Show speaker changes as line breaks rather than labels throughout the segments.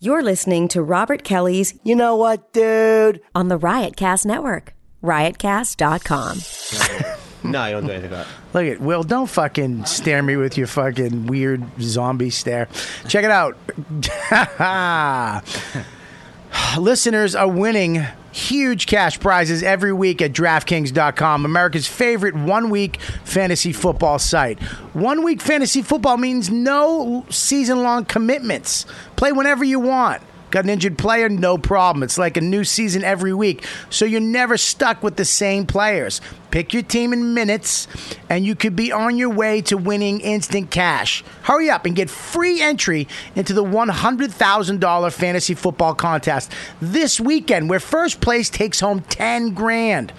You're listening to Robert Kelly's
You know what, dude?
on the Riotcast Network, riotcast.com.
No, you don't do anything like that.
Look at Will. Don't fucking stare me with your fucking weird zombie stare. Check it out. Listeners are winning huge cash prizes every week at DraftKings.com, America's favorite one week fantasy football site. One week fantasy football means no season long commitments. Play whenever you want. Got an injured player? No problem. It's like a new season every week, so you're never stuck with the same players. Pick your team in minutes, and you could be on your way to winning instant cash. Hurry up and get free entry into the $100,000 fantasy football contest this weekend, where first place takes home 10 grand.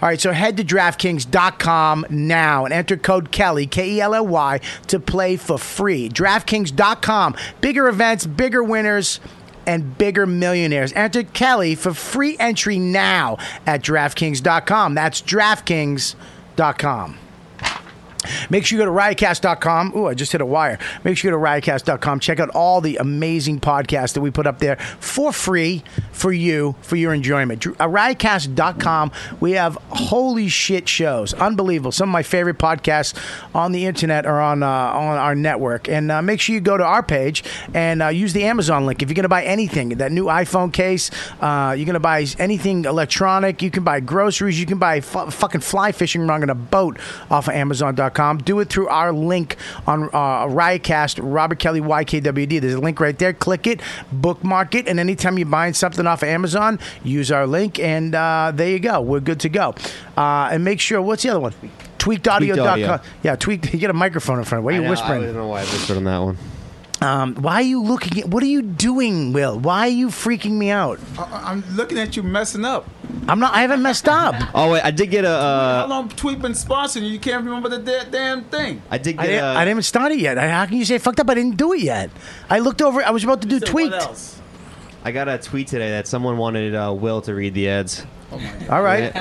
All right, so head to DraftKings.com now and enter code Kelly, K E L L Y, to play for free. DraftKings.com, bigger events, bigger winners and bigger millionaires. Enter Kelly for free entry now at DraftKings.com. That's DraftKings.com. Make sure you go to riotcast.com. Ooh, I just hit a wire. Make sure you go to riotcast.com. Check out all the amazing podcasts that we put up there for free for you, for your enjoyment. Dr- uh, Riotcast.com, we have holy shit shows. Unbelievable. Some of my favorite podcasts on the internet are on, uh, on our network. And uh, make sure you go to our page and uh, use the Amazon link. If you're going to buy anything, that new iPhone case, uh, you're going to buy anything electronic, you can buy groceries, you can buy fu- fucking fly fishing rod on a boat off of Amazon.com. Do it through our link on uh, Riotcast, Robert Kelly YKWD. There's a link right there. Click it, bookmark it, and anytime you're buying something off of Amazon, use our link, and uh, there you go. We're good to go. Uh, and make sure, what's the other one? Tweakedaudio.com.
Tweaked Audio.
Yeah, tweaked. You get a microphone in front. Why are
I
you
know,
whispering?
I don't know why I whispered on that one.
Um, why are you looking at? What are you doing, Will? Why are you freaking me out?
I- I'm looking at you messing up.
I'm not. I haven't messed up.
Oh wait, I did get a. Uh,
How long Tweet been sponsoring you? You can't remember the da- damn thing.
I did
I
get.
didn't,
a-
I didn't even start it yet. I- How can you say fucked up? I didn't do it yet. I looked over. I was about to do
So
tweaked.
What else?
I got a tweet today that someone wanted uh, Will to read the ads.
All right,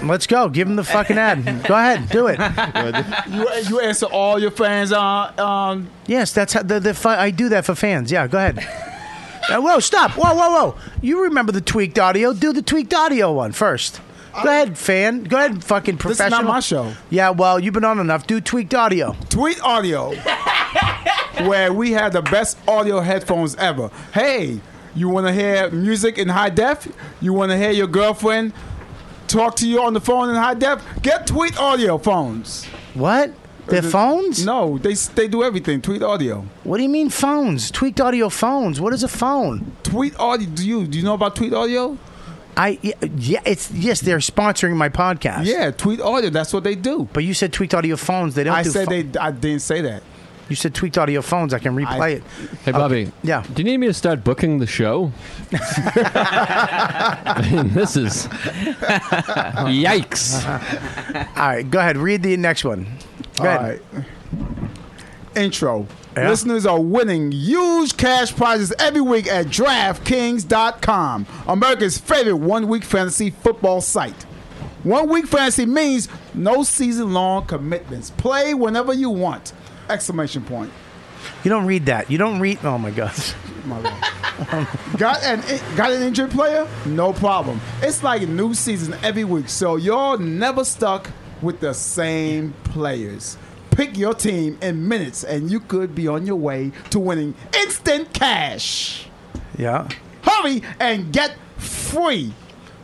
let's go. Give him the fucking ad. Go ahead, do it.
You, you answer all your fans. Uh, um,
Yes, that's how the, the fi- I do that for fans. Yeah, go ahead. Uh, whoa, stop! Whoa, whoa, whoa! You remember the tweaked audio? Do the tweaked audio one first. Go ahead, fan. Go ahead, fucking
is not
professional.
my show.
Yeah, well, you've been on enough. Do tweaked audio.
tweet audio, where we have the best audio headphones ever. Hey, you want to hear music in high def? You want to hear your girlfriend talk to you on the phone in high def? Get tweet audio phones.
What? Their phones?
No, they s- they do everything. Tweet audio.
What do you mean phones? Tweaked audio phones. What is a phone?
Tweet audio. Do you do you know about tweet audio?
I yeah, it's yes, they're sponsoring my podcast.
Yeah, tweet audio. That's what they do.
But you said tweaked audio phones. They don't.
I
do
said
pho-
they. I didn't say that.
You said tweaked audio phones. I can replay
I-
it.
Hey, Bobby.
Uh, yeah.
Do you need me to start booking the show? I mean, this is yikes.
All right, go ahead. Read the next one. Go ahead.
All right. Intro.
Yeah.
Listeners are winning huge cash prizes every week at DraftKings.com, America's favorite one week fantasy football site. One week fantasy means no season long commitments. Play whenever you want. Exclamation point.
You don't read that. You don't read. Oh my god.
My lord. got an got an injured player? No problem. It's like a new season every week, so you're never stuck with the same players. Pick your team in minutes, and you could be on your way to winning instant cash.
Yeah.
Hurry and get free,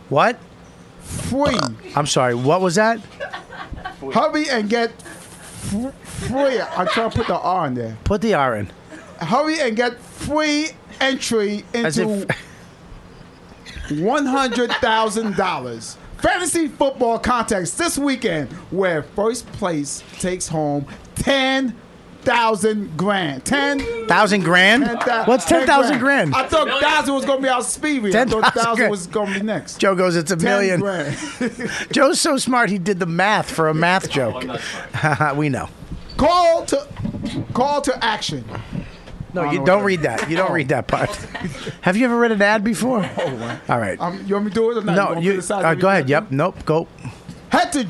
What?
free.
I'm sorry. What was that?
Hurry and get fr- free. I'm trying to put the R in there.
Put the R in.
Hurry and get free entry
As
into
if-
one hundred thousand dollars. Fantasy football contest this weekend, where first place takes home ten thousand grand. Ten.
Thousand grand. What's ten thousand grand?
I thought thousand was gonna be our speed read. I thought
10,000
thousand
grand.
was gonna be next.
Joe goes. It's a
Ten
million.
grand.
Joe's so smart he did the math for a math joke. we know.
call to call to action.
No,
I
you
don't
don't
know.
read that. You don't read that part. Have you ever read an ad before? All right.
Um, you want me to do it or not?
No,
gonna
you.
criticize
Uh,
every
go ahead.
goddamn-
Yep. Nope. Go.
Head to
Why,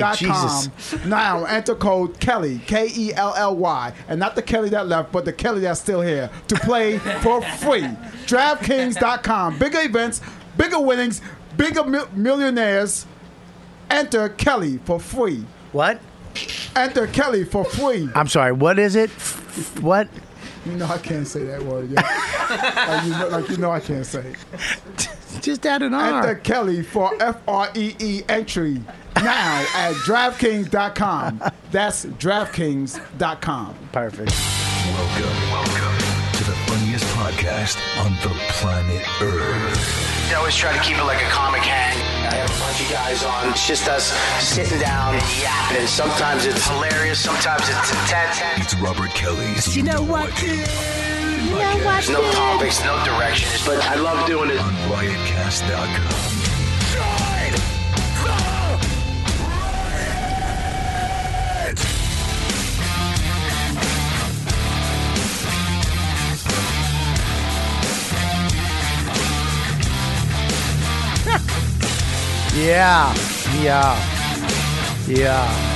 DraftKings.com now. Enter code Kelly K E L L Y, and not the Kelly that left, but the Kelly that's still here to play for free. DraftKings.com. Bigger events, bigger winnings, bigger mil- millionaires. Enter Kelly for free.
What?
Enter Kelly for free.
I'm sorry. What is it? F- What?
You know I can't say that word. Yeah. like, you know, like you know I can't say it.
Just add an R.
Enter Kelly for F R E E entry now at DraftKings.com. That's DraftKings.com.
Perfect.
Welcome, welcome to the funniest podcast on the planet Earth.
I always try to keep it like a comic hang. I have a bunch of guys on. It's just us sitting down and yapping. And sometimes it's hilarious, sometimes it's intense.
It's Robert Kelly's. You know what, dude? You know
There's no topics, no directions, but I love doing it.
On riotcast.com.
Yeah. Yeah. Yeah.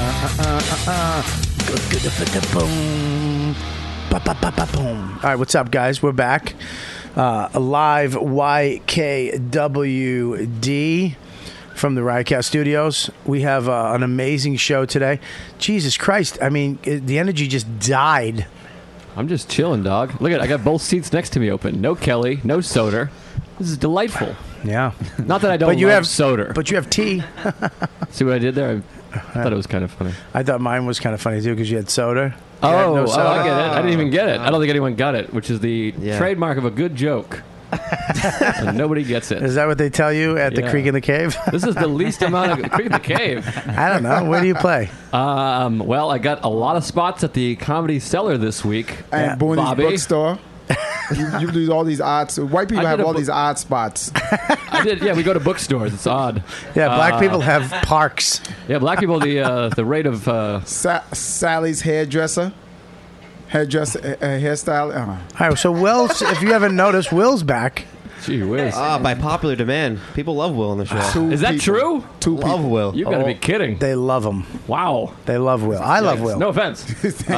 Uh. Uh, uh, uh, uh, uh, uh, uh, uh, uh. Go, go, go, go, boom. Ba, ba, ba, ba, boom. All right, what's up, guys? We're back. Uh, live YKWD from the Riotcast Studios. We have uh, an amazing show today. Jesus Christ. I mean, it, the energy just died.
I'm just chilling, dog. Look at I got both seats next to me open. No Kelly, no soda. This is delightful.
Yeah.
Not that I don't
But you
love
have
soda.
But Uh-huh. you have tea.
See what I did there? I thought it was kind of funny.
I thought mine was kind of funny too because you had soda. You had
Oh,
no
oh,
soda.
I get it. I didn't even get it. I don't think anyone got it, which is the
Yeah.
trademark of a good joke. And nobody gets
Is
it.
that what they tell you at the
Yeah.
creek in the cave?
This is the least amount of Creek in the Cave.
I don't know. Where do you play?
Um, well, I got a lot of spots at the Comedy Cellar this week.
And Boone's
Bobby.
bookstore. you, you lose all these odds. White people
I
have
did a
all
book-
these odd spots.
I did, yeah, we go to bookstores. It's odd.
Yeah, black
Uh,
people have parks.
Yeah, black people the uh, the rate of uh,
Sa- Sally's hairdresser. Hairdresser, uh, uh, hairstyle. Uh,
All right, so Will's, if you haven't noticed, Will's back.
gee whiz.
Uh,
Ah, by popular demand, people love Will on the show.
two
Is that
people.
true?
Two
love
people.
Will.
You gotta
Oh.
be kidding!
They love him.
Wow.
They love Will. I love Will.
No offense.
Thanks.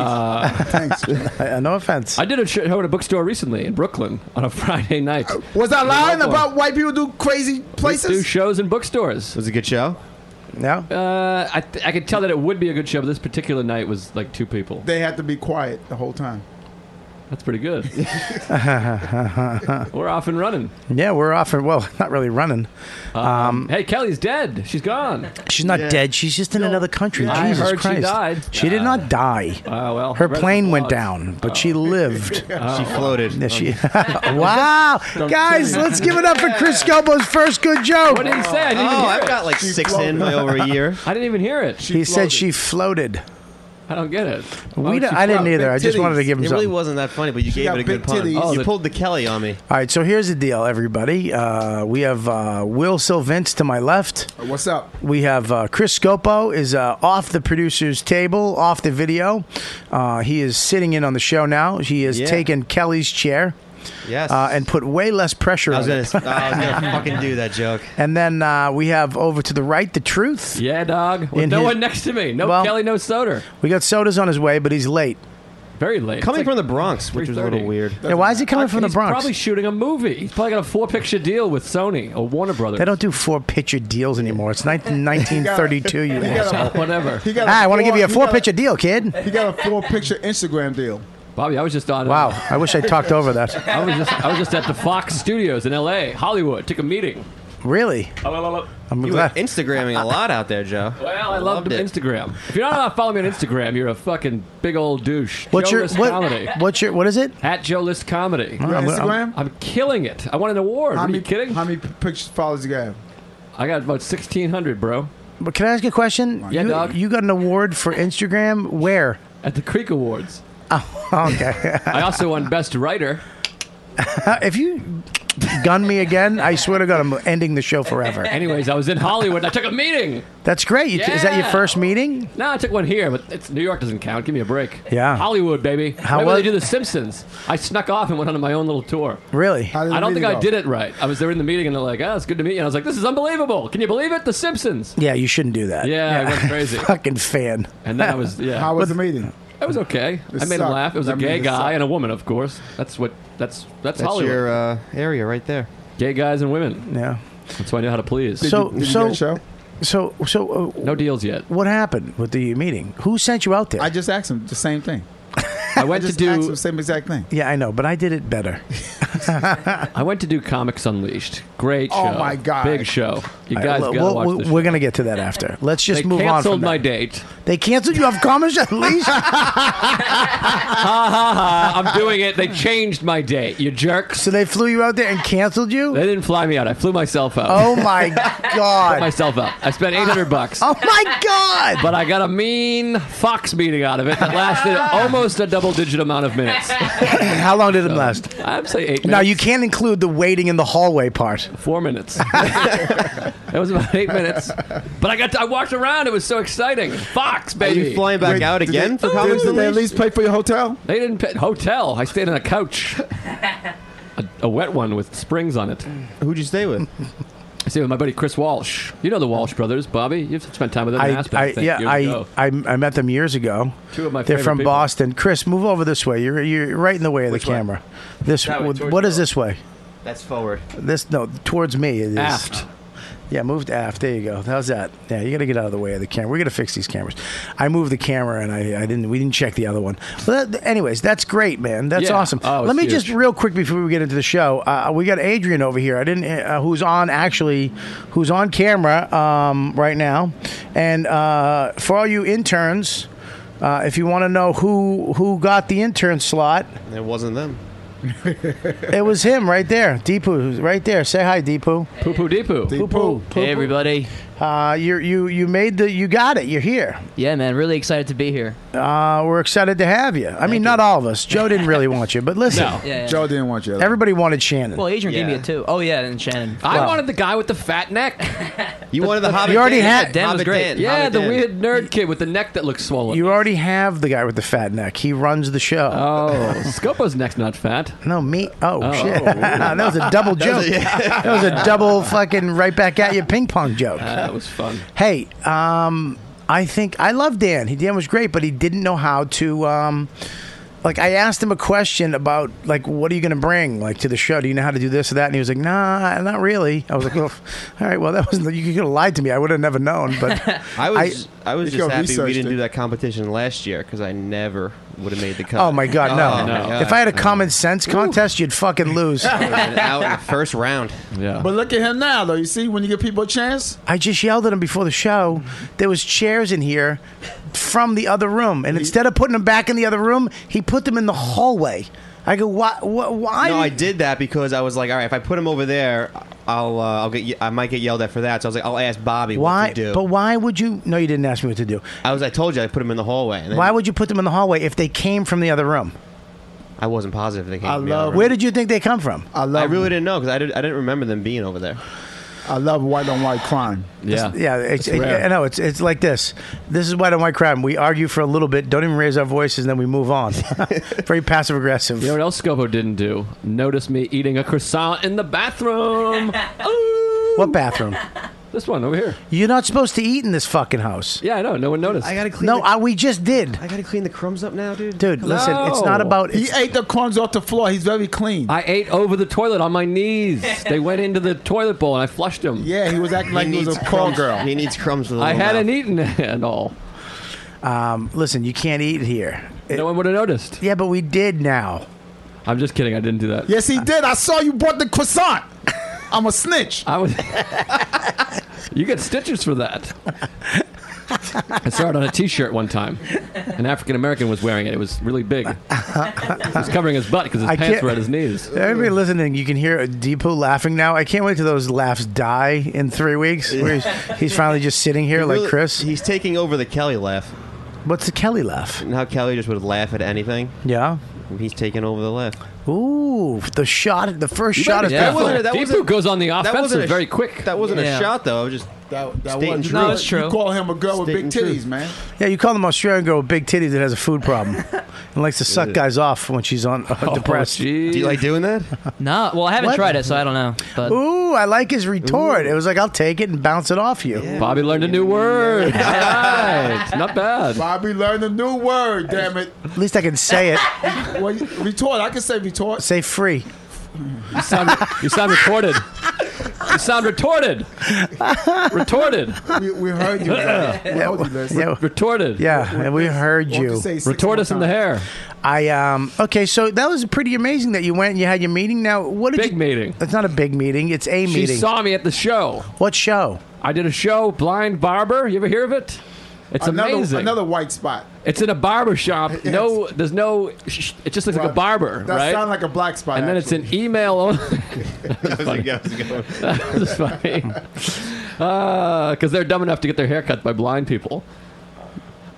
Uh, no offense.
I did a show at a bookstore recently in Brooklyn on a Friday night.
Was I lying
Love one.
about white people do crazy
Do
places?
shows in bookstores.
Was it a good show?
no?
Uh, I, th- I could tell that it would be a good show, but this particular night was like two people.
They had to be quiet the whole time.
That's pretty good. We're off and running.
Yeah, we're off. and- Well, not really running. Hmm.
Hey, Kelly's dead. She's gone.
She's not dead. She's just in another country.
I
Jesus
heard she
Christ.
died.
She did not die.
Uh, well,
Her
read the
plane went
blogs.
down, but
Uh,
she lived.
She floated.
Oh. Yeah, she, wow. Guys, let's give it up for Chris Scobo's first good joke.
I didn't say. I didn't
Oh,
even hear
I've
it.
got like six in by over a year.
I didn't even hear it.
he said she floated.
I don't get it. Oh, Why
we
would
don't,
she
I didn't
float?
either. I just
titties.
wanted to give him
It
something.
really wasn't that funny, but you gave
got
it a good
big
pun.
titties.
Oh,
you
the-
pulled the Kelly on me.
All right, so here's the deal, everybody. Uh, we have uh, Will Silvince to my left.
What's up?
We have uh, Chris Scopo is uh, off the producer's table, off the video. Uh, he is sitting in on the show now. He has
Yeah.
taken Kelly's chair
Yes.
uh, and put way less pressure
I
on
was
it.
gonna, I was gonna fucking do that joke.
And then uh, we have over to the right, the truth.
Yeah, dog. With
In
no
his-
one next to me. No
Well-
Kelly, no Soder.
We got sodas on his way, but he's late.
Very late.
Coming
It's
from
like-
the Bronx, which was a little
3:30.
weird.
Yeah, why is he coming from the
he's
Bronx?
probably shooting a movie. He's probably got a four-picture deal with Sony or Warner Brothers.
they don't do four picture deals anymore. It's 19, 1932, you asshole.
Whatever.
He got
Ah, I want to give you a
he
four
got
picture deal, kid.
He got a four picture Instagram deal.
Bobby, I was just on. uh,
Wow, I wish I talked over that.
I was just I was just at the Fox Studios in L.A. Hollywood. Took a meeting.
Really?
Well,
I'm
You were
glad.
Instagramming a lot out there, Joe.
I love
Loved it.
Instagram. If you're not follow me on Instagram, you're a fucking big old douche.
What's
Joe
your
List Comedy?
what, what's your what is it?
At Joe List Comedy.
Your
I'm- I'm-
Instagram?
I'm killing it. I won an award. Are you kidding?
How many p- pictures followers you got?
I got about 1,600, bro.
But can I ask you a question?
Yeah,
you,
dog.
you got an award for Instagram? Where? Oh,
At the Creek Awards.
Okay.
I also won Best Writer.
Uh, if you gun me again, I swear to God, I'm ending the show forever.
Anyways, I was in Hollywood and I took a meeting.
That's great. You- Is that your
Yeah.
first meeting?
No, I took one here, but it's New York doesn't count. Give me a break.
Yeah.
Hollywood, baby.
How
Maybe
was-
they do The Simpsons. I snuck off and went on my own little tour.
Really?
How did the
I don't think
meeting
I
go?
did it right. I was there in the meeting and they're like, "Ah, it's good to meet you." And I was like, "This is unbelievable! Can you believe it? The Simpsons."
Yeah, you shouldn't do that.
Yeah, I went crazy.
Fucking fan.
And then I was, yeah,
How was the meeting?
it was okay. I made him
sucked.
laugh. It was
I
a
mean,
gay
it
guy
sucked.
and a woman, of course. That's what. That's that's,
That's
Hollywood.
your uh, area right there.
gay guys and women.
Yeah.
That's why I know how to please.
So
Did you
so
get a show?
so so uh,
no deals yet.
what happened with the meeting? Who sent you out there?
I just asked him the same thing.
I
I
went to
just asked him
do
the same exact thing.
yeah, I know, but I did it better.
I went to do Comics Unleashed. Great show.
Oh, my God.
Big show.
All
You
right,
guys
well,
gotta
we'll-
watch
we'll-
this.
We're going to get to that after. Let's just
they
move on
canceled
from
my
that.
date.
They canceled you off Commerce Unleashed?
Uh, I'm doing it. They changed my date. You jerks.
so they flew you out there and canceled
They
you?
didn't fly me out. I flew myself out.
Oh my
Flew
god.
myself out. I spent 800 bucks.
Oh my god.
But I got a mean Fox meeting out of it that lasted almost a double digit amount of minutes.
How long did it last?
I'd say eight minutes.
Now you can't include the waiting in the hallway part.
Four minutes. that was about eight minutes. But I got to, I walked around. It was so exciting. Fox,
Are
baby.
you flying back
Wait,
out
did
again
they-
for
did-
Comics
Did they at
Unleashed?
least pay for your hotel?
They didn't pay hotel. I stayed on a couch. A, a wet one with springs on it.
Who'd you stay with?
I stayed with my buddy Chris Walsh. You know the Walsh brothers, Bobby. You've spent time with them in
I,
Aspen. I
I
think,
yeah,
years
I,
ago.
I I met them years ago.
Two of my
They're
favorite
from
people.
Boston. Chris, move over this way. You're you're right in the way of
Which
the
way?
camera. This
That way,
what-
towards
what
the
is this way?
That's forward.
This no towards me. It is.
Aft.
Yeah, moved aft. There you go. How's that? Yeah, you got to get out of the way of the camera. We got to fix these cameras. I moved the camera and I, I didn't. We didn't check the other one. But that, anyways, that's great, man. That's
Yeah.
awesome.
Oh, it's
Let me just
huge.
real quick before we get into the show. Uh, we got Adrian over here. I didn't. Uh, who's on actually? Who's on camera um, right now? And uh, for all you interns, uh, if you want to know who who got the intern slot,
It wasn't them.
it was him right there. Deepu, right there. Say hi, Deepu.
Poo poo dee poo.
Poo-poo.
Hey everybody!
Uh, you you you made the you got it. You're here.
Yeah, man, really excited to be here.
Uh, we're excited to have you. I mean, not all of us. Joe didn't really want you, but listen,
No.
Yeah. yeah.
Joe didn't want you.
everybody wanted Shannon.
Well, Adrian gave me
Yeah.
it too. Oh yeah, and Shannon.
I wanted the guy with the fat neck.
You wanted the Hobbit.
You already
Dan.
had-
Dan was
Hobbit
great.
Dan.
Yeah,
Hobbit
the
Dan.
weird nerd kid with the neck that looks swollen.
you already have the guy with the fat neck. He runs the show.
oh, Scopo's neck's not fat.
no, me. Oh,
Oh.
shit! that was a double joke. that was a double fucking right back at you ping pong joke.
That was fun.
hey, um, I think I love Dan. He Dan was great, but he didn't know how to. Um, like I asked him a question about like what are you going to bring like to the show? Do you know how to do this or that? And he was like, Nah, not really. I was like, well, All right, well that was you could have lied to me. I would have never known. But
I was I, was
You
just
go
happy we
researched
didn't
it.
do that competition last year because I never would have made the cut.
oh my god, no!
Oh, my God.
If I had a common sense contest, you'd fucking lose.
Would've been out in the first round.
Yeah.
But look at him now, though. You see, when you give people a chance,
I just yelled at him before the show. There was chairs in here from the other room, and instead of putting them back in the other room, he put them in the hallway. I go, why? wh- Why?
No, I
did-
did that because I was like, all right, if I put him over there, I'll uh, I'll get ye- I might get yelled at for that. So I was like, I'll ask Bobby
why?
what to do.
But why would you? No, you didn't ask me what to do.
I was I told you I put him in the hallway. And then
Why would you put them in the hallway if they came from the other room?
I wasn't positive they came.
I
from the other
love-
room.
Where did you think they come from?
I love.
I really didn't know because I didn't I didn't remember them being over there.
I love white on white crime.
yeah.
Yeah, it's, it,
rare.
I know it's it's like this. This is white on white crime. We argue for a little bit, don't even raise our voices, and then we move on. Very passive aggressive.
You know what else Scopo didn't do? Notice me eating a croissant in the bathroom. Ooh.
what bathroom?
This one over here.
You're not supposed to eat in this fucking house.
Yeah, I know. No one noticed.
I gotta clean.
No,
the,
I, we just did.
I gotta clean the crumbs up now, dude.
Dude, listen, it's not
No.
about.
He
It's,
ate the crumbs off the floor. He's very clean.
I ate over the toilet on my knees. they went into the toilet bowl and I flushed them.
yeah, he was acting like he, was a call
crumbs.
girl.
He needs crumbs for the
I
little
hadn't
mouth.
eaten at all.
um, listen, you can't eat here. It-
No one would have noticed.
yeah, but we did now.
I'm just kidding. I didn't do that.
Yes, he did. I saw you bought the croissant. I'm a snitch.
I was. you get stitches for that. I saw it on a T-shirt one time. An African American was wearing it. It was really big. It was covering his butt because his
I
pants
can't-
were at his knees.
Everybody listening, you can hear Deepu laughing now. I can't wait till those laughs die in three weeks. Where he's, he's finally just sitting here like
Really-
Chris.
He's taking over the Kelly laugh.
What's the Kelly laugh?
And how Kelly just would laugh at anything.
Yeah.
He's taking over the left.
Ooh, the shot, the first
You
shot
might
is
be
yeah.
That wasn't a- that wasn't- Deepu goes on the
that wasn't
offensive
a sh-
very quick.
That wasn't
Yeah.
a shot though. I was just
That, that
Stating
wasn't
truth.
true.
No, it's true.
You call him a girl
Stating
with big
truth.
titties, man.
Yeah, you call them Australian girl with big titties that has a food problem and likes to suck guys off when she's on uh, depressed.
Oh, geez.
Do you like doing that?
No, well, I haven't
What?
tried it, so I don't know. But
Ooh, I like his retort. It was like, I'll take it and bounce it off you.
Bobby learned a new word. All right. Not bad.
Bobby learned a new word, damn it.
At least I can say it.
Well, you- retort. I can say retort.
say free.
You sound, you sound retorted. You sound retorted. Retorted.
We, we heard you. brother. We heard you, Liz.
Yeah,
Retorted.
yeah, and we heard
Want to
you.
say six
Retortoise
more
in the
times.
hair.
I um okay, so that was pretty amazing that you went and you had your meeting. Now, what did
Big
you?
meeting.
It's not a big meeting. It's a
She
meeting.
saw me at the show.
what show?
I did a show, Blind Barber. You ever hear of it? It's
Another,
amazing.
another white spot.
It's in a barber shop. No, there's no. sh- It just looks like a barber,
That
right?
sound like a black spot.
and then it's an email. only-
That's
That's funny. Because they're dumb enough to get their hair cut by blind people.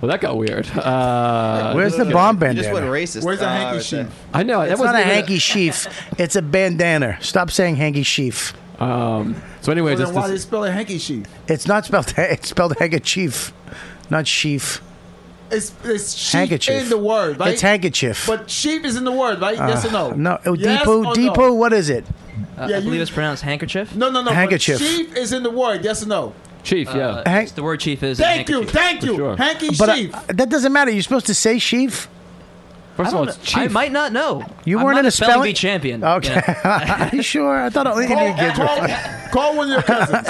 Well, that got weird. Uh,
Where's the bomb
You just went
bandana?
e-
racist.
Where's the
Uh,
hanky
it's a-
sheaf?
I know. that
It's not
wasn't
a
even
hanky sheaf. It's a bandana. Stop saying hanky sheaf.
um, so, anyway,
Well,
just
then why
this,
do you spell it hanky sheaf?
It's not spelled. ha- It's spelled handkerchief, not sheaf.
It's it's sheaf
Handkerchief
in the word, right?
It's handkerchief.
But sheep is in the word, right? yes or no?
no, oh,
Yes
Deepu,
or
Deepu,
No?
what is it?
uh,
yeah,
I
you-
believe it's pronounced handkerchief.
no, no, no. but
Handkerchief.
Sheep is in the word. Yes or no?
chief,
Uh,
yeah.
Hank-
the word chief is.
Thank you,
handkerchief.
thank you.
sure.
Hanky
But uh,
sheaf.
that doesn't matter. You're supposed to say sheaf.
First of all, it's
I
chief.
might not know.
You
I'm
weren't
not
in
a
a
spelling
spelling-
bee champion.
Okay.
Yeah.
Are you sure? I thought only Indian
Call,
kids were.
call, call one of your cousins.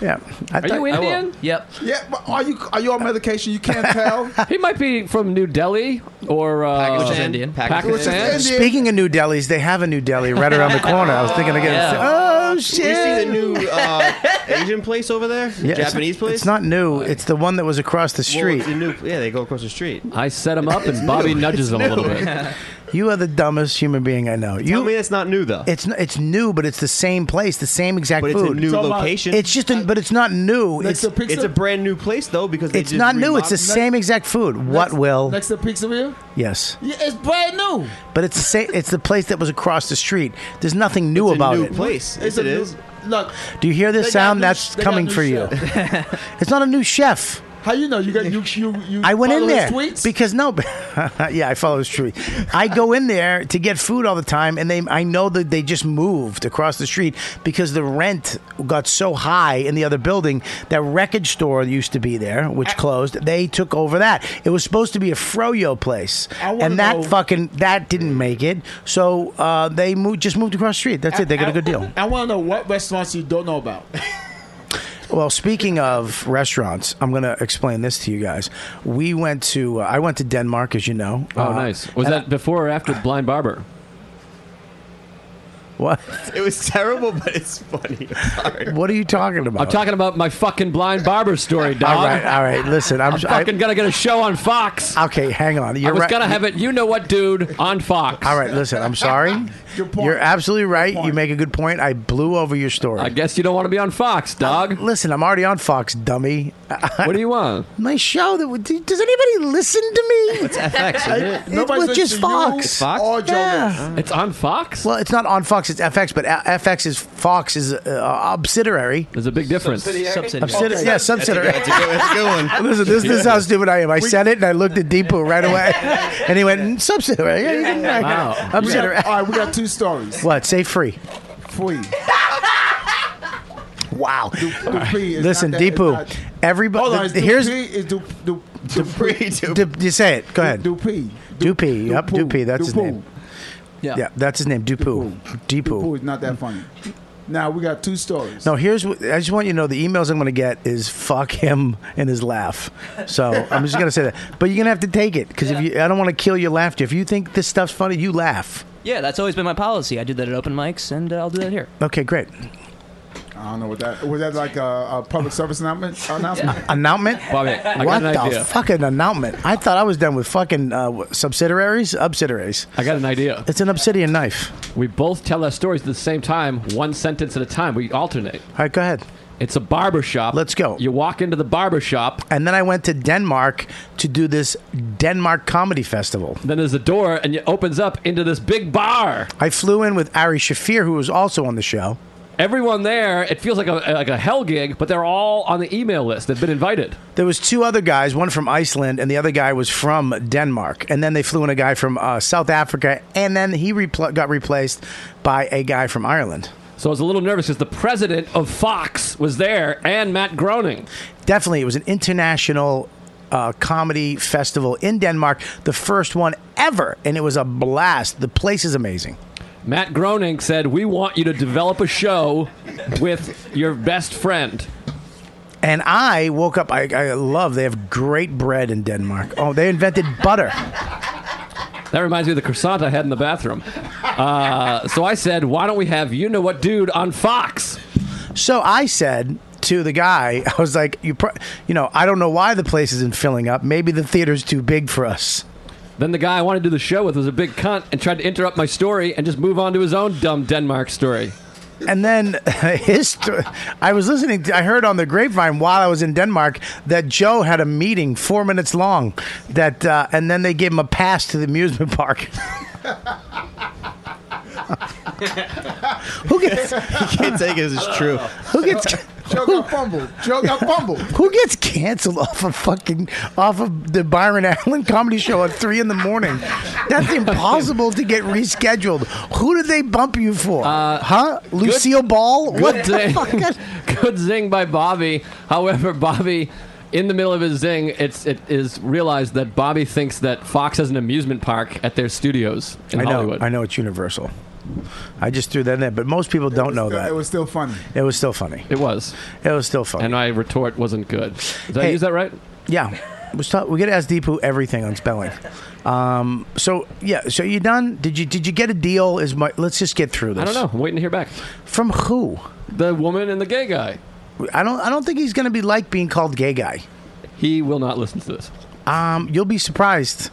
Yeah. I
Are
thought,
you
I will.
Indian?
Yep.
yeah, but are you are you on medication? You can't tell.
He might be from New Delhi or uh,
Pakistan.
Pakistan.
Pakistan. Indian.
Speaking of new delis, they have a new deli right around the corner. I was thinking again.
Yeah.
Oh
Did
shit!
you see the new uh, Asian place over there?
Yeah, it's-
Japanese place?
It's not new. It's the one that was across the
Well,
street.
it's a new, yeah, they go across the street.
I set him up, and Bobby nudges him a little bit.
you are the dumbest human being I know.
You
You.
mean it's not new though?
it's n- it's new, but it's the same place, the same exact
but it's
food.
a new
Talking about-
location.
It's just, a, but it's not new.
Next
It's
to pizza.
it's a brand new place though because they
it's
just
not new. It's the
remodeled-
same exact food. what
next,
will?
next to pizzeria?
yes,
Yeah, it's brand new.
but it's the same. It's the place that was across the street. There's nothing new
It's a
about
new
it.
place. Yes,
It's a
it is.
New, look,
Do you hear
They
this
got
sound?
new-
That's
they got
coming
new
for you. it's not a new chef.
how you know? You got you you you.
I went in
follow
there
his Tweets?
because no, yeah, I follow his tweet. I go in there to get food all the time, and they I know that they just moved across the street because the rent got so high in the other building. That record store used to be there, which closed. They took over that. It was supposed to be a froyo place,
I wanna
and that
know-
fucking that didn't make it. So uh, they moved, just moved across the street. That's it. They got a good deal.
I want to know what restaurants you don't know about.
Well, speaking of restaurants, I'm going to explain this to you guys. We went to uh, I went to Denmark, as you know.
Oh,
Uh,
nice. Was
and
that before or after Blind Barber?
What?
It was terrible, but it's funny. Sorry.
What are you talking about?
I'm talking about my fucking Blind Barber story, dog.
All right, all right. Listen, I'm, I-
fucking gonna get a show on Fox.
okay. Hang on. You're
I was
right.
gonna have it, you know what, dude, on Fox.
all right, listen. I'm sorry.
Good point.
You're absolutely right. You
point.
make a good point. I blew over your story.
I guess you don't want to be on Fox, dog.
listen, I'm already on Fox, dummy. Uh,
what do you want?
My show. That, does anybody listen to me?
FX. isn't it?
Nobody
was
says
just
to you
Fox.
Fox?
Or Joe
Yeah.
List.
It's on Fox.
Well, it's not on Fox. It's FX, but A- FX is Fox is uh, obsidiary.
There's a big difference.
Subsidy.
Obsidi- Yeah, subsidiary.
That's a good- that's a good one.
Listen, this, this is how stupid I am. I said it and I looked at Deepu right away, and he went "Mm, subsidiary. Yeah, you can-
Wow.
We
Upset
got,
her.
all right, we got two stories.
What? Say free.
Free.
Wow.
Dupree is
Listen,
not that-
Deepu.
it's not-
Everybody.
Hold on. Is
the- here's.
Dupree, is du, du, Dupree.
Du- you say it. Go ahead.
Dupree.
Dupree. Yep.
Dupu.
Dupree. That's his
Dupu.
name. Yeah, that's his name. Dupu.
Dupu
Deepu.
is not that funny. Now we got two stories.
No, here's what I just want you to know the emails I'm going to get is fuck him and his laugh. So I'm just going to say that. But you're going to have to take it because if you, I don't want to kill your laughter. If you think this stuff's funny, you laugh.
Yeah, that's always been my policy. I do that at open mics, and uh, I'll do that here.
Okay, great.
I don't know what that was. That like a, a public service announcement. announcement?
Announcement?
Bobby, I
what
got an
the
idea.
fucking announcement? I thought I was done with fucking uh, what, subsidiaries, obsidiaries.
I got an idea.
It's an obsidian knife.
We both tell our stories at the same time, one sentence at a time. We alternate.
All right, go ahead.
It's a barber shop.
Let's go.
You walk into the barber shop,
And then I went to Denmark to do this Denmark Comedy Festival.
then there's a door, and it opens up into this big bar.
I flew in with Ari Shafir, who was also on the show.
Everyone there, it feels like a like a hell gig, but they're all on the email list. They've been invited.
There was two other guys, one from Iceland and the other guy was from Denmark. And then they flew in a guy from uh, South Africa, and then he repl- got replaced by a guy from Ireland.
So I was a little nervous because the president of Fox was there and Matt Groening.
Definitely, it was an international uh, comedy festival in Denmark, the first one ever, and it was a blast. The place is amazing.
Matt Groening said, "We want you to develop a show with your best friend."
And I woke up. I, I love. They have great bread in Denmark. Oh, they invented butter.
That reminds me of the croissant I had in the bathroom. Uh, so I said, "Why don't we have you know what dude on Fox?"
So I said to the guy, I was like, you, pro- you know, I don't know why the place isn't filling up. Maybe the theater's too big for us.
Then the guy I wanted to do the show with was a big cunt and tried to interrupt my story and just move on to his own dumb Denmark story.
And then his, sto- I was listening. To, I heard on the grapevine while I was in Denmark that Joe had a meeting four minutes long. That uh, and then they gave him a pass to the amusement park. who gets
can't take it as it's true.
who gets
Joe got fumbled. Joe got fumbled.
who gets canceled off of fucking off of the Byron Allen comedy show at three in the morning? That's impossible to get rescheduled. Who did they bump you for? Uh, huh? Lucille Ball?
Good
What the
zing.
fuck?
Good zing by Bobby. However, Bobby, in the middle of his zing, it's it is realized that Bobby thinks that Fox has an amusement park at their studios in
I know.
Hollywood.
I know it's universal. I just threw that in there, but most people don't know that.
It was still funny.
It was still funny.
It was,
It was still funny.
and uh, my retort wasn't good. Did I
Hey.
use that right?
yeah. We got to ask Deepu everything on spelling. Um, so yeah, so you done? Did you did you get a deal? Is my let's just get through this.
I don't know. I'm waiting to hear back.
from who.
The woman and the gay guy.
I don't I don't think he's going to be like being called gay guy.
He will not listen to this.
Um, you'll be surprised.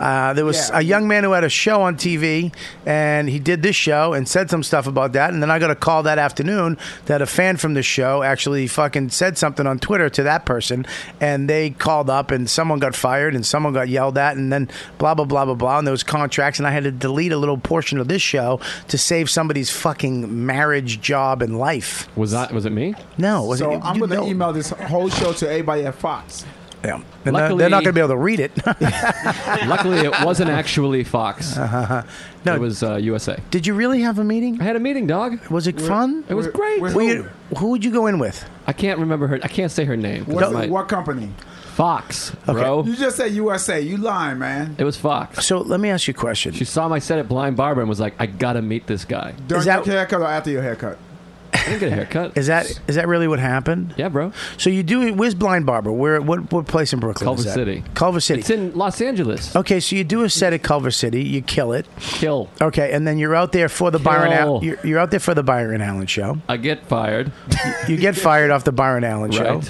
Uh, there was
Yeah.
a young man who had a show on TV, and he did this show and said some stuff about that. And then I got a call that afternoon that a fan from the show actually fucking said something on Twitter to that person, and they called up, and someone got fired, and someone got yelled at, and then blah blah blah blah blah, and there was contracts, and I had to delete a little portion of this show to save somebody's fucking marriage, job, and life.
Was that was it me?
No, was
So
it,
I'm
you-
going
no.
to email this whole show to everybody at Fox.
Yeah. uh, They're not- they're
Luckily-
not going to be able to read it.
Luckily, it wasn't actually Fox.
No.
It was uh, USA.
Did you really have a meeting?
I had a meeting, dog.
Was it fun?
It was great.
With
Were
who?
you- who would you go in with?
I can't remember her. I can't say her name. 'cause
What,
I might-
what company?
Fox, bro.
You just said USA. You lying, man.
It was Fox.
So let me ask you a question.
She saw my set at Blind Barber and was like, "I gotta meet this guy."
During
Is that-
your haircut or after your haircut?
I didn't get a haircut.
Is that is that really what happened?
Yeah, bro.
So you do where's Blind Barber? Where what what place in Brooklyn?
Culver
is that?
City.
Culver City.
It's in Los Angeles.
okay, so you do a set at Culver City, you kill it.
Kill.
Okay, and then you're out there for the Byron
Kill.
Allen. You're, you're out there for the Byron Allen show.
I get fired.
You get fired off the Byron Allen show,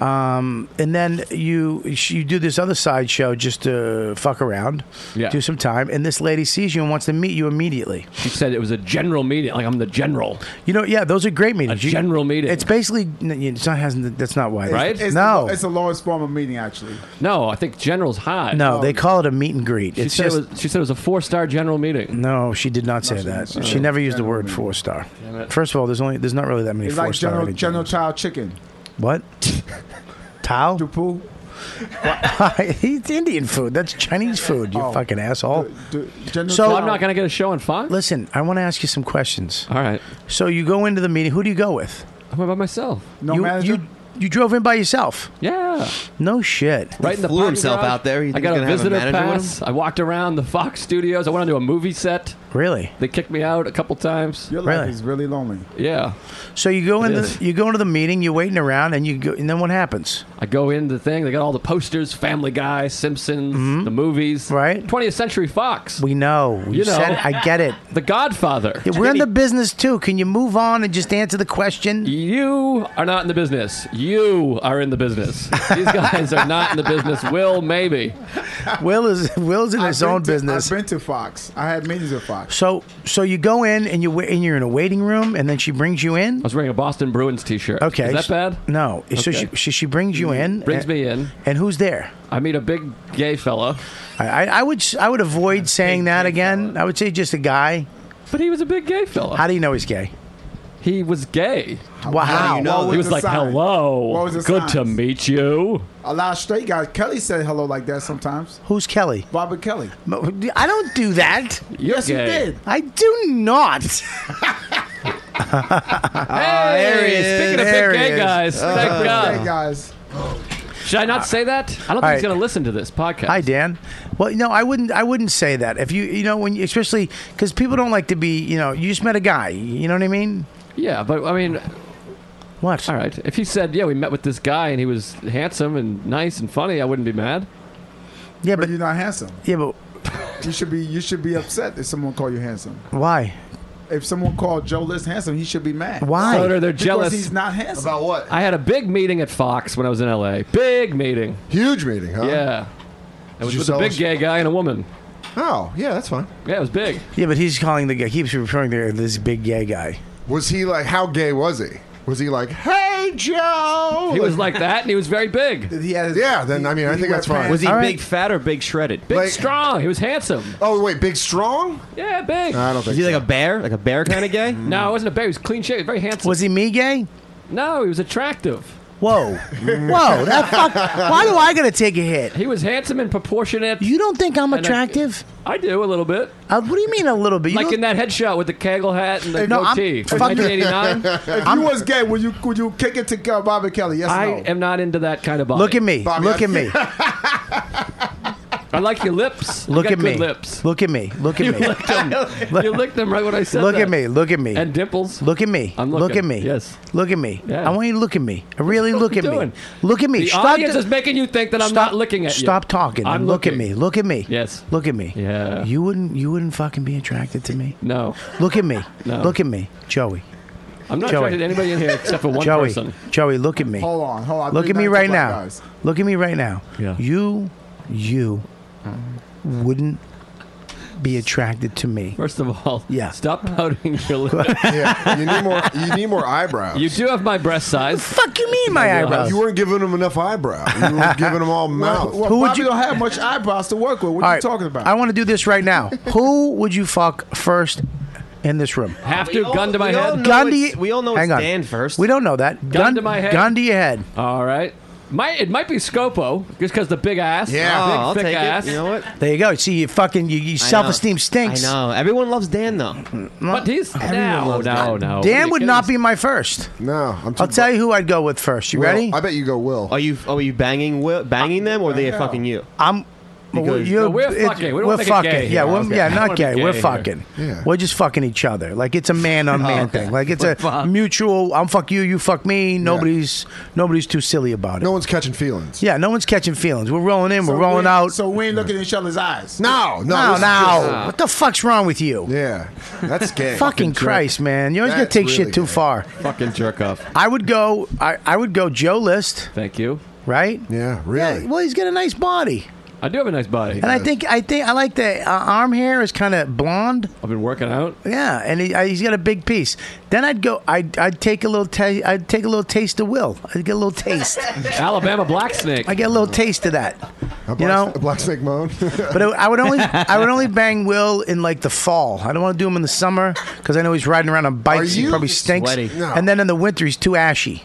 Right.
um, and then you you do this other side show just to fuck around,
Yeah.
do some time. And this lady sees you and wants to meet you immediately.
She said it was a general meeting. Like I'm the general.
You know, yeah, those are great meetings.
A
You-
general meeting.
It's basically n- it's not hasn't that's not why.
Right?
It's
no,
The, it's the lowest form of meeting, actually.
No, I think general's high.
no, they call it a meet and greet.
She
It's
said
just
it was. She said it was a four star general meeting.
no, she did not say
she
that.
didn't say
she
that.
never used the
Uh, General
word
meeting.
four star. First of all, there's only there's not really that many
It's
four
like
star.
General, General Child Chicken.
what? Tao?
Dupu.
it's Indian food. That's Chinese food. You
Oh.
fucking asshole.
Du- General
So-
So I'm not gonna get a show on Fox.
Listen, I want to ask you some questions.
All right.
So you go into the meeting. Who do you go with?
I'm by myself.
No
you,
manager.
you you drove in by yourself.
Yeah.
No shit.
Right in the
flew
parking
himself
garage.
out there. You
I
think
got
he's
a
gonna have a
visitor
manager with
pass. I walked around the Fox studios. I went onto a movie set.
Really?
They kicked me out a couple times.
Your life
Really?
is really lonely.
Yeah.
So you go
It
in the
is.
you go into the meeting, you're waiting around, and you go, and then what happens?
I go in the thing. They got all the posters: Family Guy, Simpsons,
Mm-hmm.
the movies,
Right.
20th Century Fox,
We know. You,
You know.
said it. I get it.
The Godfather.
Yeah, We're in the business too. Can you move on and just answer the question?
You are not in the business. You are in the business. These guys are not in the business. Will maybe.
Will is Will's in
I've
his
been
own
to-
business.
I've been to Fox. I had meetings with Fox.
So so you go in and you wa- and you're in a waiting room and then she brings you in.
I was wearing a Boston Bruins T-shirt.
Okay,
is that bad?
No. So
Okay. Mm-hmm.
she, she she brings you in.
Brings
Eh.
and,
me in.
And who's there?
I meet a big gay fella,
I, I, I would s- I would avoid saying that again. I would say just a guy.
but he was a big gay fella.
How do you know he's gay?
he was gay.
Wow.
do you know?
he
What
was
was
like,
the sign?
"Hello,
What was the
good to
signs?"
meet you."
A lot of straight guys. Kelly said hello like that sometimes.
Who's Kelly?
Robert Kelly.
I don't do that.
You're
yes,
gay.
he did.
I do not.
Ah, there he is. Speaking of
There
big
he
gay
is.
guys,
Oh,
thank
Hey
God.
guys.
Should I not say that? I don't think
All
he's
right.
going to listen to this podcast.
Hi, Dan. Well, no, I wouldn't. I wouldn't say that. If you, you know, when you, especially because people don't like to be, you know, you just met a guy. You know what I mean?
Yeah, but I mean,
What?
all right. If he said, "Yeah, we met with this guy and he was handsome and nice and funny," I wouldn't be mad.
Yeah, but
But you're not handsome.
yeah, but
You should be. You should be upset if someone call you handsome.
why?
If someone called Joe List handsome, he should be mad.
Why?
So they're, they're
Because
jealous.
he's not handsome.
About what?
I had a big meeting at Fox when I was in LA. Big meeting.
Huge meeting, huh?
Yeah. It was
you
with a
sell
big
us-
gay guy and a woman.
Oh, yeah, that's fine.
Yeah, it was big.
Yeah, but he's calling the guy. He keeps referring to this big gay guy.
Was he like, how gay was he? Was he like, hey, Joe?
He was like that and he was very big. Big,
He had-
yeah, then I mean, I
he
think
wear
that's fine.
pants.
Was he
All right.
big fat or big shredded?
Like-
strong. He was handsome.
oh, wait, big strong?
Yeah, big.
I don't
Was
think
he
so.
like a bear? Like a bear kind of gay?
Mm. no, it wasn't a bear. He was clean shaved, very handsome.
Was he me gay?
no, he was attractive.
Whoa, whoa! That fuck. Why do I gotta take a hit?
He was handsome and proportionate.
You don't think I'm
And I-
attractive?
I do a little bit.
Uh, what do you mean a little bit? You
Like
don't-
in that headshot with the Kegel hat and the
No, I'm
goatee from
fucking-
1989.
If you was gay, would you would you kick it to uh, Bobby Kelly? Yes, or
I
no.
am not into that kind of body.
look at me.
Bobby,
look
I-
at me.
I like your lips. You
Look
got
at me.
Good lips.
Look at me. Look
You
at me.
licked them. you licked them right when I said
Look
that.
at me. Look at me.
And dimples.
Look at me.
I'm
Look
looking.
at me.
Yes.
Look at me.
Yeah.
I want you to look at me. Really look
you
at me.
doing?
Look at me.
The
stop
audience
t-
is making you think that I'm
stop-
not looking at you.
Stop talking.
I'm
and look at
looking.
me. Look at me.
Yes.
Look at me.
Yeah.
You wouldn't you wouldn't fucking be attracted to me.
No,
Look at me.
No.
Look at me. Joey.
I'm not
Joey.
attracted to anybody in here except for one
Joey.
person.
Joey, look at me.
hold on, hold on.
look at me
392
right
black
now.
guys.
Look at me right now.
Yeah. Uh-huh.
You you wouldn't be attracted to me.
First of all,
Yeah.
Stop pouting your lips.
yeah, you need more. You need more eyebrows.
you do have my breast size.
Fuck you mean my
Yeah.
eyebrows?
You weren't giving them enough eyebrow. You were giving them all mouth.
Well,
Who would
Bobby
you-
don't have much eyebrows to work with. What
All
you
right,
talking about?
I want to do this right now. Who would you fuck first in this room?
Have to gun to my
we all
head.
know
Gun to
it's-
y-
we all know
Hang
it's
on.
Dan first.
We don't know that. Gun,
to my head. Oh.
Gun to your head.
All right. Might it might be Scopo just because the big ass.
Yeah.
Oh,
big
I'll
thick
take
ass.
it. You know what?
There you go. See, you fucking your you
I know.
self esteem stinks.
I know. Everyone loves Dan though.
But he's no,
loves
no, no.
Dan
You
would
kidding
not
me?
be my first.
no, I'm. Too
I'll tell you who I'd go with first. You
Will.
ready?
I bet you go Will.
Are you are you banging Will, banging them or they are fucking you?
I'm.
Because-
you're-
No, we're
it's-
fucking. We don't
we're
make it
fucking.
gay
yeah,
here.
we're,
Okay.
yeah,
I don't
not
wanna be
gay.
gay
We're
here.
fucking.
Yeah.
We're just fucking each other. Like it's a man on man thing. Like it's a mutual. I'm fuck you. You fuck me. Nobody's nobody's too silly about it.
no one's catching feelings.
Yeah, no one's catching feelings. We're rolling in.
So
we're rolling
we-
out.
So we ain't looking in each other's eyes.
No, no,
No,
this is
no. What the fuck's wrong with you?
just- yeah, that's gay.
Fucking
jerk.
Christ, man. You're always going to
That's
take
really
shit too
gay.
far.
fucking jerk off.
I would go I, I would go Joe List,
Thank you.
right?
Yeah, really.
Well, he's got a nice body.
I do have a nice body.
And I think I think I like the uh, arm hair is kind of blonde.
I've been working out.
Yeah, and he, I, he's got a big piece. Then I'd go I'd, I'd take a little ta- I'd take a little taste of Will. I'd get a little taste.
Alabama black snake.
I get a little taste of that.
a black,
you know-
a black snake moan.
But I, I would only I would only bang Will in like the fall. I don't want to do him in the summer because I know he's riding around on bikes. He
you
probably stinks.
sweaty?
No.
And then in the winter he's too ashy.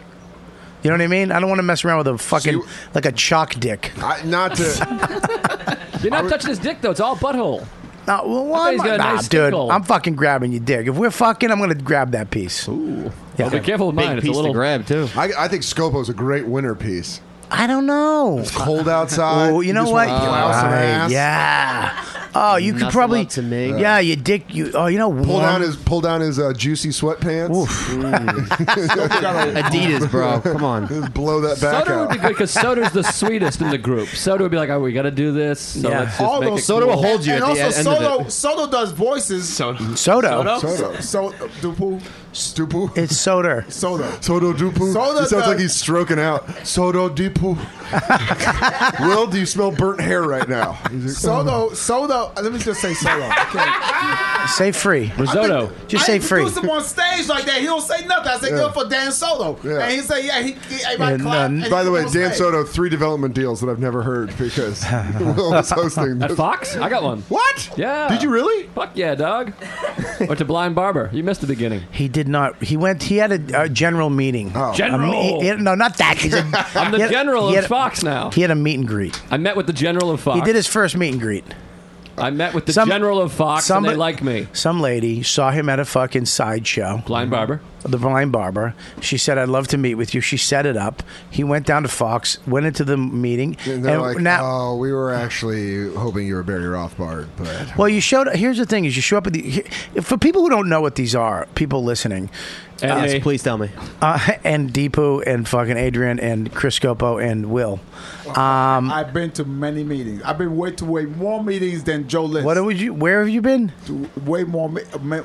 You know what I mean? I don't want to mess around with a fucking
you-
like a chalk dick.
I, not to.
You're not touching his dick though. It's all butthole.
No, well, why
he's
am I-
got a
nah,
nice
dude,
tickle.
I'm fucking grabbing your dick. If we're fucking, I'm gonna grab that piece.
Well, be careful with
Big
mine. It's
piece
a little.
to grab too.
I, I think Scopo's a great winter piece.
I don't know.
Cold outside.
Oh, you know
just
what?
wanna plow some
Right,
ass.
yeah. Oh, you could
Nothing
probably.
up to me.
Yeah, your dick. You. Oh, you know.
Pull
warm-
down his pull down his uh, juicy sweatpants.
Adidas, bro. Come on.
Just blow that back
Soda would
out.
be good because soda's the sweetest in the group. Soda would be like, "Oh, we got to do this." So
Yeah.
let's just
All
make
those
it
Soda
cool.
will hold you
and
at
also
the end
Solo
of it.
Solo does voices. So
Soda.
Soda.
so Dupu.
Stupu?
It's Soder.
Soda.
Soto
Soto
Dupu. Soto sounds
does-
like he's stroking out. Soto Dupu. Will, do you smell burnt hair right now? He's like,
Soda. Soda. uh, Let me just say Soda.
Say free.
Risotto.
Just
I
say free.
introduced him on stage like that. He don't say nothing. I say good for Dan Soto,
Yeah.
and he say yeah. He, he everybody
Yeah,
clap.
none.
and
By
he
the way,
on
Dan
stage.
Soto, three development deals that I've never heard because Will was hosting.
At
this.
Fox? I got one.
What?
Yeah.
Did you really?
Fuck yeah, dog. Went to Blind Barber. You missed the beginning.
He did not. He went. He had a, a general meeting. Oh.
General.
no, not that. He's a,
I'm the
he had-
general
he
of
had-
Fox now.
He had a meet and greet.
I met with the general of Fox.
He did his first meet and greet.
I met with the
Some-
general of Fox, and
somebody-
they like me.
Some lady saw him at a fucking sideshow,
Blind Barber.
the blind barber. She said, "I'd love to meet with you." She set it up. He went down to Fox, went into the meeting,
And they're like, oh, we were actually hoping you were Barry Rothbard, but
Well, you showed. Here's the thing: is you show up at the here- for people who don't know what these are, people listening,
And
Yes,
they-
please tell me.
uh, and Deepu and fucking Adrian and Chris Scopo and Will.
I've been to many meetings. I've been way to way more meetings than Joe List.
What would you? Where have you been?
way more, me- me-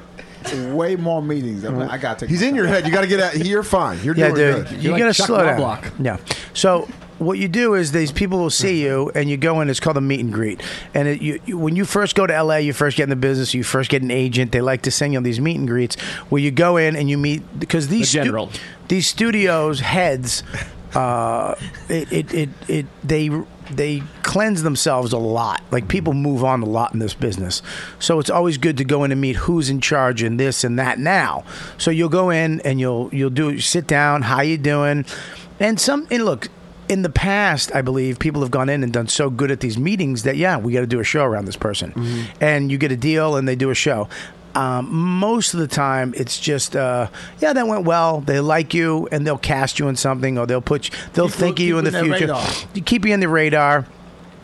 way more meetings. I, mean, I gotta take.
he's
my
in your
time.
head. You got to get out. You're fine. You're
Yeah,
doing
dude,
good.
you
You're like
gotta
Chuck
slow
Knobloch.
down. Yeah. So what you do is these people will see you, and you go in. It's called a meet and greet. And it, you, you, when you first go to LA, you first get in the business. You first get an agent. They like to send you on these meet and greets where you go in and you meet because these
The general.
these studios heads, uh, it, it, it, it they. They cleanse themselves a lot. Like people move on a lot in this business, so it's always good to go in and meet who's in charge and this and that now. So you'll go in and you'll you'll do sit down. How you doing? And some and look, in the past, I believe people have gone in and done so good at these meetings that yeah, we got to do a show around this person, and you get a deal and they do a show. Um, most of the time, it's just uh, yeah, that went well. They like you and they'll cast you in something or they'll put you, they'll
Keep-
think of you in
keep
the
in their
future.
radar.
Keep you in the radar.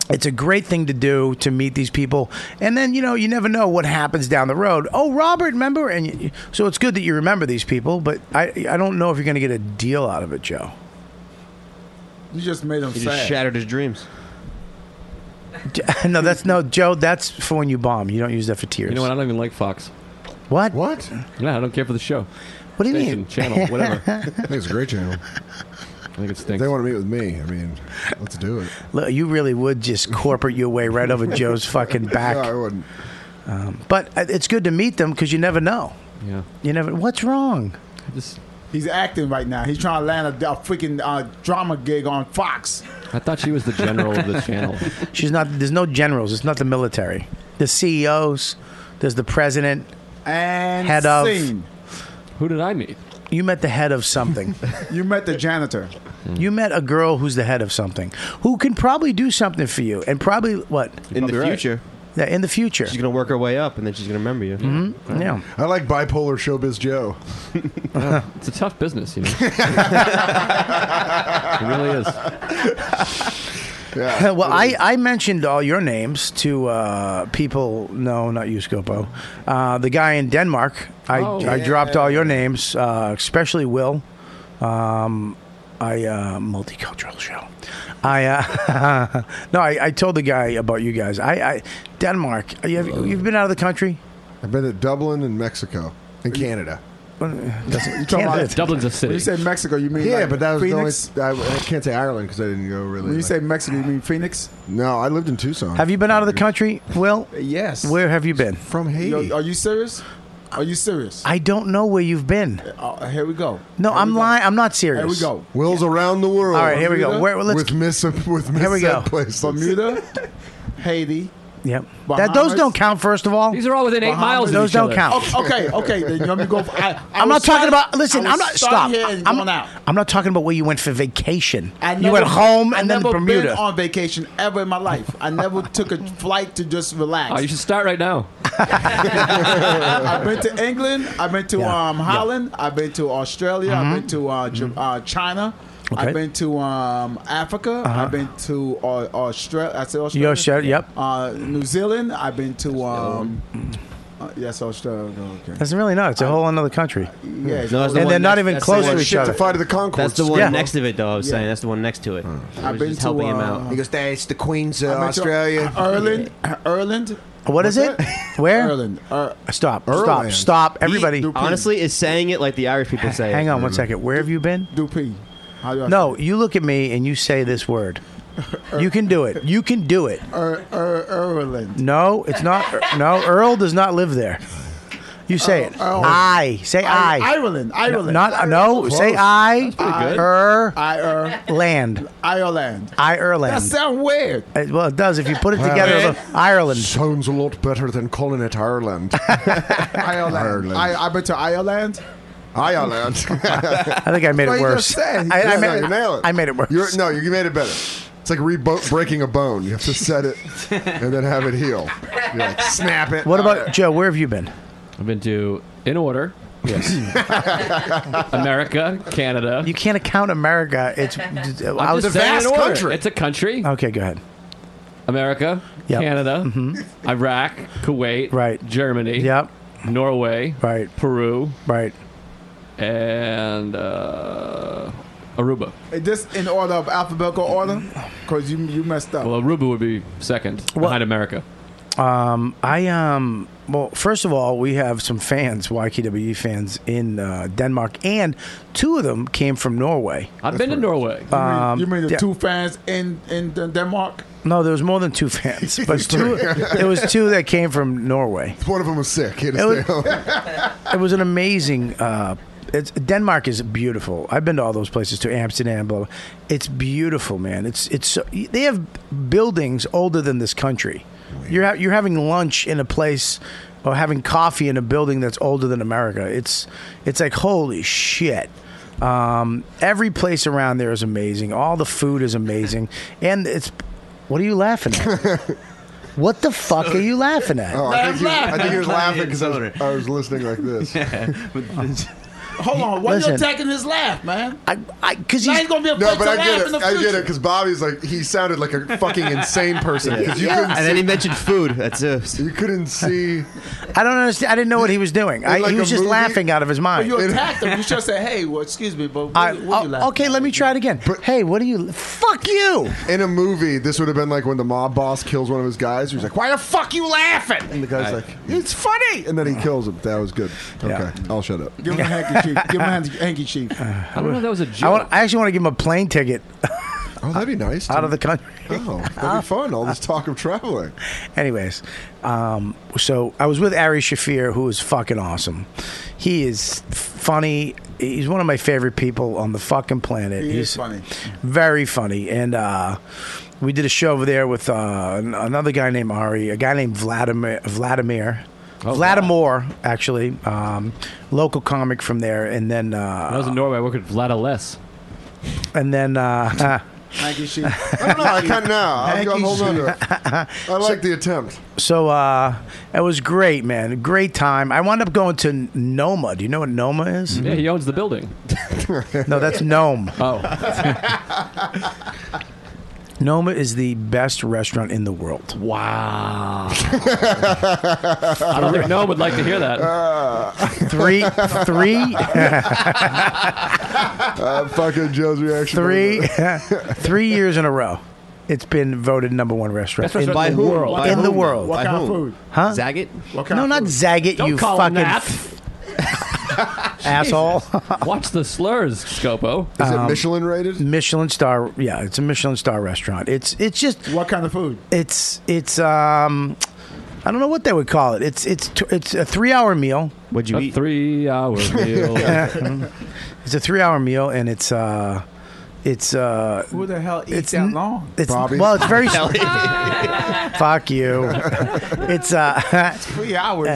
It's a great thing to do to meet these people, and then you know you never know what happens down the road. Oh, Robert, remember? And you, so it's good that you remember these people, but I I don't know if you're going to get a deal out of it, Joe.
You just made him
He
sad.
just shattered his dreams.
no, that's no, Joe. That's for when you bomb. You don't use that for tears.
You know what? I don't even like Fox.
What? What,
What? I
No, I don't care for the show.
do you
Station,
mean?
channel, whatever. I
think it's a great channel.
think it
If
stinks.
they want to meet with me, I mean, let's do it.
Look, you really would just corporate your way right over Joe's fucking
No, I
back.
wouldn't.
But uh, it's good to meet them because you never know.
yeah.
You never. What's wrong?
I just,
He's acting right now. He's trying to land a, a freaking uh, drama gig on Fox.
I thought she was the general of the channel.
She's not. There's no generals. It's not the military. The CEOs. There's the president.
And
Head of-
scene.
Who did I meet?
You met the head of something.
Mm.
You met the janitor.
you met a girl who's the head of something, who can probably do something for you, and probably what
In the
probably right.
future,
Yeah, in the future.
she's gonna work her way up, and then she's gonna remember you.
Mm-hmm. Yeah.
I like bipolar showbiz Joe.
It's a tough business, you know. it really is.
Yeah.
well, I, I mentioned all your names to uh, people. No, not you, Scopo. Uh, the guy in Denmark. I,
Oh,
I dropped all your names, uh, especially Will. Um, I uh, multicultural show. I uh, no, I, I told the guy about you guys. I, I Denmark. You have, you've been out of the country.
I've been to Dublin and Mexico and Canada.
You talking about-
Dublin's a
When you
city.
say Mexico, you mean
Yeah,
like
but that was
Phoenix.
the only. I, I can't say Ireland because I didn't go really.
when you
like-
say Mexico, you mean Phoenix?
no, I lived in Tucson.
Have you been out of the country, Will?
Yes.
Where have you been?
from
Yo,
Haiti?
are you serious? Are you serious?
I don't know where you've been.
Uh, here we go.
No,
Here
I'm
we go.
lying. I'm not serious.
Here we go.
Will's around the world.
All right, here we go.
Bermuda?
Where, let's
with miss with miss
Here we go.
said places.
Bermuda, Haiti.
Yep.
Bahamas.
That, those don't count. First of all,
These are all within eight miles of
those
each
don't
other.
count.
Oh, okay, okay. Then you want me to go? For, I, I
I'm not
was
talking
starting-
about. Listen,
I was
I'm not. Stop.
starting Here and
I'm,
going out.
I'm not talking about where you went for vacation.
I
you went
never-
home
I
and then
never
Bermuda.
Been on vacation ever in my life. I never took a flight to just relax.
Oh, you should start right now.
I've been to England. I've been to
Yeah. Mm-hmm.
um, Holland. I've been to Australia. I've been to uh, Ja- uh, China.
Okay. Uh-huh.
I've been to um, Africa. I've been to uh, Australia. I said Australia.
Yo, shut. Yep.
uh, New Zealand. I've been to um, uh, yes, Australia. Okay.
That's really not. It's a whole another country,
Yeah,
No, that's the
and
one
they're not
next-
even
that's the
close
one-
to each
Shit
other.
to fight of the Concord.
That's the one
Yeah.
next to it, though. I was
Yeah.
saying that's the one next to it.
Hmm.
I was
been
just
to,
helping him
uh,
out.
goes, "That's the Queen's
I've been to Ireland, Ireland,
What is it? Where?
Ireland. Uh,
Stop. Stop.
Ireland.
Stop. Everybody.
Dupe-
Honestly, is saying it like the Irish people say.
Hang
it.
on one second. Where have you been?
Dupuy. How do I
No, you look at me and you say this word. You can do it. You can do it.
Er, er, Ireland.
No, it's not. No, Earl does not live there. You say it.
Oh.
I. Say I.
Ireland. Ireland.
Not uh, no. Say I.
good.
Er.
I, er,
Land.
Ireland.
I.
That
Erland.
sound weird.
Uh, Well, it does if you put it together.
Wow.
it'll- Ireland.
Sounds a lot better than calling it Ireland.
Ireland.
Ireland.
I, I bet to Ireland.
Ireland.
I think I made
That's
it
what you
worse.
just said.
I, I
Yeah,
made,
no, you nail it.
I made it worse.
You're, no, you made it better. It's like rebo- breaking a bone. You have to set it and then have it heal. You're like, snap it. Oh,
What about
All right.
Joe? Where have you been?
I've been to, in order, yes. America, Canada.
You Oh, can't account America. It's I
I'm
was
just saying
vast
in order.
country.
It's a country.
okay. Go ahead.
America,
Yep. Mm-hmm.
Canada, Iraq, Kuwait,
Right.
Germany,
Yep.
Norway,
Right.
Peru,
Right.
and uh, Aruba.
Is this in order of alphabetical order? Because you, you messed up.
Well, Aruba would be second behind America.
I um well first of all we have some fans YKWE E fans in uh, Denmark and two of them came from Norway.
I've been to Norway.
Uh,
You mean- you mean the
um, yeah.
two fans in, in Den- Denmark?
No, there was more than two fans, but two there was two that came from Norway.
One of them was sick. He had to
It was-
stay home.
It was an amazing uh it's, Denmark is beautiful. I've been to all those places too, Amsterdam, blah, blah. It's beautiful, man. It's it's so, they have buildings older than this country. You're ha- you're having lunch in a place or having coffee in a building that's older than America. It's it's like holy shit. Um, every place around there is amazing. All the food is amazing, and it's. What are you laughing at? what the fuck are you laughing at?
Oh, I, think he, I think he was laughing because I, was-
Order.
I was listening like this.
Hold on. Why
Listen.
you attacking his laugh, man?
I, I, because
Now
he's
he's going to be a
No,
place
but
to
I
laugh
get
in
it.
the
I get
future.
it because Bobby's like he sounded like a fucking insane person because you couldn't
And then he
see,
mentioned food. That's a
you couldn't see.
I don't understand. I didn't know what he was doing. I,
like
he
a
was just
movie?
laughing out of his
But
mind.
you attacked him. You should say, hey, well, excuse me, but what,
I-
what you
oh,
laughing
okay,
at?
let me try it again. hey, what are you? Fuck you!
In a movie, this would have been like when the mob boss kills one of his guys. He's like, "Why the fuck you laughing?" And the guy's like, "It's funny," and then he kills him. That was good. Okay,
Yeah.
I'll shut up.
Give him a handkerchief. Give him a hand- handkerchief.
Uh,
I don't know if that was a joke.
I, want, I actually want to give him a plane ticket
Oh, that'd be nice.
out of
to-
the country.
Oh, that'd be fun. All this talk of traveling.
Anyways, um, so I was with Ari Shafir, who is fucking awesome. He is f- funny. He's one of my favorite people on the fucking planet.
He is
He's
funny.
very funny. And uh, we did a show over there with uh, an- another guy named Ari, a guy named Vladimir. Vladimir.
Oh,
Vladimir, actually, um, local comic from there, and then
When I
uh,
was in Norway. I worked at Vladales.
and then uh,
Handkerchief.
I don't know. I kind of know. I'm, I'm holding on to it. I like the attempt.
so uh, it was great, man. Great time. I wound up going to Noma. Do you know what Noma is?
Yeah, he owns the building.
No, that's Nome.
Oh,
Noma is the best restaurant in the world.
wow. I don't think no one would like to hear that.
Uh, Three, three,
Uh, fucking Joe's reaction.
three, three years in a row. It's been voted number one restaurant.
Best restaurant
by
in the
whom?
world.
By
In
whom,
the
though?
world.
By
What kind of
whom?
food?
Huh?
Zagat?
no, not Zagat,
Don't
you
call
fucking
him that.
asshole.
Watch the slurs, Scopo.
Is it Michelin rated?
Michelin star. Yeah, it's a Michelin star restaurant. It's it's just
What kind of food?
it's it's um I don't know what they would call it. It's it's t- it's a 3-hour meal.
What'd you
A
eat?
three-hour meal.
It's a 3-hour meal and it's uh it's uh
Who the hell eats
It's
that
n-
long?
It's
Bobby.
well, it's very fuck you. It's uh,
Three hours.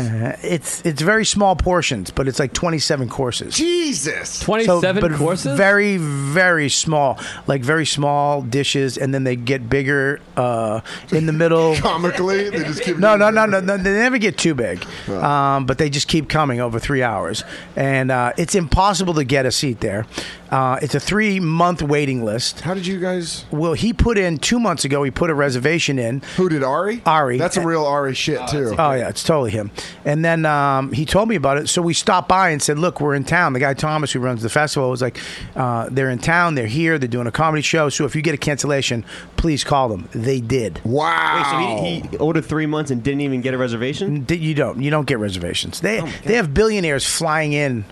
it's it's very small portions, but it's like twenty seven courses.
Jesus.
So,
Twenty-seven
but
courses.
very very small, like very small dishes, and then they get bigger uh, in the middle.
Comically, they just keep.
No, no, no, no, no. They never get too big, um, but they just keep coming over three hours, and uh, it's impossible to get a seat there. Uh, it's a three month waiting list.
How did you guys?
Well, he put in two months ago. He put a reservation in.
Who did Ari? Uh,
Ari.
That's some real Ari shit, too.
Oh yeah, it's totally him. And then um, he told me about it. So we stopped by and said, "Look, we're in town." The guy Thomas, who runs the festival, was like, uh, "They're in town. They're here. They're doing a comedy show. So if you get a cancellation, please call them." They did.
wow.
So he, he ordered three months and didn't even get a reservation.
Did- You don't. You don't get reservations. They
Oh
they have billionaires flying in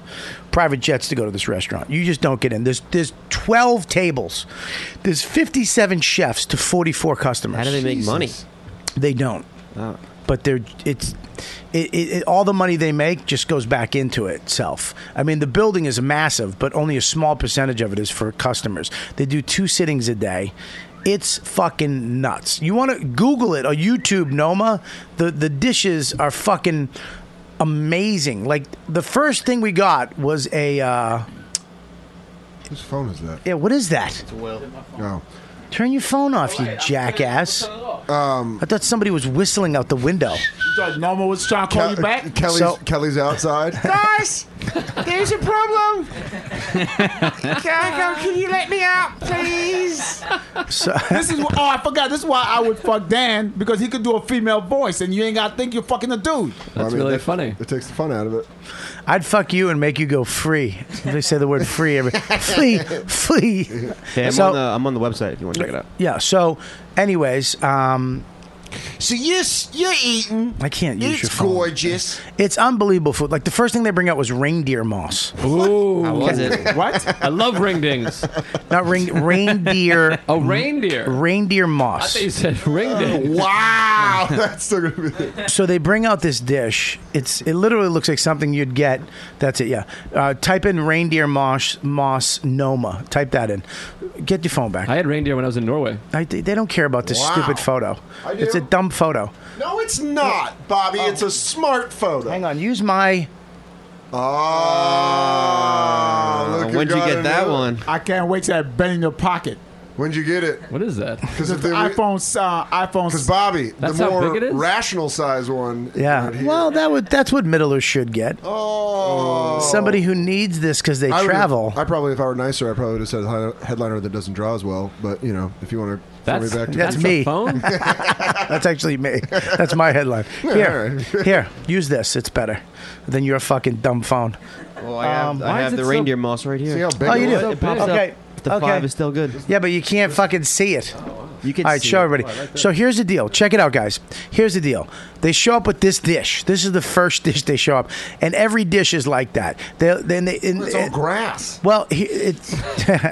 private jets to go to this restaurant. You just don't get in. There's there's twelve tables. There's fifty seven chefs to forty four customers.
How do they make money?
They don't. But they're it's it, it, it, all the money they make just goes back into itself. I mean, the building is massive, but only a small percentage of it is for customers. They do two sittings a day. It's fucking nuts. You want to Google it or YouTube Noma? The the dishes are fucking amazing. Like the first thing we got was a uh,
Whose phone is that?
yeah. What is that?
No.
Turn your phone off, you jackass. Um, I thought somebody was whistling out the window.
You thought Norma was trying to call you back?
Kelly's,
So-
Kelly's outside.
Guys, there's a problem. Can, can you let me out, please?
So.
This is wh- oh, I forgot. This is why I would fuck Dan because he could do a female voice, and you ain't gotta think you're fucking a dude.
That's
I mean,
really
that-
funny.
It takes the fun out of it.
I'd fuck you and make you go free. They say the word free every flee, flee.
Hey, I'm,
so,
on the, I'm on the website if you want to check it out.
yeah. So, anyways, um,
So you're you're eating.
I can't use your
It's
phone.
gorgeous.
It's unbelievable food. Like the first thing they bring out was reindeer moss,
Ooh,
How was it?
What?
I love ringdings.
not ring reindeer
Oh, reindeer.
reindeer
I
moss.
thought you said ringdings.
Wow. That's still going to be
So they bring out this dish. It's it literally looks like something you'd get. That's it. Yeah. Uh, type in reindeer moss moss Noma. Type that in. Get your phone back.
I had reindeer when I was in Norway.
I, they they don't care about this
Wow.
stupid photo.
I
It's a
do.
dumb photo.
No, it's not, Bobby. it's a smart photo.
Hang on. Use my.
Oh,
Uh,
look who
when'd you
got
get
it
that
now.
one?
I can't wait till that bend in your pocket.
When'd you get it?
What is that?
Because if
The
they were-
iPhone's uh,
Because
iPhone's.
Bobby,
That's
the
how
more
big it is?
rational size one.
Yeah.
right here.
well, that would that's what middlers should get.
oh,
Somebody who needs this because they
I would've-
travel.
I probably, if I were nicer, I probably would have said hi- headliner that doesn't draw as well. But you know, if you want to throw me
That's,
back to
that's
that's
me.
a phone?
that's actually me. That's my headline. Here,
alright.
here, use this. It's better than your fucking dumb phone.
Well, Oh, I have,
Um,
I
why is
have
it
the
so-
reindeer moss right here.
see how big
Oh,
it
you
was?
do.
It pops up.
Okay.
The
okay.
five is still good.
Yeah, but you can't fucking see it.
You can
All right,
see
show
it.
Oh,
everybody. So here's the deal. Check it out, guys. Here's the deal. They show up with this dish. This is the first dish they show up, and every dish is like that. They then they and,
It's all
and-
Oh, grass.
Well, he, it's,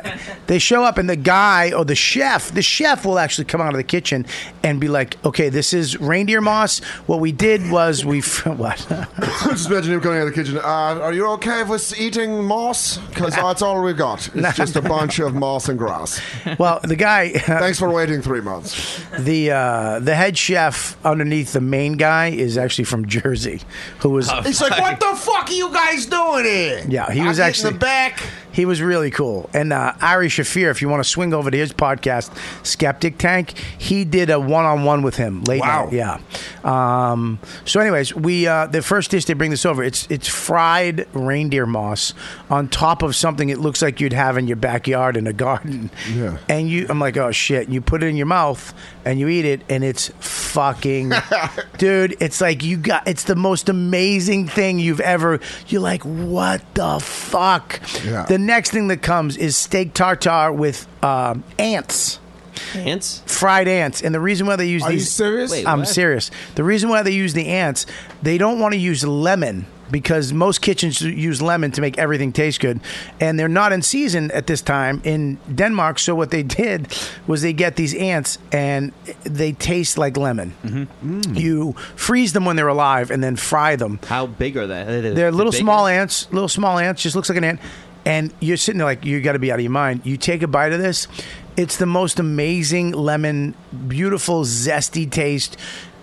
they show up, and the guy or the chef, the chef will actually come out of the kitchen and be like, "Okay, this is reindeer moss. What we did was we f- what?
Just imagine him coming out of the kitchen. Uh, are you okay with eating moss? Because that's all we got. It's just a bunch of moss and grass.
well, the guy,
Thanks for waiting three months.
the uh, the head chef underneath the main guy is actually from Jersey, who was
It's like, what the fuck are you guys doing here?
Yeah, he
I'm
was
getting
actually-
the back.
He was really cool. And uh, Ari Shafir, if you want to swing over to his podcast, Skeptic Tank, he did a one on one with him late
Wow.
night. Yeah. Um, so, anyways, we uh, the first dish they bring this over. It's it's fried reindeer moss on top of something it looks like you'd have in your backyard in a garden.
Yeah.
And you, I'm like, oh shit! You put it in your mouth and you eat it, and it's fucking, dude. It's like you got. It's the most amazing thing you've ever. You're like, what the fuck?
Yeah.
The next thing that comes is steak tartare with um, ants,
Ants?
fried ants. And the reason why they use
Are you
these
serious?
Wait.
I'm
what?
serious. The reason why they use the ants, they don't want to use lemon because most kitchens use lemon to make everything taste good, and they're not in season at this time in Denmark. So what they did was they get these ants and they taste like lemon.
Mm-hmm.
You freeze them when they're alive and then fry them.
How big are they?
They're little
big?
small ants, little small ants, just looks like an ant. And you're sitting there like, you got to be out of your mind. You take a bite of this, it's the most amazing lemon, beautiful, zesty taste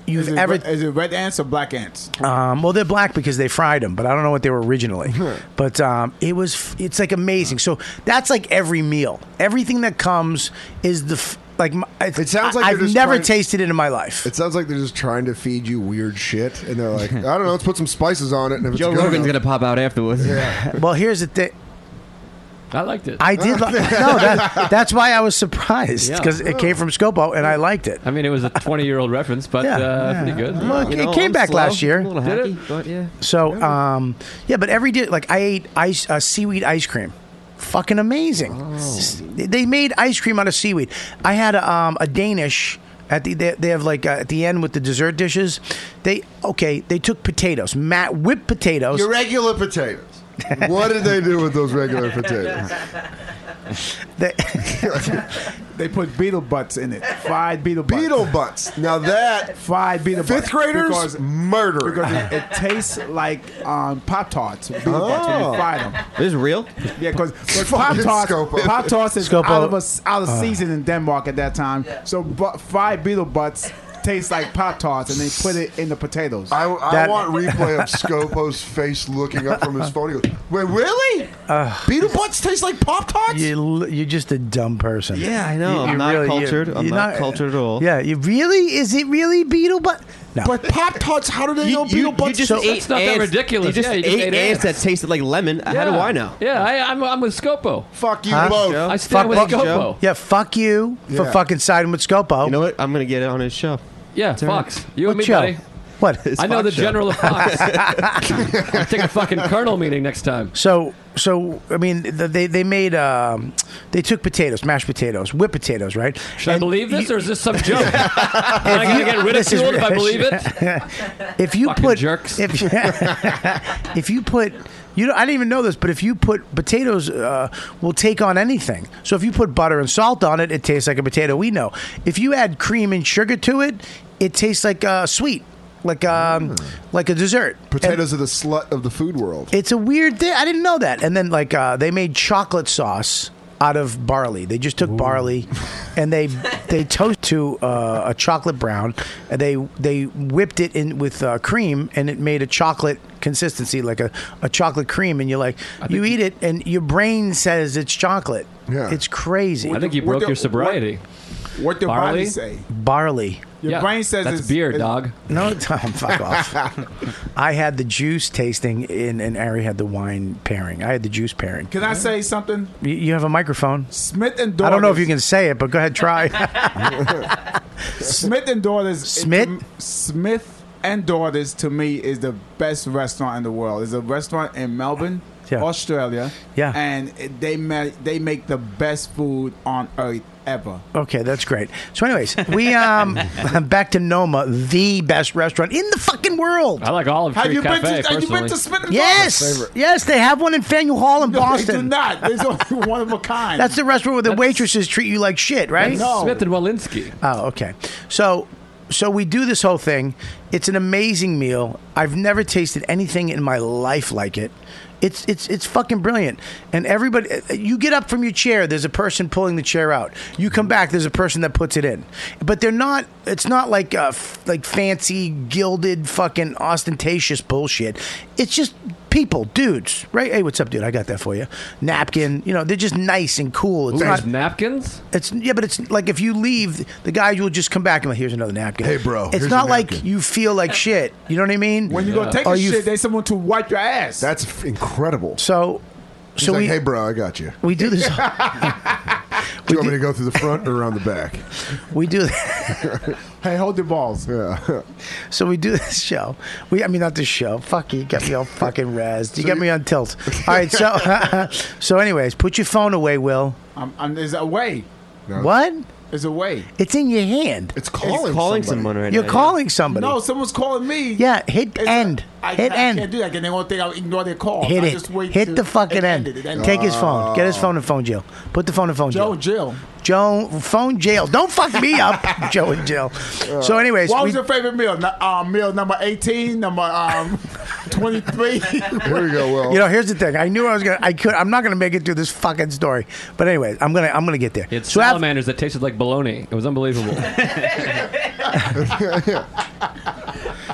you've
Is it,
ever.
red, is it red ants or black ants?
Um, well, they're black because they fried them, but I don't know what they were originally. but um, it was, f- it's like amazing. So that's like every meal. Everything that comes is the. F- like my,
It sounds like
I,
you're
have
just
never
trying-
tasted it in my life.
It sounds like they're just trying to feed you weird shit, and they're like, I don't know, let's put some spices on it. And if
Joe
it's good
Rogan's
enough-
going to pop out afterwards.
well, here's the thing.
I liked it.
I
Oh.
did. Li- no, that, that's why I was surprised
Yeah.
because it came from Scopo and I liked it.
I mean, it was a 20 year old reference, but
Yeah,
uh,
yeah.
pretty good.
Well, it came back last year.
Did it?
yeah.
So, um, yeah, but every day, like I ate ice, uh, seaweed ice cream. Fucking amazing.
Oh.
S- They they made ice cream out of seaweed. I had a, um, a Danish. At the, they, they have like uh, at the end with the dessert dishes. They okay. They took potatoes, Matt whipped potatoes.
Your regular potatoes. what did they do with those regular potatoes?
They,
They put beetle butts in it. Fried beetle butts.
Beetle butts. Now that
Fried beetle butts.
fifth graders
Because,
murder.
because it, it tastes like um, Pop Tarts. Beetle butts when
Oh.
you fry them.
This is real.
Yeah, because Pop
Fucking
Tarts,
Scopo.
Pop Tarts is
Scopo. Uh.
out of, us out of season in Denmark at that time. So bu- fried beetle butts taste like Pop Tarts, and they put it in the potatoes.
I, I
That-
want replay of Scopo's face looking up from his phone. He goes, "Wait, really? Beetle butts taste like Pop Tarts?"
you, l- you're just a dumb person.
Yeah, I know. I'm not
really- you-
cultured. I'm
you're
not, cultured at all.
Yeah, you really is it really beetle butt? No,
But Pop Tarts, how do they
You,
know
you, you
Beetle butts?
just
So-
ate
That's not that
ants.
ridiculous.
You just,
Yeah, you just
ate,
ate
ants that
ants.
tasted like lemon. How do I know?
Yeah, I, I'm, I'm with Scopo.
Fuck you
Huh?
both.
I stand with
fuck
Scopo.
Joe.
yeah, fuck you for
Yeah.
fucking siding with Scopo.
You know what? I'm gonna get it on his show.
Yeah, Fox. You
what
and me,
show?
buddy.
What?
I know
Fox
the
show.
general of Fox. I take a fucking colonel meeting next time.
So, so I mean, th- they they made um, they took potatoes, mashed potatoes, whipped potatoes, right?
Should I
And
believe this,
you-
or is this some joke? Am I gonna get
this is
ridiculed if I
rich.
believe it?
if you
Fucking
put
jerks.
if if you put you know I didn't even know this, but if you put potatoes, uh, will take on anything. So if you put butter and salt on it, it tastes like a potato. We know. If you add cream and sugar to it, it tastes like uh, sweet, like um, like a dessert. And-
Potatoes are the slut of the food world.
It's a weird thing. I didn't know that. And then like uh, they made chocolate sauce out of barley. They just took barley and they they toast to uh, a chocolate brown and they they whipped it in with uh, cream and it made a chocolate consistency like a, a chocolate cream and you're like you eat it and your brain says it's chocolate.
Yeah.
It's crazy.
I think you
What
broke
the-
your sobriety.
what the
Barley?
body say?
barley.
Your
yeah,
brain says
that's
it's
beer,
it's-
dog.
No, Tom, fuck off. I had the juice tasting in and Ari had the wine pairing. I had the juice pairing.
Can I say something?
You- You have a microphone.
Smith and Daughters.
I don't know if you can say it, but go ahead, try.
Smith and Daughters. is-
Smith?
Smith and Daughters to me is the best restaurant in the world. It's a restaurant in Melbourne,
Yeah.
Australia.
Yeah.
and it- they ma- they make the best food on earth ever.
okay, that's great. So, anyways, we um back to Noma, the best restaurant in the fucking world.
I like Olive Tree
Have you been
Cafe
to Have you
personally.
been to Smith and
Yes,
Daughters?
yes, they have one in Faneuil Hall in
No, they do
Boston.
not. There's only one of a kind.
That's the restaurant where the
That's-
waitresses treat you like shit, right?
No.
Smith and Walensky.
Oh, okay. So, so we do this whole thing. It's an amazing meal. I've never tasted anything in my life like it. It's it's it's fucking brilliant. And everybody, you get up from your chair. There's a person pulling the chair out. You come back. There's a person that puts it in. But they're not. It's not like uh, f- like fancy gilded fucking ostentatious bullshit. It's just people, dudes, right? Hey, what's up, dude? I got that for you. Napkin. You know, they're just nice and cool. It's
Ooh,
not
napkins?
it's yeah, but it's like if you leave, the guys will just come back and like, here's another napkin.
Hey, bro,
It's
here's
not
your
like
napkin.
you feel like shit. You know what I mean?
when you go take
Or
a
you-
shit, there's someone to wipe your ass.
That's f- incredible.
so,
He's
so
like,
we
hey, bro, I got you.
we do this.
Do you want me to go through the front or around the back?
we do
hey, hold your balls.
Yeah.
so we do this show. We I mean not this show. Fuck you, you got me all fucking razzed. You got me on tilt. All right, so so anyways, put your phone away, Will.
I'm, I'm, there's a way.
What?
There's a way.
It's in your hand.
He's
It's calling,
calling someone
somebody.
right
You're
now.
calling somebody.
No, someone's calling me.
Yeah, hit
It's-
end.
I,
hit
I
end.
can't do that. And they're gonna think I'll ignore their call.
Hit
Oh, I
it.
Just wait
Hit
till
the fucking
it
end.
ended. It ended.
Take his phone. Get his phone and phone Jill. Put the phone in phone
Joe
Jill.
Jill.
Joe, phone Jill. Don't fuck me up, Joe and Jill. So, anyways,
What
we,
was your favorite meal? Nu- Um, meal number eighteen, number um, twenty three.
Here we go, Will.
you know, here's the thing. I knew I was gonna. I could. I'm not gonna make it through this fucking story. But anyway, I'm gonna. I'm gonna get there.
It's
So af-
salamanders that tasted like bologna. It was unbelievable.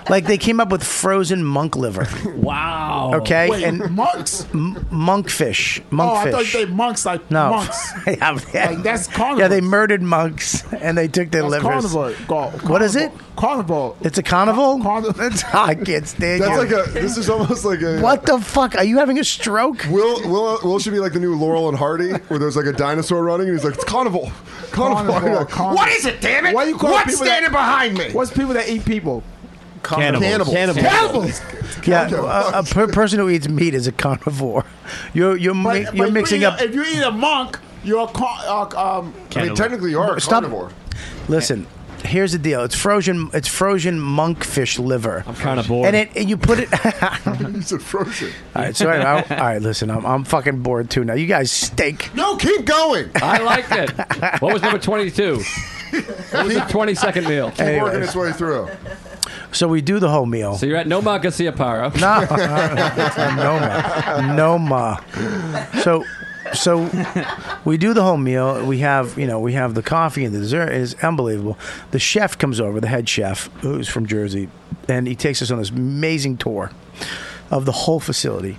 Like they came up with frozen monk liver.
Wow.
Okay,
Wait,
and
monks,
m- monkfish, monkfish.
Oh, I thought they monks like
no,
monks.
yeah,
Like, that's
Yeah,
carnivores.
they murdered monks and they took their
That's
livers.
carnivore.
What is it?
Carnival.
It's a carnival. Carnival. I can't stand
That's
you.
like a. This is almost like a.
What the fuck? Are you having a stroke?
Will Will Will should be like the new Laurel and Hardy, where there's like a dinosaur running, and he's like, "It's carnival, carnival."
Carnivore,
Like,
carnivore.
What is it, damn it?
Why you calling
What's
people that-
standing behind me?
What's people that eat people?
Carnivores.
Cannibals.
Cannibals.
Cannibals.
Yeah, a, a per- person who eats meat is a carnivore. You're you're mi-
But-
you're
but
mixing
you eat
up.
a- If you eat a monk, you're a car- uh, um.
I mean, technically, you are a
Stop.
carnivore.
Listen, here's the deal. It's frozen. It's frozen monkfish liver.
I'm kind of bored.
And it and you put it. all
You said frozen.
right, so anyway, all right. Listen, I'm, I'm fucking bored too now. You guys stink.
No, keep going. Keep
I liked it. What was number 22? What was the 20 second meal?
working
Anyways,
its way through.
so we do the whole meal.
So you're at Noma Gassiapara.
No, Noma, Noma. So, so we do the whole meal. We have, you know, we have the coffee and the dessert. It's unbelievable. The chef comes over, the head chef, who's from Jersey, and he takes us on this amazing tour of the whole facility.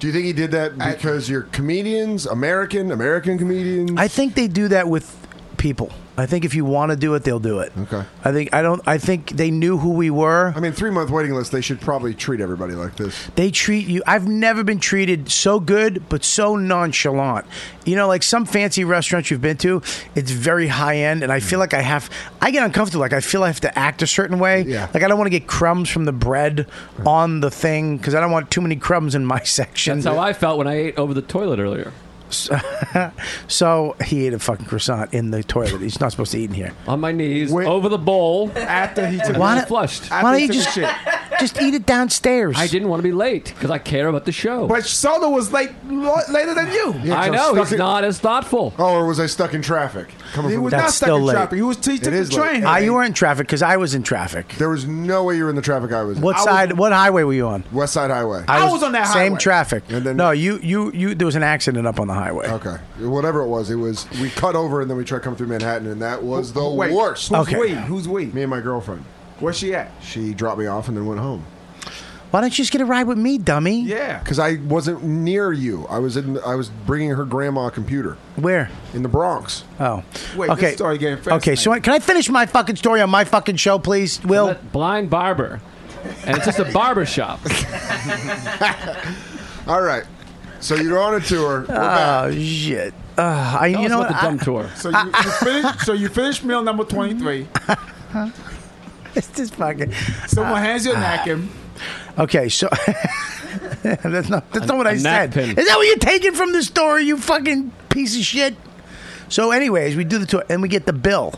Do you think he did that because you're comedians, American, American comedians?
I think they do that with people. I think if you want to do it, they'll do it.
Okay.
I think I don't. I think they knew who we were.
I mean, three month waiting list. They should probably treat everybody like this.
they treat you i've never been treated so good but so nonchalant you know like some fancy restaurants you've been to it's very high end and i feel like i have i get uncomfortable like i feel i have to act a certain way
Yeah.
like i don't want to get crumbs from the bread on the thing because i don't want too many crumbs in my section
That's how I felt when I ate over the toilet earlier.
so he ate a fucking croissant in the toilet he's not supposed to eat in here
On my knees,
Wait.
over the bowl.
After he took
Why
Why
not-
flushed.
I
why don't you
think it's
just
shit.
just eat it downstairs
I didn't want to be late because I care about the show.
But Soda was late lo- later than you.
I know he's
in-
not as thoughtful.
Oh, or was I stuck in traffic? Coming
He
from
was
the-
not
That's
stuck
still
in
late.
traffic. He was he took
is
the
late.
train.
Ah, you were in traffic because i was in traffic
there was no way you were in the traffic I was. in.
what
I
side what highway were you on
was- West Side Highway.
I was on that
same
highway.
traffic.
And then-
no, you, you, you. There was an accident up on the highway.
okay, whatever it was, it was we cut over and then we tried to come through Manhattan, and that was the
Wait,
worst.
Who's
Okay.
we? Who's we?
Me and my girlfriend.
Where's she at?
She dropped me off and then went home
Why don't you just get a ride with me, dummy?
Yeah.
because I wasn't near you. I was in. I was bringing her grandma a computer
Where?
in the Bronx.
Oh.
Wait, this
Okay.
story getting
okay. So I- can I finish my fucking story on my fucking show, please, Will?
Oh,
That blind barber. And it's just a barber shop.
All right, so you're on a tour. We're back.
oh shit. Uh, I, you know
about
what?
the dumb
I-
tour.
So you, you finished. So you finished meal number twenty-three.
it's just fucking.
Someone hands
Ah.
you a napkin.
Okay, so that's not that's not what I
a
said.
napkin.
Is that what you're taking from the story, you fucking piece of shit? So, anyways, we do the tour and we get the bill.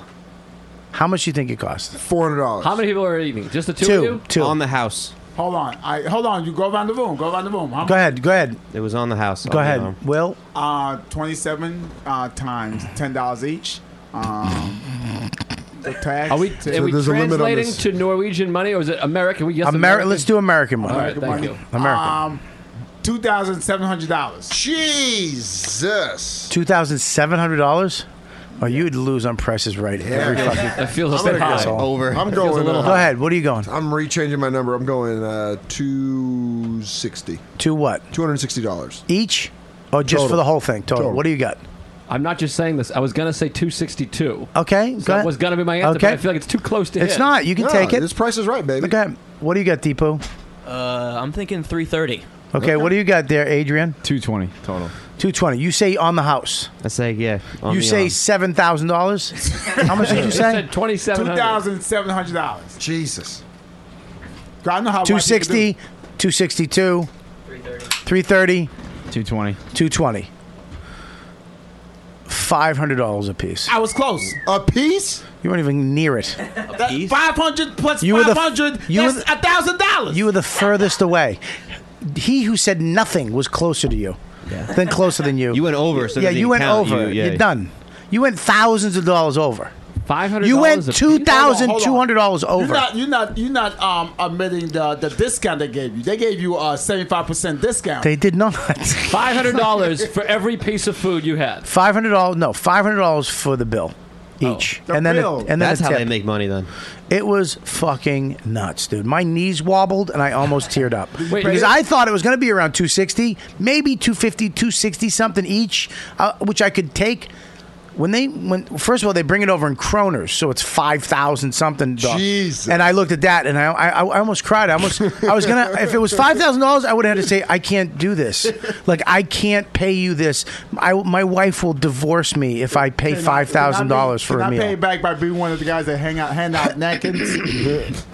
How much do you think it cost?
Four hundred dollars.
How many people are eating? Just the two, of you?
two.
On the house.
Hold on. I hold on. You go around the room. Go around the room. Huh?
Go ahead. Go ahead.
It was on the house.
Go
Oh,
ahead.
no.
Will.
Uh, twenty-seven uh, times ten dollars each. Um, the tax.
Are we,
to-
are we
there's a limit on
translating
this.
to Norwegian money or is it American? We yes,
Ameri- let's do American one.
All right, thank you.
American.
Um, two thousand seven hundred dollars.
Jesus.
Two thousand seven hundred dollars. Oh, you'd lose on prices right every fucking.
That feels a
I'm
bit
gonna
high.
guess
all.
Over.
I'm going.
little
uh,
Go ahead. What are you going
I'm rechanging my number. I'm going uh, two sixty.
to? What
Two hundred sixty dollars.
each? Or just
Total.
for the whole thing total.
Total.
What do you got?
I'm not just saying this. I was going to say 262.
Okay,
So
go ahead.
that was going to be my answer,
Okay.
but I feel like it's too close to
It's
his.
not. You can take it.
Ah, This price is right, baby.
Go ahead. What do you got, Depot?
Uh, I'm thinking 3:30.
Okay, what do you got there, Adrian?
220 total.
Two twenty. You say on the house.
I say, yeah. on
You
the um,
say
arm.
seven thousand dollars. How much did you
It
say?
said
Two
2700
thousand seven hundred dollars.
Jesus.
I know how white people
Two
do.
sixty. Two sixty two. Three thirty.
220.
Two twenty. Five hundred dollars a piece.
I was close.
A piece?
You weren't even near it.
Five hundred plus
You were the-
five hundred.
you were
That's a thousand dollars.
You were the furthest away. He who said nothing was closer to you, then closer than you.
You went over. So it
yeah,
didn't
you went
count.
over.
You, yeah.
are done. You went thousands of dollars over.
$500
You
a
went
piece?
two thousand
Hold on,
two
hold
hundred dollars
You're
over.
not, you're not, you're not um, admitting the, the discount they gave you. They gave you a seventy-five percent discount.
They did not.
$500 for every piece of food you had.
Five hundred dollars. No, five hundred dollars for the bill. each, and then a-
Real.
and then
Oh. That's
a
how
tip.
they make money then.
It was fucking nuts, dude. My knees wobbled and I almost teared up
Wait,
because
did-
I thought it was going to be around 260, maybe 250, 260 something each, uh, which I could take. When they when first of all they bring it over in kroners, so it's five thousand something. dollars.
Jesus.
And I looked at that and I I, I almost cried. I almost I was gonna if it was five thousand dollars, I would have had to say I can't do this. Like I can't pay you this. I my wife will divorce me if I pay
Can I-
five thousand dollars
can
for
I
a
be-
meal.
Can I pay back by being one of the guys that hang out, hand out napkins?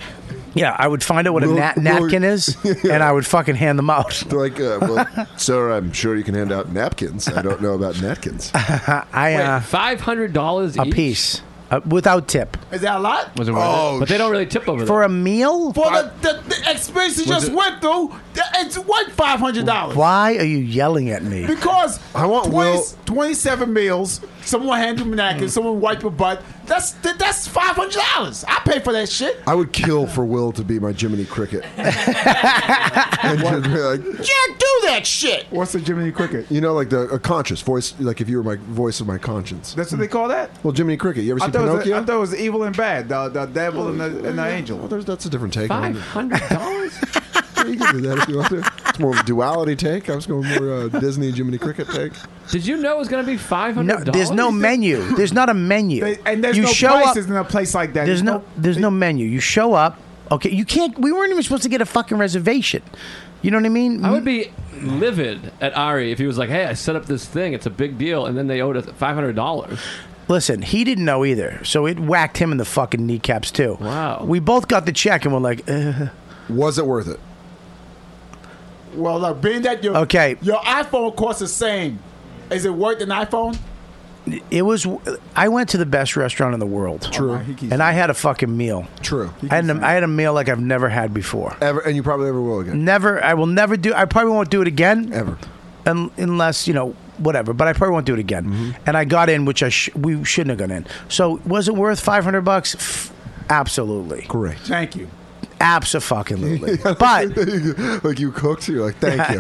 Yeah, I would find out what a
Will-
nat-
will-
napkin is, and I would fucking hand them out.
They're like, uh, well, sir, I'm sure you can hand out napkins. I don't know about napkins.
I uh,
Five hundred dollars
a piece uh, without tip
Is that a lot? Uh,
Was it worth
Oh,
it? But they don't really tip over
for a meal.
For the, the, the experience you just went through, that- it's what five hundred dollars.
Why are you yelling at me?
Because
I want
20,
Will-
27 meals, someone hand you napkins, someone wipe your butt. That's that, that's five hundred dollars. I pay for that shit.
I would kill for Will to be my Jiminy Cricket. and just be like,
Can't do that shit. What's the Jiminy Cricket?
you know, like the a conscious voice, like if you were my voice of my conscience.
That's what they call that.
Well, Jiminy Cricket, you ever see Pinocchio? Mm.
it was evil and bad, the, the devil and the, and the
Well,
angel.
there's, that's a different take. on
five
it.
hundred dollars.
you can do that if you want to. It's more of a duality take. I was going more uh, Disney Jiminy Cricket take.
Did you know it was going to be five
No,
hundred dollars?
there's no menu. There's not a menu.
They- and there's
you
no
show
prices
up.
in a place like that.
There's no. There's no menu. You show up. Okay, you can't. We weren't even supposed to get a fucking reservation. You know what I mean?
I would be livid at Ari if he was like, "Hey, I set up this thing. It's a big deal," and then they owed us five hundred dollars.
Listen, he didn't know either, so it whacked him in the fucking kneecaps too.
Wow.
We both got the check and we're like, uh,
Was it worth it?
Well, look, being that your
Okay.
your iPhone costs the same, is it worth an iPhone?
it was. I went to the best restaurant in the world.
True.
And I had a fucking meal.
True.
I had, a, I had a meal like I've never had before.
Ever, and you probably never will again.
Never, I will never do. I probably won't do it again.
Ever.
Un, unless you know whatever. But I probably won't do it again.
Mm-hmm.
And I got in, which I sh- we shouldn't have gotten in. So was it worth five hundred bucks? F- absolutely,
Great.
Thank you.
absolutely. but
like you cooked, you're like, thank you.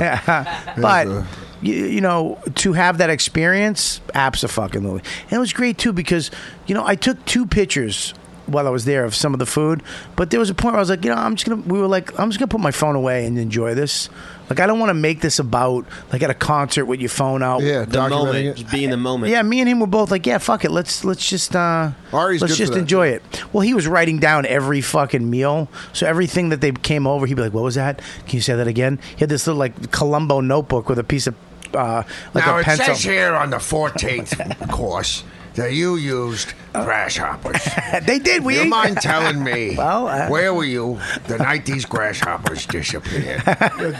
but you,
Yeah.
you know to have that experience absolutely and it was great too because you know i took two pictures while i was there of some of the food but there was a point where i was like you know i'm just gonna we were like i'm just gonna put my phone away and enjoy this like i don't want to make this about like at a concert with your phone out
Yeah,
The
documenting
moment,
it.
just be in the moment.
yeah, me and him were both like, yeah, fuck it, let's let's just uh,
Ari's
let's
good for
just
that.
enjoy it. Well, he was writing down every fucking meal, so everything that they came over, he'd be like, what was that? Can you say that again? He had this little like Columbo notebook with a piece of uh, like
now
a
it
pencil.
says here on the 14th course that you used grasshoppers.
they did. We
you
ate-
mind telling me
Well, uh,
where were you the night these grasshoppers disappeared?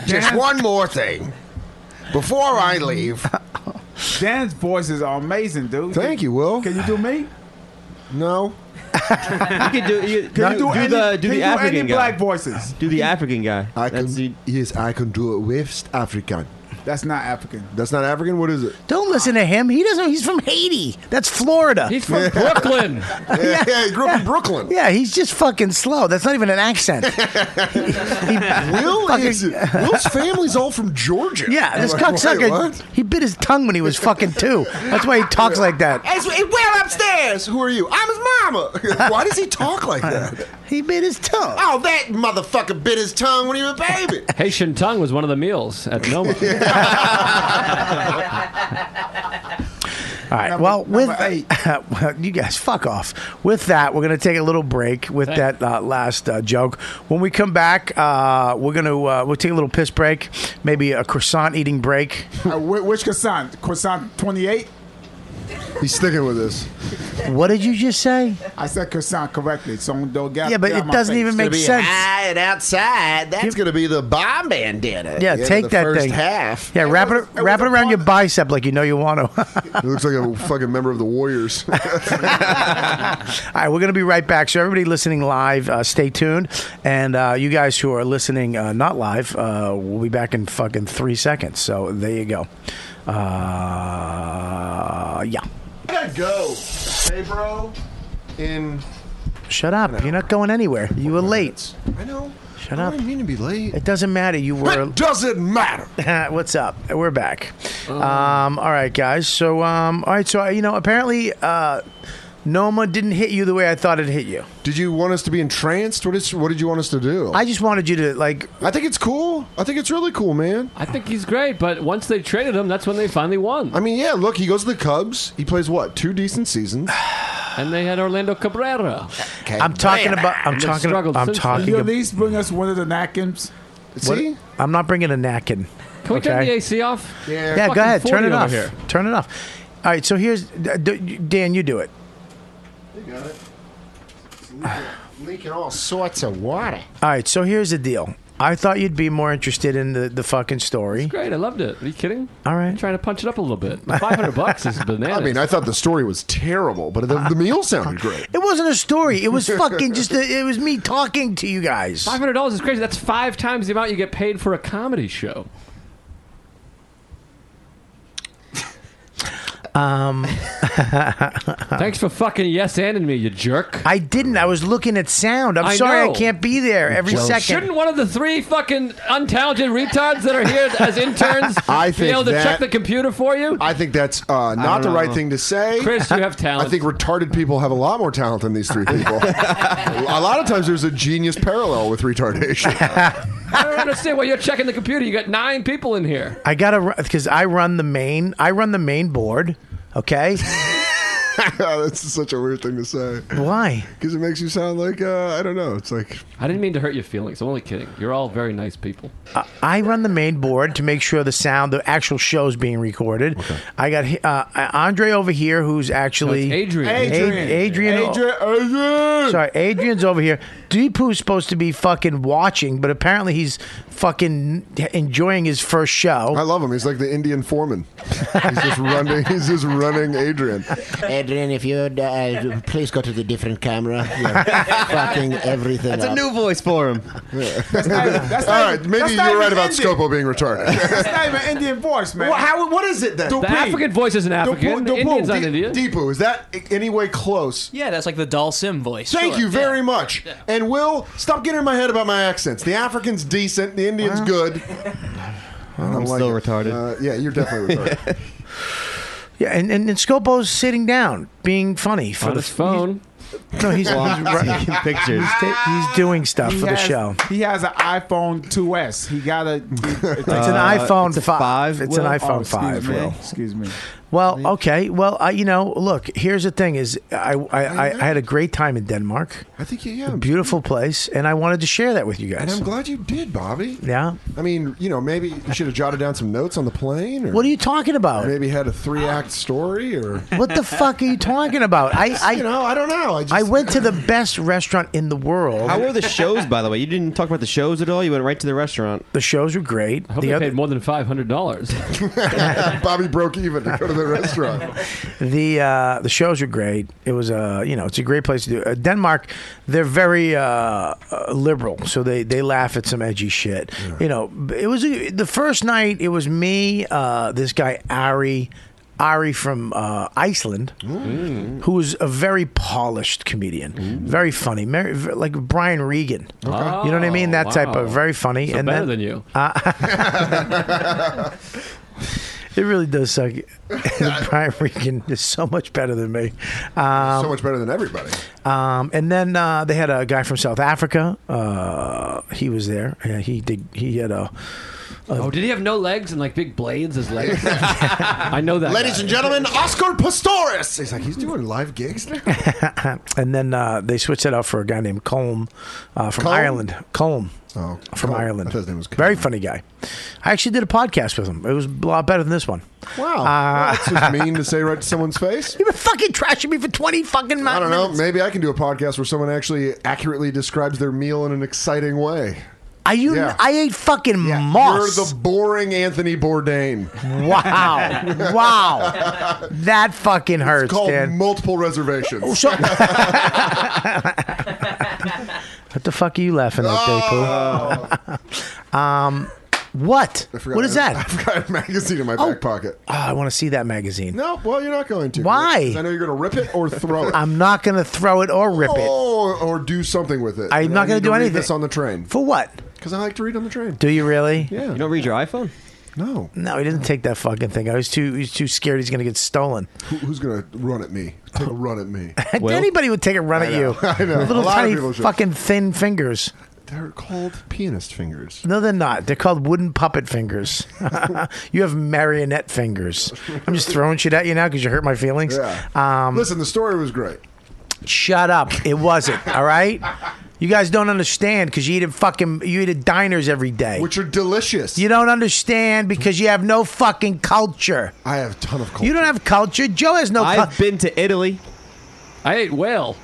Just one more thing. Before I leave,
Dan's voices are amazing, dude.
Thank you, Will.
Can you do me?
No.
You could do, you,
Can you do, any,
the do the
can you do
African
any
guy.
black voices?
Do the African guy.
I
That's
can,
the,
yes, I can do it West African.
That's not African.
That's not African? What is it?
Don't listen to him. He doesn't. He's from Haiti. That's Florida.
He's from Brooklyn.
yeah, yeah, he grew up in Brooklyn.
yeah, he's just fucking slow. That's not even an accent.
Will
Fucking-
is, Will's family's all from Georgia.
Yeah, this
I'm like, wait,
cocksucker.
what?
He bit his tongue when he was fucking two. That's why he talks like that.
It's, it's well upstairs. Who are you? I'm his mama. Why does he talk like that?
He bit his tongue.
oh, that motherfucker bit his tongue when he was a baby.
Haitian tongue was one of the meals at Noma.
All right. Well, with
number eight.
well, you guys, fuck off. With that, we're going to take a little break with that uh, last uh, joke. When we come back, uh, we're going to uh, we'll take a little piss break, maybe a croissant eating break.
Uh, wh- which croissant? Croissant 28?
He's sticking with this.
What did you just say?
I said croissant correctly. So don't get
Yeah, but
get out
it
my
doesn't
face.
even make
be
sense.
high and outside. That's going to be the bomb band dinner.
Yeah,
Yeah,
take
the
that
first
thing.
Half.
Yeah, wrap
was-
it,
it was
wrap it
a
around your
fun-
bicep like you know you want to. All
He looks like a fucking member of the Warriors.
right, we're going to be right back. So everybody listening live, uh, stay tuned, and uh, you guys who are listening uh, not live, uh, we'll be back in fucking three seconds. So there you go. Uh, yeah.
I gotta go. Hey, bro. In.
Shut up. You're not going anywhere. You were late.
I know.
Shut
I
up.
don't even mean to be late.
It doesn't matter. You were.
It doesn't matter.
What's up? We're
Oh.
back. Um, all right, guys. So, um, all right. So, uh, you know, apparently, uh, Noma didn't hit you the way I thought it hit you.
Did you want us to be entranced? What is? What did you want us to do?
I just wanted you to like.
I think it's cool. I think it's really cool, man.
I think he's great, but once they traded him, that's when they finally won.
I mean, yeah. Look, he goes to the Cubs. He plays what? Two decent seasons.
and they had Orlando Cabrera.
I'm talking about. I'm
And they've
talking.
struggled
I'm
since
Can
talking.
you
ab-
at least bring us one of the napkins?
what- I'm not bringing a napkin.
Can we turn the AC off?
Yeah.
Yeah, go
Fucking
ahead. Turn
40
it
over
off.
here.
Turn it off. All right. So here's D- D- Dan. You do it.
Leaking all sorts of water.
All right. So here's the deal. I thought you'd be more interested in the, the fucking story.
Great, I loved it. Are you kidding?
All
I'm
right.
trying to punch it up a little bit. Five hundred bucks is bananas.
I mean, I thought the story was terrible, but the, the meal sounded great.
It wasn't a story. It was fucking just. A, it was me talking to you guys.
five hundred dollars is crazy. That's five times the amount you get paid for a comedy show.
Um,
Thanks for fucking yes anding me, you jerk.
I didn't. I was looking at sound. I'm
I
sorry. I
know.
can't be there every
Shouldn't
second.
one of the three fucking untalented retards that are here as interns
I
be
think
able to
that-
check the computer for you?
I think that's uh, not the right thing to say.
Chris, you have
I
talent.
think retarded people have a lot more talent than these three people. a lot of times there's a genius parallel with retardation.
I don't understand why you're checking the computer. You got nine people in here.
I gotta because I run the main. I run the main board. Okay.
That's such a weird thing to say.
Why?
Because it makes you sound like, uh, I don't know, it's like,
I didn't mean to hurt your feelings. I'm only kidding. You're all very nice people.
I run the main board to make sure the sound, the actual show is being recorded. I got uh, Andre over here, who's
No, it's
actually
Adrian.
Ad-
Adrian.
Adrian.
Adrian, Adrian.
Sorry, Adrian's over here. Deepu's supposed to be fucking watching, but apparently he's fucking enjoying his first
I
show.
love him. He's like the Indian foreman. He's just running. He's just running Adrian.
Adrian, if you would uh, please go to the different camera. You're fucking everything
That's a
up.
new voice for him.
That's not
All right,
even-
maybe
that's not
you're right
even
about
Indian.
Scopo being retarded.
That's not even Indian voice, man.
what is it then?
Dupe.
The African voice isn't African. The
Dupu-
Indian's
Dupu-
not Indian.
Deepu, is that i- any way close?
Yeah, that's like the Dal Sim voice.
Thank
Sure,
you very
yeah.
much. And Will, stop getting in my head about my accents. The African's decent, the Indian's good.
I'm still retarded.
Uh, yeah, you're definitely retarded.
Yeah, and, and, and Scopo's sitting down, being funny for
On
the
his phone.
No, he's, he's, right-
Taking pictures.
he's, ta- he's doing stuff
He
for the
has-
show.
He has an iPhone 2S. He got a. It's
It's an
Uh,
iPhone five.
five,
It's an
Will?
oh,
iPhone
excuse
five.
me.
Will.
Excuse me.
Well, okay. Well, I, you know, look. Here's the thing: is I I, I I had a great time in Denmark,
I think you yeah.
beautiful place, and I wanted to share that with you
And
guys.
I'm glad you did, Bobby.
yeah.
I mean, you know, maybe you should have jotted down some notes on the plane, or
What are you talking about?
maybe had a three-act story, or
What the fuck are you talking about? I I,
you know, I don't know. I just
I went to the best restaurant in the world.
How were the shows, by the way? You didn't talk about the shows at all. You went right to the restaurant.
the shows were great.
I hope
the
they paid more than five hundred dollars.
Bobby broke even to go to the restaurant.
the uh, the shows were great. It was a uh, you know it's a great place to do. Uh, Denmark, they're very uh, uh, liberal, so they, they laugh at some edgy shit. You know, b- it was a, the first night. It was me, uh, this guy Ari. Ari from uh, Iceland,
Mm.
who was a very polished comedian, very funny, mer- v- like Brian Regan. You know what I mean? That type of very funny.
Oh. So
and
Oh, better
then,
than you.
It really does suck. Brian Regan is so much better than me. Um,
so much better than everybody.
Um, and then uh, they had a guy from South Africa. Uh, he was there. Yeah, he did. He had a.
oh, did he have no legs and like big blades as legs? I know that.
Ladies
guy.
and gentlemen, Oscar Pistorius.
He's like, he's doing live gigs now.
Uh, And then uh, they switched it out for a guy named Colm uh, from
Colm?
Ireland. Colm
Oh,
from
Colm.
Ireland.
I thought his name was Colm.
Very funny guy. I actually did a podcast with him. It was a lot better than this one.
Wow, Well, that's just mean to say right to someone's face.
You've been fucking trashing me for twenty fucking minutes.
I don't know. Maybe I can do a podcast where someone actually accurately describes their meal in an exciting way.
Are you?
Yeah.
I ate fucking moss.
You're the boring Anthony Bourdain.
wow, wow, that fucking hurts,
Called
Dan.
multiple reservations.
So- what the fuck are you laughing at, Daypoo? um, what?
Ah. Oh. I forgot-
What is
I
that?
forgot a magazine in my back pocket.
Oh, I want to see that magazine.
No, well, you're not going to.
Why?
'Cause I know you're going to rip it or throw it.
I'm not going to throw it or rip it.
or, Oh, or do something with it.
I'm
And
not
I
gonna
need
do
read
anything.
This on the train
For what?
because I like to read on the train.
Do you really?
Yeah.
You don't read your iPhone?
No.
No, he didn't take that fucking thing. I was too he's too scared he's going to get stolen.
Who, who's going to run at me? Take a run at me.
Anybody would take a run
I
at
know,
you.
I know.
With Little
A lot of
tiny
people should.
fucking thin fingers.
They're called pianist fingers.
No, they're not. They're called wooden puppet fingers. you have marionette fingers. I'm just throwing shit at you now because you hurt my feelings.
Yeah.
Um,
Listen, the story was great.
Shut up. It wasn't. All right. You guys don't understand because you eat at fucking you eat at diners every day,
which are delicious.
You don't understand because you have no fucking culture.
I have a ton of culture.
You don't have culture. Joe has no.
I've
culture.
been to Italy.
I ate whale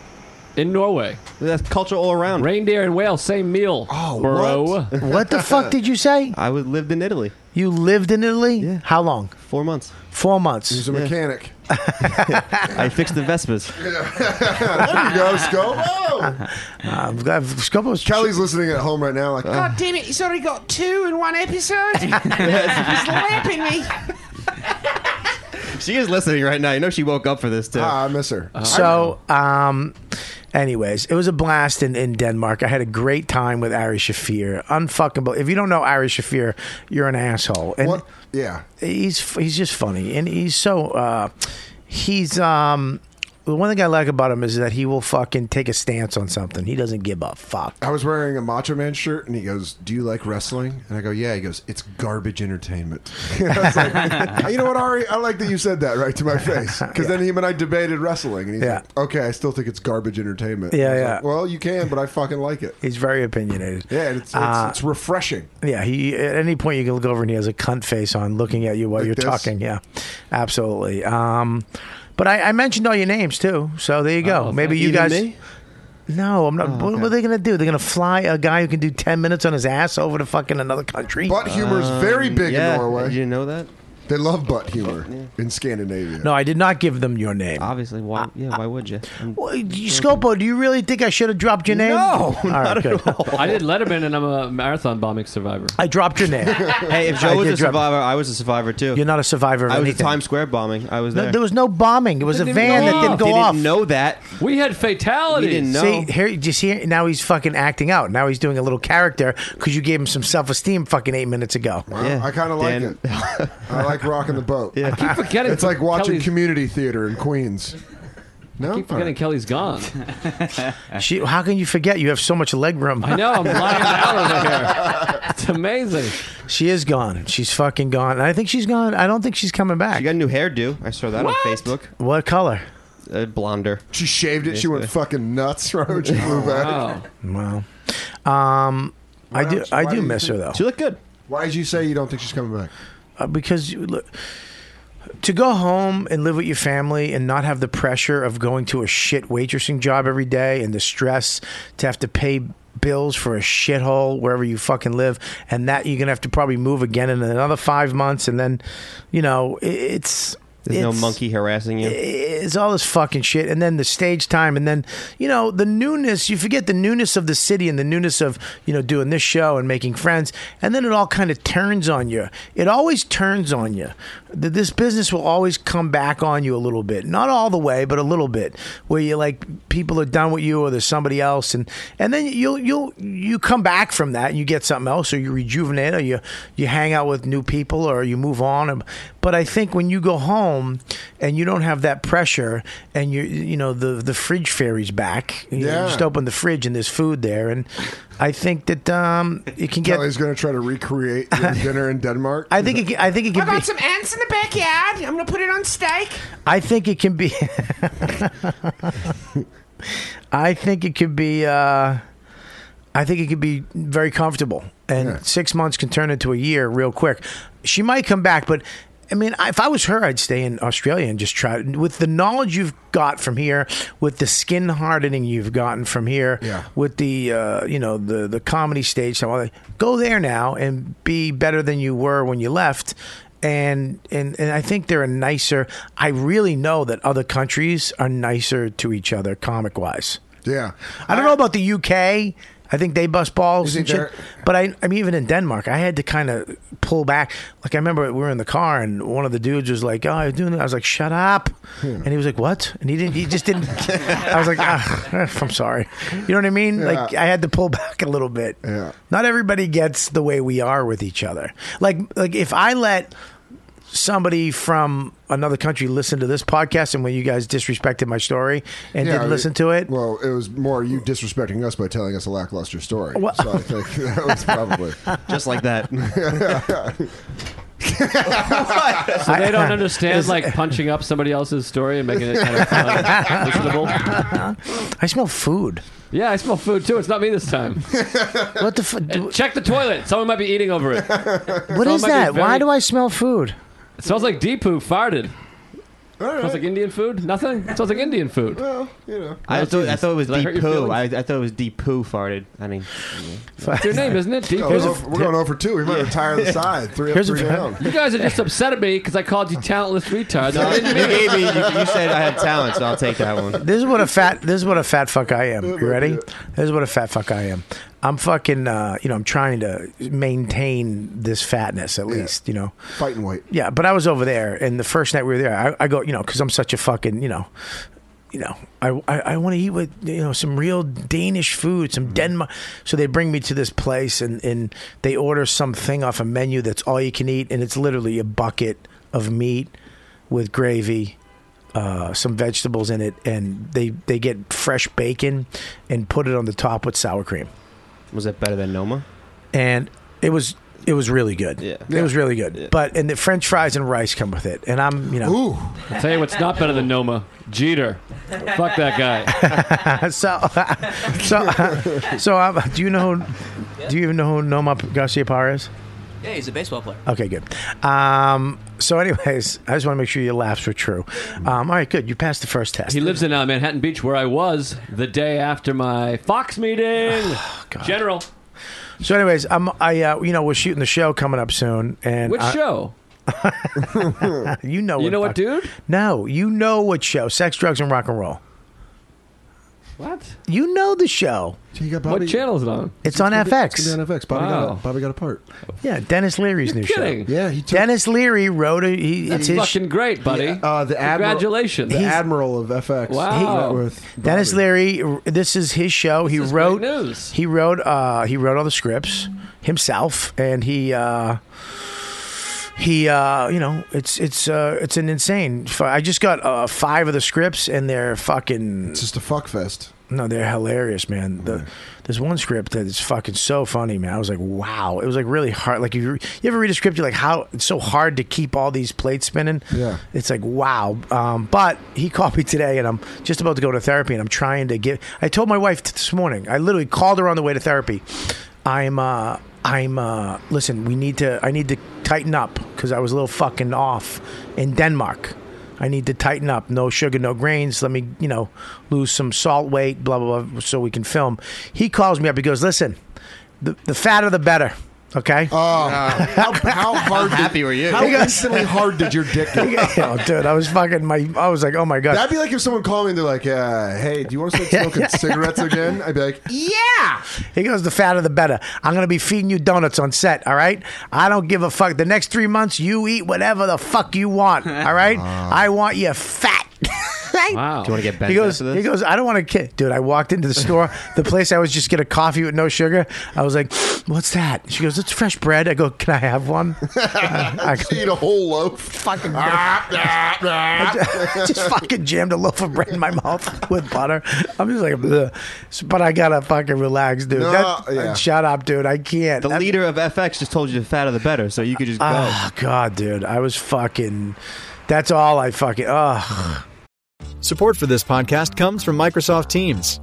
in Norway.
That's culture all around.
Reindeer and whale, same meal. Oh, bro.
what? What the fuck did you say?
I was, lived in Italy.
You lived in Italy? Yeah. How long?
Four months.
Four months.
He's a mechanic.
I fixed the Vespas.
there you go, Scopo.
I'm glad Scopo's
Kelly's listening at home right now. Like, "Ah, God
damn it, he's already got two in one episode. he's lapping me.
She is listening right now. You know she woke up for this too.
Ah, I miss her.
So, um, anyways, it was a blast in, in Denmark. I had a great time with Ari Shafir. Unfuckable. If you don't know Ari Shafir, you're an asshole. And
What? Yeah.
he's he's just funny, and he's so uh, he's um. The one thing I like about him is that he will fucking take a stance on something. He doesn't give a fuck.
I was wearing a Macho Man shirt, and he goes, "Do you like wrestling?" And I go, "Yeah." He goes, "It's garbage entertainment." I was like, you know what, Ari? I like that you said that right to my face because then him and I debated wrestling, and he's
Yeah.
like, "Okay, I still think it's garbage entertainment."
Yeah,
I was
yeah.
like, well, you can, but I fucking like it.
He's very opinionated.
Yeah, and it's it's, it's refreshing.
Yeah, he at any point you can look over and he has a cunt face on, looking at you while
Like
you're
this?
talking. Yeah, absolutely. Um, but I, I mentioned all your names too, so there you go.
Oh,
Maybe
thank
you
you.
guys.
Even me?
No, I'm not. what, what are they gonna do? They're gonna fly a guy who can do ten minutes on his ass over to fucking another country?
Butt humor is very big
yeah.
in Norway.
Did you know that?
They love butt humor in Scandinavia.
no, I did not give them your name.
Obviously,
Ah,
why? Yeah, why would you?
Well, you- Scopo, do you really think I should have dropped your name?
Mm-hmm. No,
All right,
not at
good.
I did Letterman, and I'm a marathon bombing survivor.
I dropped your name.
Hey, if
I
Joe was
did
a
drop-
survivor, I was a survivor too.
You're not a survivor of
I was at
anything.
Times Square bombing. I was
No,
there.
there was no bombing. It was a
Didn't
van
go
that didn't
off.
go
They
off.
didn't know that.
We had fatalities.
We didn't know.
See, here, do you see it? Now he's fucking acting out. Now he's doing a little character because you gave him some self esteem fucking eight minutes ago.
Well,
Yeah,
I kind of like
Dan.
it. I like rocking the boat.
Yeah.
Keep forgetting.
It's like watching
Kelly's,
community theater in Queens. No,
keep forgetting Kelly's gone.
She, how can you forget? You have so much leg room.
I know. I'm lying down over here. It's amazing.
She is gone. She's fucking gone. And I think she's gone. I don't think she's coming back.
She got a new hairdo. I saw that
What?
on Facebook.
what color?
Uh, blonder.
she shaved it. She went fucking nuts right when she flew back.
Oh, Wow.
Wow. Um, I do.
don't-
I
why
do
do you
miss her
think-
though,
She looked good.
Why did you say you don't think she's coming back?
uh, because you- look, to go home and live with your family and not have the pressure of going to a shit waitressing job every day and the stress to have to pay bills for a shithole wherever you fucking live and that you're gonna have to probably move again in another five months and then you know i- it's
There's no
it's-
monkey harassing you.
it's all this fucking shit and then the stage time and then you know the newness you forget the newness of the city and the newness of you know doing this show and making friends and then it all kind of turns on you it always turns on you Th- this business will always come back on you a little bit not all the way but a little bit where you like people are done with you or there's somebody else and and then you'll you'll you come back from that and you get something else or you rejuvenate or you you hang out with new people or you move on Um, but i think when you go home and you don't have that pressure and you you know the the fridge fairy's back you, know, you
Yeah.
just open the fridge and there's food there and i think that um it can get
Kelly's going to Oh, try to recreate your dinner in Denmark.
i think it can- i think it
I
can
got
be
some ants in the backyard. I'm gonna put it on steak.
i think it can be i think it could be uh I think it could be very comfortable, and
Yeah.
six months can turn into a year real quick. She might come back, but I mean, I- if I was her, I'd stay in Australia and just try with the knowledge you've got from here, with the skin hardening you've gotten from here,
Yeah.
with the uh, you know the the comedy stage. So I- go there now and be better than you were when you left. And, and and I think they're a nicer. I really know that other countries are nicer to each other, comic wise.
yeah.
I don't know about the UK. I think they bust balls
You
and
think
shit. But I, I mean, even in Denmark, I had to kind of pull back. Like I remember we were in the car and one of the dudes was like, "Oh, I was doing that." I was like, "Shut up!"
Hmm.
And he was like, "What?" And he didn't. He just didn't. I was like, ah, "I'm sorry." You know what I mean? Like I had to pull back a little bit. Yeah. Not everybody gets the way we are with each other. Like like if I let somebody from another country listen to this podcast and when you guys disrespected my story and
Yeah,
didn't
I mean,
listen to it
Well, it was more you disrespecting us by telling us a lackluster story.
Well-
So I think that was probably
just like that.
So they don't understand
Is-
like punching up somebody else's story and making it kind of fun, listenable.
I smell food.
Yeah, I smell food too. It's not me this time.
what the? F-
check the toilet. Someone might be eating over it.
What is that? Why do I smell food?
It smells like Deepu farted. Smells like Indian food. Nothing. It smells like Indian food.
Well, you know.
I,
Oh,
thought, I
Jesus.
thought it was
Did I
deep
hurt your
poo.
feelings?
I, I thought it was deep poo farted. I mean,
That's your name, isn't it? Deep
We're going over- we're going over two. We might retire to the side. Three up,
Here's a-
three down.
You guys are just upset at me because I called you talentless retard.
No, you gave me- you- you said I had talent, so I'll take that one.
This is what a fat. This is what a fat fuck I am. You ready? This is what a fat fuck I am. I'm fucking. Uh, you know, I'm trying to maintain this fatness at least. You know,
fighting weight.
Yeah, but I was over there, and the first night we were there, I, I go, you know, because I'm such a fucking, you know, you know, I I, I want to eat with you know some real Danish food, some Denmark. So they bring me to this place, and and they order something off a menu that's all you can eat, and it's literally a bucket of meat with gravy. Uh, some vegetables in it, and they they get fresh bacon and put it on the top with sour cream
was it better than Noma?
and it was it was really good. Yeah. It was really good. But and the French fries and rice come with it, and I'm you know.
Ooh. I'll tell you what's not better than Noma. Jeter. Fuck that guy.
so, so, so, um, do you know? Do you even know who Noma Garcia Parra is?
Yeah, he's a baseball player.
Okay, good. Um, so, anyways, I just want to make sure your laughs were true. Um, all right, good. You passed the first test.
He lives in uh, Manhattan Beach, where I was the day after my Fox meeting. General.
So, anyways, I'm I uh, you know we're shooting the show coming up soon, and
Which
I-
show?
you know.
You know what, dude?
No, you know what show? Sex, drugs, and rock and roll.
What?
You know the show.
You got
What channel is it on?
It's on
gonna be-
FX.
It's gonna be on FX. Bobby,
Wow.
got, a, Bobby got a part.
Yeah, Dennis Leary's new
kidding.
show. Yeah, he Dennis Leary wrote it. He,
That's
it's his
fucking great, buddy.
Uh, the admiral-
Congratulations.
the admiral of FX.
Wow.
Met with
Dennis Leary. r- This is his show. he wrote. He wrote. Uh, he wrote all the scripts himself, and he. Uh, he, uh, you know, it's it's uh, it's an insane. f- I just got uh, five of the scripts, and they're fucking. It's
just a fuck fest.
No, they're hilarious, man. The there's one script that is fucking so funny, man. I was like, wow, it was like really hard. Like you, you ever read a script, you're like, how it's so hard to keep all these plates spinning.
Yeah.
It's like wow. Um, but he called me today, and I'm just about to go to therapy, and I'm trying to get. I told my wife t- this morning. I literally called her on the way to therapy. I'm. Uh, I'm. Uh, listen, we need to. I need to tighten up because I was a little fucking off in Denmark. I need to tighten up. No sugar, no grains. Let me, you know, lose some salt weight. Blah blah blah, so we can film. He calls me up. He goes, "Listen, the the fatter the better." Okay.
Oh, how, how hard?
happy
did,
were you?
How instantly hard did your dick get?
oh, dude, I was fucking my. I was like, oh my god.
That'd be like if someone called me and they're like, uh, "Hey, do you want to start smoking cigarettes again?" I'd be like,
Yeah. He goes, the fatter the better. I'm going to be feeding you donuts on set, all right? I don't give a fuck. The next three months, you eat whatever the fuck you want, all right? I want you fat.
Wow.
Do you want to get bent
He goes,
after this?
he goes, I don't want to kid. Dude, I walked into the store, the place I was just get a coffee with no sugar. I was like, what's that? She goes, it's fresh bread. I go, can I have one? I go,
"Eat a whole loaf."
Fucking.
I
I just fucking jammed a loaf of bread in my mouth with butter. I'm just like, Bleh. but I gotta fucking relax, dude.
No,
That- uh,
yeah.
Shut up, dude. I can't.
The
That-
leader of FX just told you the fatter the better, so you could just go.
Ah,
Oh God, dude, I was fucking. That's all I fucking. Ugh.
Support for this podcast comes from Microsoft Teams.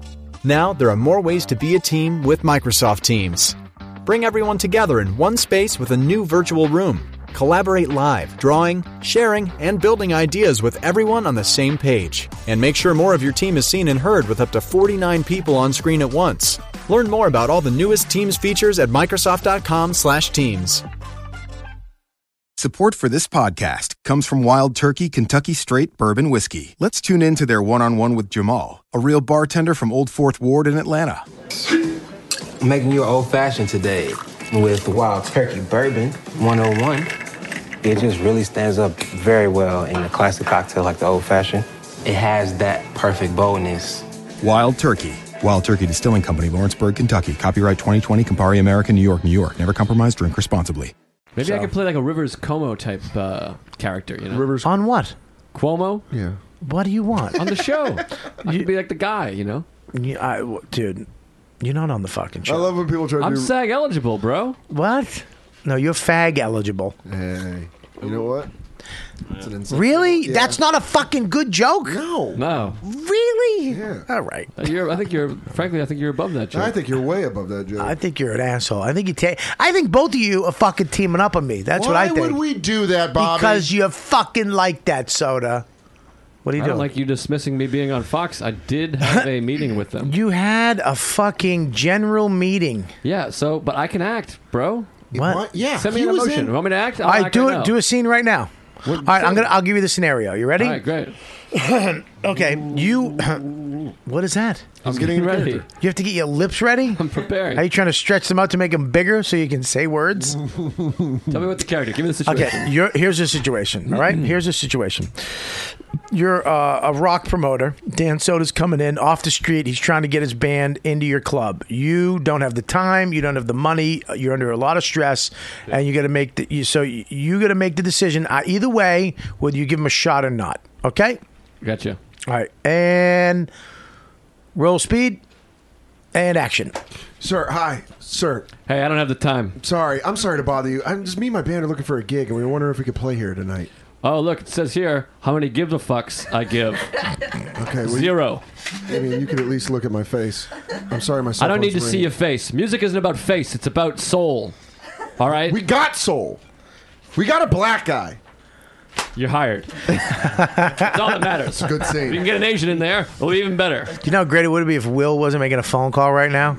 Now, there are more ways to be a team with Microsoft Teams. Bring everyone together in one space with a new virtual room. Collaborate live, drawing, sharing, and building ideas with everyone on the same page. And make sure more of your team is seen and heard with up to 49 people on screen at once. Learn more about all the newest Teams features at Microsoft.com/Teams.
Support for this podcast comes from Wild Turkey Kentucky Straight Bourbon Whiskey. Let's tune in to their one on one with Jamal, a real bartender from Old Fourth Ward in Atlanta.
Making you an old fashioned today with Wild Turkey Bourbon 101. It just really stands up very well in a classic cocktail like the old fashioned. It has that perfect boldness.
Wild Turkey. Wild Turkey Distilling Company, Lawrenceburg, Kentucky. Copyright 2020, Campari America, New York, New York. Never compromise, drink responsibly.
Maybe I could play like a Rivers Como type uh, character. You know,
Rivers on what?
Cuomo.
Yeah.
What do you want
on the show? I could be like the guy. You know.
Yeah, I, w- dude, you're not on the fucking show.
I love when people try to
I'm
do-
SAG eligible, bro.
What? No, you're fag eligible.
Hey, you know what? That's an insult.
Really?
Yeah.
That's not a fucking good joke.
No.
No.
Really? All right.
You're, I think you're. Frankly, I think you're above that. Joke.
I think you're way above that, Joe.
I think you're an asshole. I think you take. I think both of you are fucking teaming up on me. That's what
Why
I think.
would we do that, Bobby?
Because you fucking like that soda. What are you
I don't
doing?
like you dismissing me being on Fox. I did have a meeting with them.
you had a fucking general meeting.
Yeah. So, but I can act, bro.
What? What? Yeah,
Send me
he
an
was
emotion.
in-
You want me to act? I'll
All right,
act
do
right
it.
now.
Do a scene right now. All right, I'm gonna. I'll give you the scenario. You ready?
All right, great.
okay, you. what is that?
I'm getting ready.
You have to get your lips ready.
I'm preparing.
Are you trying to stretch them out to make them bigger so you can say words?
Tell me what the character. Give me the situation.
Okay, you're, here's the situation. All right, here's the situation. You're uh, a rock promoter. Dan Soda's coming in off the street. He's trying to get his band into your club. You don't have the time. You don't have the money. You're under a lot of stress, and you got to make the. You, so you, you got to make the decision uh, either way, whether you give him a shot or not. Okay.
Gotcha.
All right, and roll speed and action.
Sir, hi. Sir.
Hey, I don't have the time.
Sorry. I'm sorry to bother you. I'm just me and my band are looking for a gig, and we were wondering if we could play here tonight.
Oh, look, it says here how many give the fucks I give.
Okay. well, you-
Zero.
I mean, you could at least look at my face. I'm sorry, my.
I don't need to see
you.
your face. Music isn't about face, it's about soul. All right? We
got soul. We got a black guy.
You're hired. That's all that matters. It's
a good scene.
If you can get an Asian in there, it'll be even better.
Do you know how great it would be if Will wasn't making a phone call right now?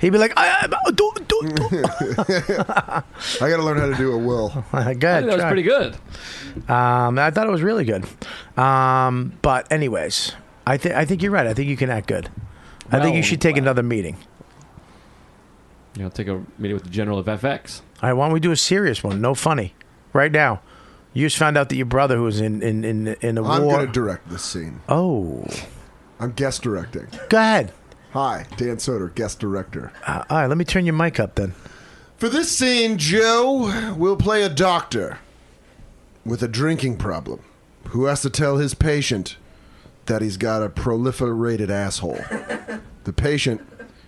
He'd be like, I, I, do, do, do.
I got to learn how to do a will. good.
I think that
was pretty good.
Um, I thought it was really good. Um, but anyways, I think I think you're right. I think you can act good. I think you
Well,
should take another meeting.
You know, take a meeting with the general of FX.
All right, why don't we do a serious one? No funny, right now. You just found out that your brother who was in in in, in the
I'm
war.
going to direct this scene.
oh,
I'm guest directing.
go ahead.
Hi, Dan Soder, guest director.
Uh, all right, let me turn your mic up then.
For this scene, Joe will play a doctor with a drinking problem who has to tell his patient that he's got a proliferated asshole. the patient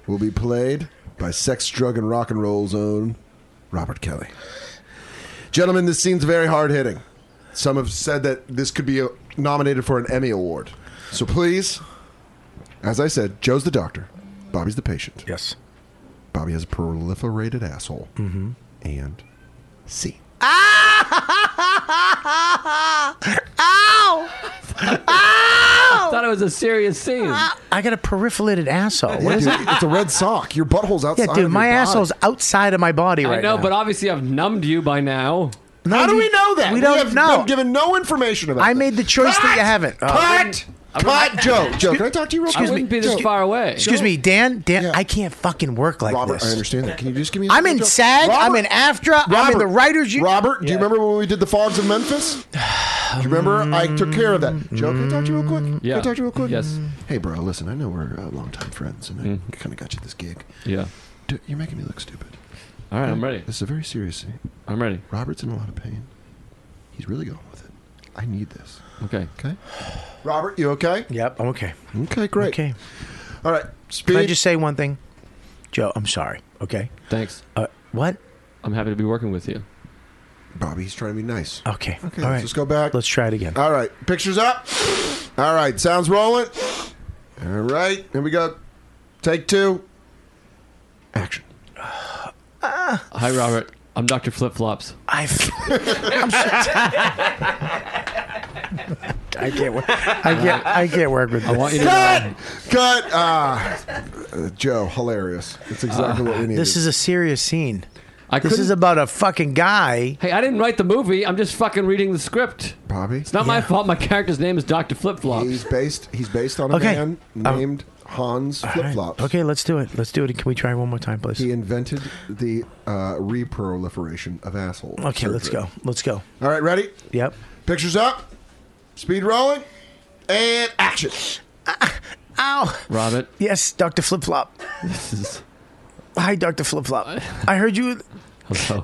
will be played by sex, drug, and rock and roll's own Robert Kelly. Gentlemen, this scene's very hard hitting. Some have said that this could be uh, nominated for an Emmy Award. So please, as I said, Joe's the doctor, Bobby's the patient.
Yes.
Bobby has a proliferated asshole. Mm-hmm. And C.
Ow!
I thought it was a serious scene.
I got a peripheralated asshole. What is
dude,
it?
it's a red sock. Your butthole's outside.
Yeah, dude,
of
my
your body.
asshole's outside of my body right
I know,
now.
but obviously I've numbed you by now.
How do we know that?
We don't
have
know.
been given no information about.
I made the choice that you haven't. Oh.
Cut! Cut! Joe, Joe, can I talk to you real quick?
Excuse me. Excuse- Excuse me, Dan. Dan, I can't fucking work like
Robert,
this.
I understand that. Can you just give me? a
I'm
second,
in
Joe?
SAG. I'm
Robert-
in AFTRA. I'm in the writers. You
Robert, do you remember when we did the Fogs of Memphis? Do you remember? I took care of
Mm-hmm.
that. Joe, can I talk to you real quick? Can
Yeah.
I talk to you real quick?
Yes.
Mm.
Hey, bro, listen, I know we're uh, longtime friends, and I kind of got you this gig.
Yeah.
Dude, you're making me look stupid.
All right, I'm ready.
This is a very serious scene.
I'm ready.
Robert's in a lot of pain. He's really going with it. I need this.
Okay.
Okay. Robert, you okay?
Yep, I'm okay.
Okay, great.
Okay.
All right.
Can I
Speed.
just say one thing, Joe? I'm sorry. Okay.
Thanks.
Uh, what?
I'm happy to be working with you.
Bobby, he's trying to be nice.
Okay. Uh, All
Okay, let's
right.
just go back. Uh,
Let's try it again.
All right. Pictures up. All right. Sounds rolling. All right. Here we go. Take two. Action.
Hi, Robert. I'm Dr. Flip Flops.
I. I'm I can't work. I can't. I can't work with this.
I want you to
Cut! Cut! Ah. Uh, Joe, hilarious. That's exactly what we needed.
Uh, This is a serious scene.
I
this is
couldn't-
about a fucking guy.
Hey, I didn't write the movie. I'm just fucking reading the script.
Bobby.
It's not my fault. My character's name is Doctor Flip Flops.
He's based. He's based on a
Okay.
man
Um,
named Hans flip flops.
Uh, Okay, let's do it. Let's do it. Can we try one more time, please?
He invented the uh, reproliferation of assholes.
Okay, let's go. Let's go.
All right, ready?
Yep.
Pictures up. Speed rolling. And action.
Ow.
Robert.
Yes, Dr. Flip Flop.
This is.
Hi, Dr. Flip Flop. I heard you.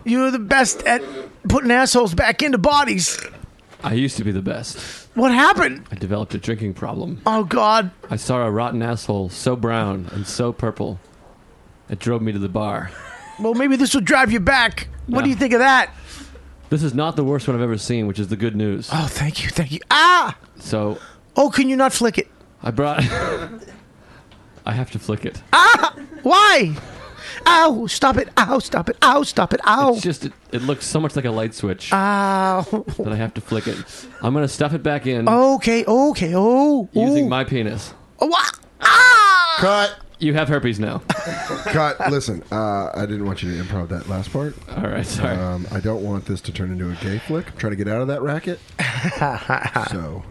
You're the best at putting assholes back into bodies.
I used to be the best.
What happened?
I developed a drinking problem.
Oh, God.
I saw a rotten asshole so brown and so purple. It drove me to the bar.
Well, maybe this will drive you back. What do you think of that?
This is not the worst one I've ever seen, which is the good news.
Oh, thank you. Thank you. Ah!
So.
Oh, can you not flick it?
I brought. I have to flick it.
Ah! Why? Ow! Stop it! Ow! Stop it! Ow! Stop it! Ow!
It's just, it, it looks so much like a light switch
Ow!
that I have to flick it. I'm going to stuff it back in
Okay. Okay. Oh. Ah!
using my penis.
Oh. ah.
Cut.
You have herpes now.
Cut. Listen, uh, I didn't want you to improv that last part.
All right, sorry.
Um, I don't want this to turn into a gay flick. I'm trying to get out of that racket. so,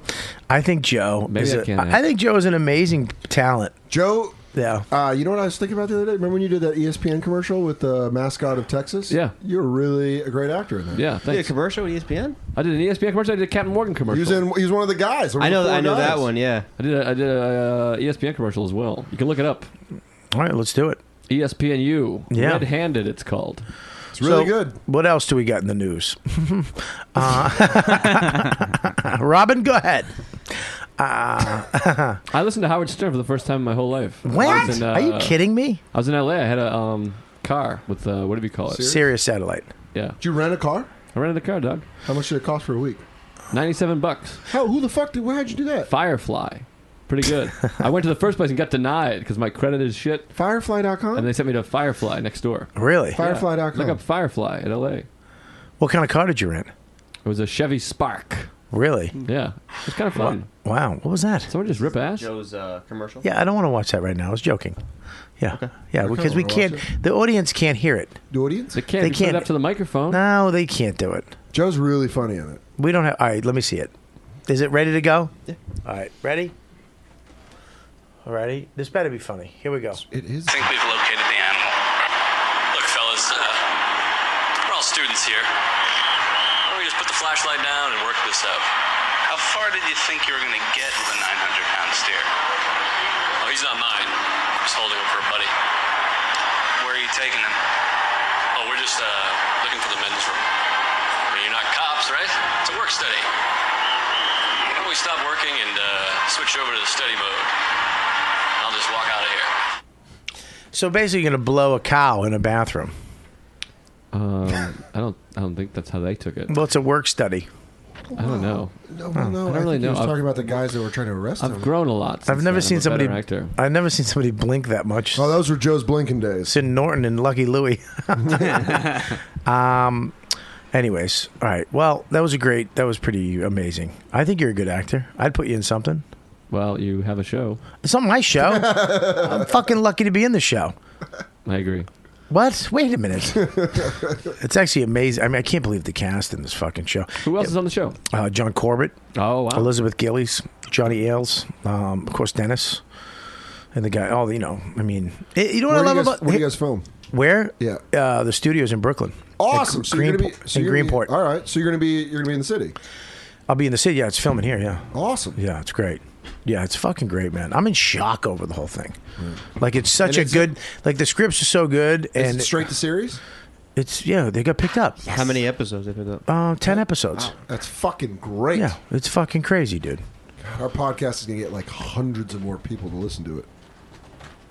I think Joe.
Maybe
is
I
a-
can
I think Joe is an amazing talent.
Joe.
Yeah.
Uh, you know what I was thinking about the other day? Remember when you did that E ESPN commercial with the mascot of Texas?
Yeah.
You're really a great actor in that.
Yeah, thanks.
commercial with E ESPN?
I did an E ESPN commercial. I did a Captain Morgan commercial.
He's in. He's one of the guys. one of
I
the
know.
four
I know
guys.
that one. Yeah. I did. A, I did a uh, ESPN commercial as well. You can look it up. E
All right, let's do it.
ESPNU.
Yeah.
Red handed. It's called.
It's
So, What else do we got in the news? uh, Robin, go ahead. Uh,
I listened to Howard Stern for the first time in my whole life. I
What?
was in,
Are you
uh,
kidding me?
I was in LA. I had a um, car with uh, what do you call it?
Sirius? Sirius satellite.
Yeah. Did
you rent a car?
I rented a car, dog.
How much did it cost for a week?
Ninety-seven bucks.
How? Who the fuck did? Why would you do that?
Firefly. Pretty good. I went to the first place and got denied because my credit is shit.
Firefly.com?
And they sent me to Firefly next door.
Really?
Yeah.
Firefly.com.
Look up Firefly in LA.
What kind of car did you rent?
It was a Chevy Spark.
Really?
Yeah. It was kind of fun.
Wow. What was that?
Someone just rip ass?
Joe's uh, commercial.
Yeah, I don't want to watch that right now. I was joking. Yeah. Yeah,
Okay.
because we
Wanna watch
can't, the audience can't hear it.
The audience?
They can't.
They
They can't.
can't-
up to the microphone.
No, they can't do it.
Joe's really funny in it.
We don't have. All right, let me see it. Is it ready to go? Yeah. All right, ready? All righty. This better be funny. Here we go.
It is.
I think we've located the animal. Look, fellas, uh, we're all students here. Why don't we just put the flashlight down and work this out? How far did you think you were going to get with a 900 pound steer? Oh, he's not mine. I'm just holding him for a buddy. Where are you taking him? Oh, we're just uh, looking for the men's room. I mean, you're not cops, right? It's a work study. Why don't we stop working and uh, switch over to the study mode? I'll just walk out of here.
So basically, you're going to blow a cow in a bathroom.
Um, I don't. I don't think that's how they took it.
Well, it's a work study.
I don't know.
No, well, no.
I don't
I,
really
think
know.
He was
I've-
talking about the guys that were trying to arrest him.
I've grown a lot.
I've
since
never
then.
seen
I'm a
somebody.
better Actor.
I've never seen somebody blink that much.
Oh, those were Joe's blinking days.
It's in Norton and Lucky Louie. um. Anyways, all right. Well, that was a great. That was pretty amazing. I think you're a good actor. I'd put you in something.
Well, you have a show.
It's not my show. I'm fucking lucky to be in the show.
I agree.
What? Wait a minute. it's actually amazing. I mean, I can't believe the cast in this fucking show.
Who else is on the show?
Uh, John Corbett.
Oh, wow.
Uh, Elizabeth Gillies, Johnny Ailes, um, of course Dennis, and the guy. All the you know. I mean, eh, you know what
Where do
I love
you guys-
about
where do you guys film?
Where?
Yeah.
Uh, the studios in Brooklyn.
Awesome.
In,
So
Green,
you're gonna be so
in
you're gonna be-
Greenport.
all right. So you're gonna be you're gonna be in the city.
I'll be in the city. Yeah, it's filming here. Yeah.
Awesome.
Yeah, it's great. Yeah, it's fucking great, man. I'm in shock over the whole thing. Like it's such
Hmm. And
a
it's-
good. like the scripts are so good,
Is
and
it straight to series?
it's yeah, they got picked up.
How many episodes they picked up?
Uh, ten episodes.
That's fucking great.
Yeah, it's fucking crazy, dude.
Our podcast is gonna get like hundreds of more people to listen to it.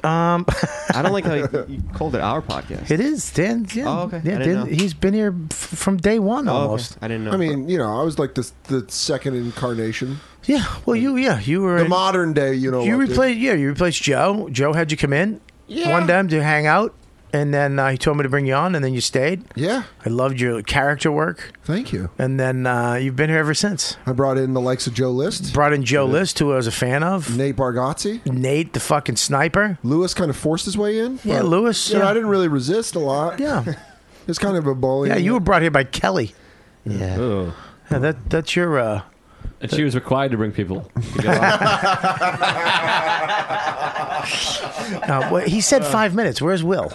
Um,
I don't like how you, you called it our podcast.
It is Dan. Yeah,
Oh, okay. I
Yeah,
didn't
Dan-
know.
he's been here f- from day one
Oh,
almost.
Oh, I didn't know.
I mean, you know, I was like the the second incarnation.
Yeah. Well, you yeah you were
the modern day. You know,
you
what, dude.
replaced yeah you replaced Joe. Joe had you come in
Yeah.
one time to hang out, and then uh, he told me to bring you on, and then you stayed.
Yeah.
I loved your character work.
Thank you.
And then uh, you've been here ever since.
I brought in the likes of Joe List.
Brought in Joe List, who I was a fan of.
Nate Bargatze.
Nate, the fucking sniper.
Lewis kind of forced his way in.
Yeah,
but,
Lewis,
You know,
yeah.
I didn't really resist a lot.
Yeah.
it's kind of a bully. Oh.
Yeah, you were brought here by Kelly.
Yeah.
Yeah, that that's your uh,
And she was required to bring people.
Uh, well, he said five minutes. Where's Will?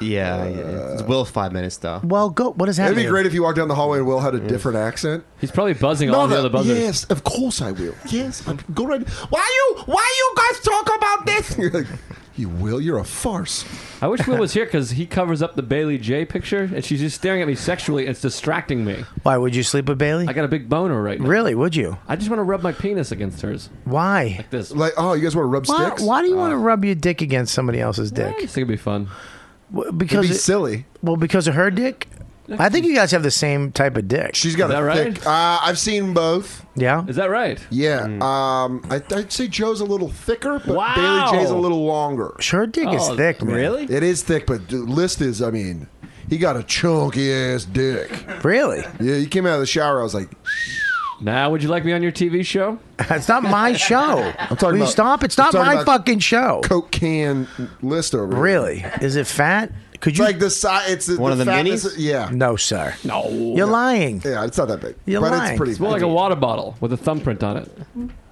Yeah, yeah. It's Will five minutes though.
Well, go. What does that
It'd be
mean?
great if you walked down the hallway and Will had a different accent.
He's probably buzzing
No,
all the
that-
other buzzers.
Yes, of course I will. Yes, I'm, go right.
Why you? Why you guys talk about this?
You're like, you will. You're a farce.
I wish Will was here because he covers up the Bailey J picture, and she's just staring at me sexually, and it's distracting me.
Why would you sleep with Bailey?
I got a big boner right now.
Really? Would you?
I just want to rub my penis against hers.
Why?
Like this.
Like, oh, you guys want to rub
Why, why do you
Uh.
want to rub your dick against somebody else's dick?
I just think it'd be fun.
W- Because
be
it-
silly.
Well, because of her dick. I think you guys have the same type of dick.
She's got a thick. Uh, I've seen both.
Yeah.
Is that right?
Yeah.
Hmm.
Um, I, I'd say Joe's a little thicker, but
Wow.
Bailey J's a little longer.
Her dick is Oh, thick, man. really?
It is thick, but dude, list is. I mean, he got a chunky ass dick.
Really?
Yeah. He came out of the shower. I was like,
Now, would you like me on your TV show?
It's not my show.
I'm talking
Will you
about-
stop? It's
I'm
not
talking
my
about
fucking show.
Coke can list over. here.
Really? Is it fat? Could you
It's like the size. It's the,
One of the
fatness-
minis?
Yeah.
No, sir.
No.
You're lying.
Yeah, it's not that big.
You're
but
lying.
it's pretty.
It's more like a water bottle with a thumbprint on it.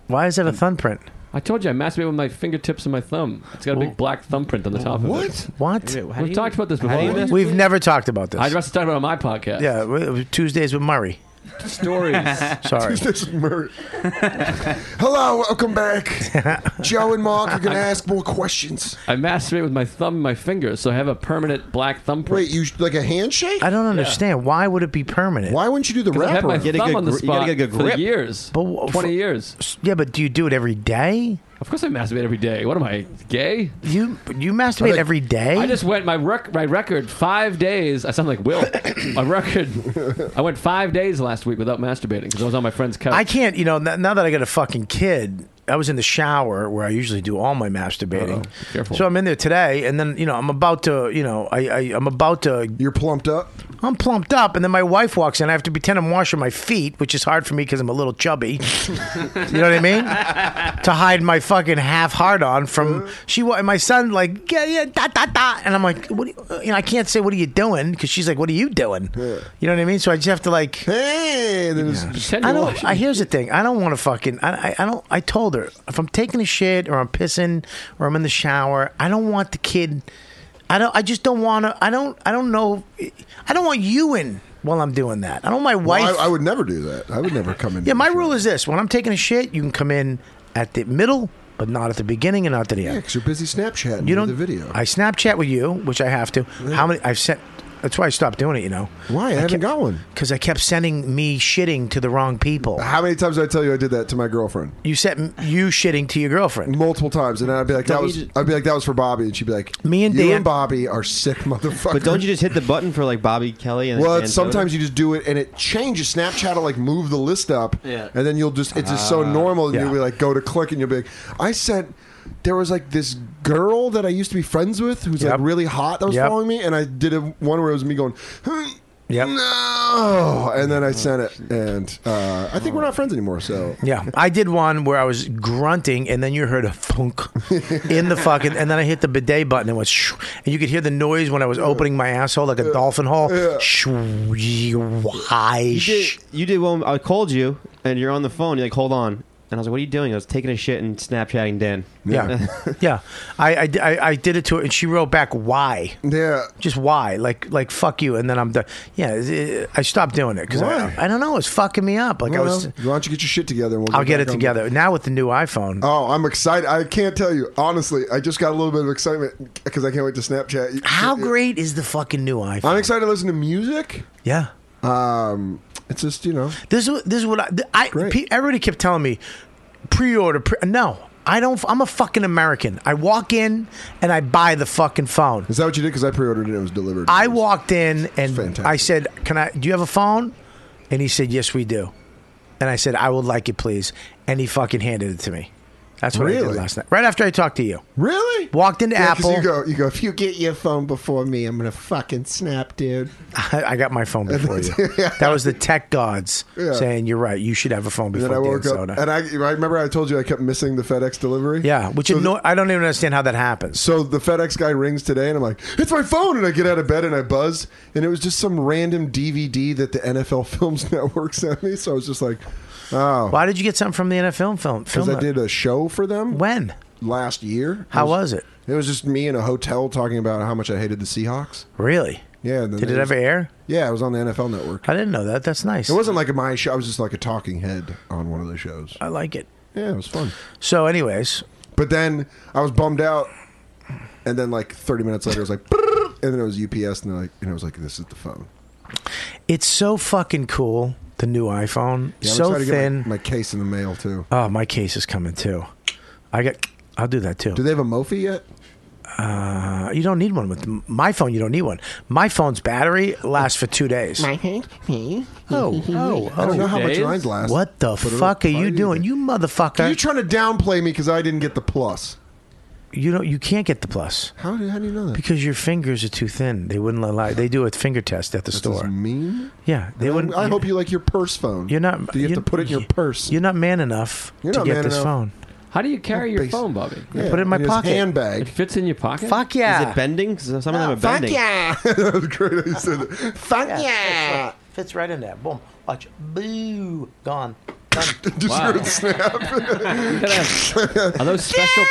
Why is it a thumbprint?
I told you I masturbate with my fingertips and my thumb. It's got a big black thumbprint on the top of it.
What?
We've talked about this before.
We've never talked about this.
I'd rather talk about it on my podcast.
Yeah, we- Tuesdays with Murray.
Stories.
Sorry.
This is Murray. Hello, welcome back. Joe and Mark are going to ask more questions.
I masturbate with my thumb and my fingers, so I have a permanent black thumbprint.
Wait, you like a handshake?
I don't understand. Why would it be permanent?
Why wouldn't you do the
Because I have
rapper?
my thumb on the spot for years.
But wha-
20
for-
years.
Yeah, but do you do it every day?
Of course I masturbate every day. What am I, gay?
You you masturbate every day?
I just went, my, rec- my record, five days. I sound like Will. my record, I went five days last week without masturbating because I was on my friend's couch.
I can't, you know, n- now that I got a fucking kid, I was in the shower where I usually do all my masturbating.
careful.
So I'm in there today, and then, you know, I'm about to, you know, I, I, I'm about to.
You're plumped up?
I'm plumped up, and then my wife walks in. I have to pretend I'm washing my feet, which is hard for me because I'm a little chubby. you know what I mean? to hide my fucking half hard on from. she wa- and My son, like, yeah, yeah, da, da, da. And I'm like, what do you, you know, I can't say, what are you doing? Because she's like, what are you doing? You know what I mean? So I just have to, like.
Hey,
I don't. I, here's the thing. I don't want to fucking. I, I, I don't. I told her if I'm taking a shit or I'm pissing or I'm in the shower, I don't want the kid. I don't. I just don't want to. I don't. I don't know. I don't want you in while I'm doing that. I don't want my wife.
Well, I, I would never do that. I would never come in.
yeah, my rule is this: when I'm taking a shit, you can come in at the middle, but not at the beginning and not at the end.
Because you're busy Snapchatting
You
you
don't-
don't, the video.
I Snapchat with you, which I have to. How many? I've sent. That's why I stopped doing it. You know
Why? I, haven't got one.
because I kept sending me shitting to the wrong people.
How many times did I tell you I did that to my girlfriend?
You sent you shitting to your girlfriend
multiple times, and I'd be like, "That
Don't
was."
you just-
I'd be like, "That was for Bobby," and she'd be like,
"Me and
you
Dan-
and Bobby are sick motherfuckers."
But don't you just hit the button for like Bobby Kelly? And
well,
and
it's sometimes you just do it, and it changes. Snapchat will like move the list up,
Yeah.
and then you'll just—it's just so normal. And
yeah.
you'll be like, go to click, and you'll be like, I sent. There was like this girl that I used to be friends with, who's
Yep.
like really hot, that was
Yep.
following me, and I did a, one where it was me going, hmm,
Yep.
no, and then I sent it, and uh, I think we're not friends anymore. So
Yeah, I did one where I was grunting, and then you heard a thunk in the fucking, and then I hit the bidet button and it went, shoo, and you could hear the noise when I was opening my asshole like a dolphin hole. Shoo, yee, why,
You did,
sh-
you did one. I called you, and you're on the phone. You're like, "Hold on," and I was like, "What are you doing?" I was taking a shit and Snapchatting Dan.
Yeah, yeah. I, I, di- I, I did it to her, and she wrote back, "Why?"
Yeah,
just why? Like, like fuck you, and then I'm done. Yeah, it- it- I stopped doing it because
Why?
I, I don't know. It's fucking me up. Like
Well,
I was.
why don't you get your shit together? And we'll
I'll get
back
it
on the-
together now with the new iPhone.
Oh, I'm excited. I can't tell you. Honestly, I just got a little bit of excitement because I can't wait to Snapchat.
How great is the fucking new iPhone?
I'm excited to listen to music.
Yeah.
Um, it's just, you know.
This is this is what I, th- I pe- everybody kept telling me pre-order. Pre- no, I don't. f- I'm a fucking American. I walk in and I buy the fucking phone.
Is that what you did? Because I pre ordered and it was delivered.
I walked in and
fantastic.
I said, "Can I? Do you have a phone?" And he said, "Yes, we do." And I said, "I would like it, please." And he fucking handed it to me. That's what I did
Really?
last night, right after I talked to you.
Really?
Walked into
Yeah, 'cause
Apple.
You go, you go, if you get your phone before me, I'm going to fucking snap, dude.
I, I got my phone before you. That was the tech gods
Yeah.
saying, "You're right. You should have a phone
And
before
then I
Dan
woke
Soda."
up. And I, I remember I told you I kept missing the FedEx delivery.
yeah, which anno- I don't even understand how that happens.
So the FedEx guy rings today, and I'm like, "It's my phone!" And I get out of bed and I buzz, and it was just some random DVD that the NFL Films Network sent me. So I was just like,
Oh. Why did you get something from the NFL film? Film?
Because
film
I did a show for them.
When?
Last year.
How was it?
It was just me in a hotel talking about how much I hated the Seahawks.
Really?
Yeah. and then
Did
they
it
just-
ever air?
Yeah, it was on the NFL Network.
I didn't know that. That's nice.
It wasn't like my show. I was just like a talking head on one of the shows.
I like it.
Yeah, it was fun.
So, anyways,
but then I was bummed out, and then like 30 minutes later, it was like, and then it was UPS, and they're like, and it was like, this is the phone.
It's so fucking cool. The new iPhone,
Yeah, I'm
so
excited to get my-
thin.
my case in the mail too.
Oh, my case is coming too. I got. I'll do that too. Do
they have a Mophie yet?
Uh, you don't need one with my phone. You don't need one. My phone's battery lasts for two days.
My hand, me.
Oh, oh,
I don't
oh.
know how much
Days?
mine's last.
What the
but it'll
fuck are you
probably be
doing?
there.
You motherfucker!
You're trying to downplay me because I didn't get the plus.
You don't. You can't get the plus.
How do, how do you know that?
Because your fingers are too thin. They wouldn't allow. They do a finger test at the store.
mean?
Yeah, they wouldn't.
I hope you like your purse phone.
You're not.
Do you have
you're-
to put it in your purse?
You're not man enough
You're
to
not
get
man
this
enough.
phone.
How do you
Oh,
carry your phone, Bobby?
I put it in my pocket.
Handbag. It
fits in your pocket.
Fuck yeah. Oh,
Is it bending? 'Cause Some of them are bending.
that was great. that you said that. Fuck
Yeah,
yeah.
Fits, right, fits right in there. Boom. Watch. Boo. Gone.
Just
Wow.
heard it snap.
Are those special?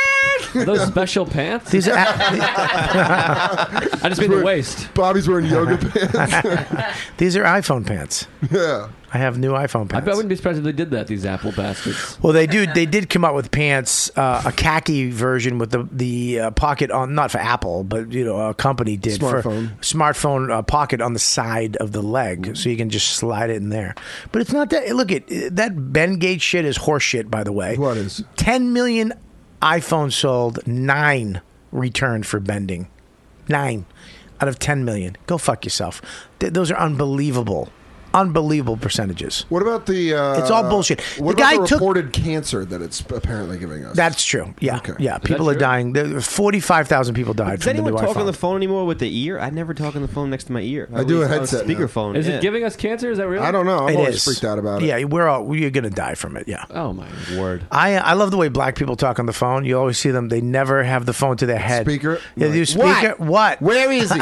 Are those special pants?
These are.
I just mean the waist.
Bobby's wearing yoga pants.
These are iPhone pants.
yeah.
I have new iPhone
I,
pants.
bet I wouldn't be surprised if they did that. These Apple bastards.
Well, they do. They did come out with pants, uh, a khaki version with the the uh, pocket on, not for Apple, but you know, a company did
Smartphone.
for smartphone uh, pocket on the side of the leg, so you can just slide it in there. But it's not that. eh, Look at that Ben Gates shit is horse shit, by the way.
What is?
Ten million iPhones sold, nine returned for bending, nine out of ten million. Go fuck yourself. Th- those are unbelievable, unbelievable percentages.
What about the? Uh,
It's all bullshit.
What
The
about
guy
the
took-
reported cancer that it's apparently giving us.
That's true. Yeah, yeah.
Is that
People are
true?
dying. There- Forty-five thousand people died
Does
from the new
anyone talk on
iPhone.
the phone anymore with the ear? I never talk on the phone next to my ear.
I do a
Always on
headset now.
speakerphone.
Is
yeah.
it giving us cancer? Is that real?
I don't know. I'm
It
always
is.
freaked out about it.
yeah, we're all we're gonna die from it. Yeah.
Oh my word.
I I love the way black people talk on the phone. You always see them. They never have the phone to their head.
Speaker?
Yeah, they do
Like,
speaker. What?
Where is he?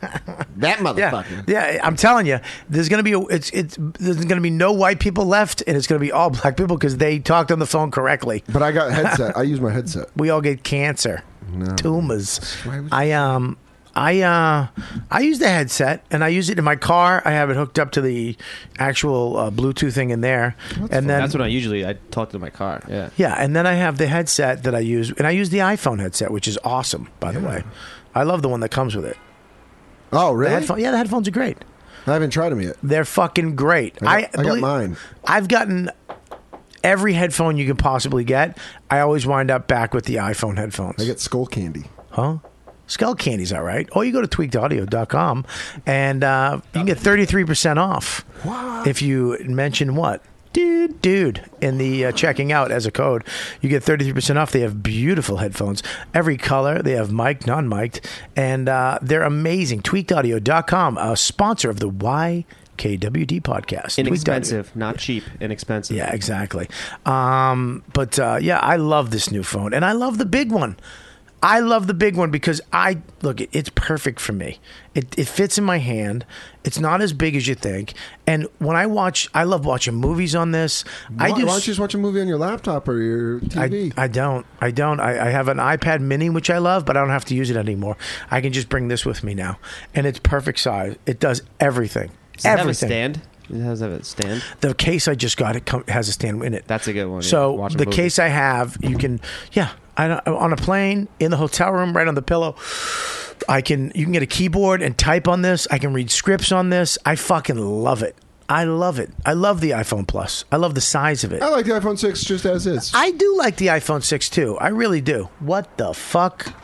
That
motherfucker.
Yeah, I'm telling you, there's gonna be a, it's it's there's gonna be no white people left, and it's gonna be all black people because they talked on the phone correctly.
But I got a headset. I use my headset.
we all get cancer,
No.
tumors. I um. I uh, I use the headset and I use it in my car. I have it hooked up to the actual uh, Bluetooth thing in there, and then
That's what I usually I talk to my car. Yeah.
yeah, and then I have the headset that I use, and I use the iPhone headset, which is awesome, by the way. I love the one that comes with it.
Oh, really?
The headphone, yeah, the headphones are great.
I haven't tried them yet.
They're fucking great.
I got- I got
belie-
mine.
I've gotten every headphone you can possibly get. I always wind up back with the iPhone headphones. I
get skull candy.
Huh? Skull candy's all right. Or you go to tweakedaudio.com and uh, you can get 33% off if you mention what? Dude, dude, in the uh, checking out as a code, you get 33% off. They have beautiful headphones, every color. They have mic, non mic'd, and uh, they're amazing. Tweakedaudio.com, a sponsor of the YKWD podcast. Tweaked Audio.
Inexpensive, not cheap. Inexpensive.
Yeah, exactly. Um, but uh, yeah, I love this new phone, and I love the big one. I love the big one because I look. It, it's perfect for me. It, it fits in my hand. It's not as big as you think. And when I watch, I love watching movies on this. I
why,
do.
why don't you just watch a movie on your laptop or your TV?
I, I don't. I don't. I, I have an iPad mini, which I love, but I don't have to use it anymore. I can just bring this with me now, and it's perfect size. It does everything.
Does it have a
everything.
stand? It has have a stand.
The case I just got it com- has a stand in it.
That's a good one. yeah.
So
Watch a
the
movie.
case I have, you can, yeah, I, don't- on a plane, in the hotel room, right on the pillow. I can, you can get a keyboard and type on this. I can read scripts on this. I fucking love it. I love it. I love the iPhone Plus. I love the size of it.
I like the iPhone 6 just as is.
I do like the iPhone 6 too. I really do. What the fuck?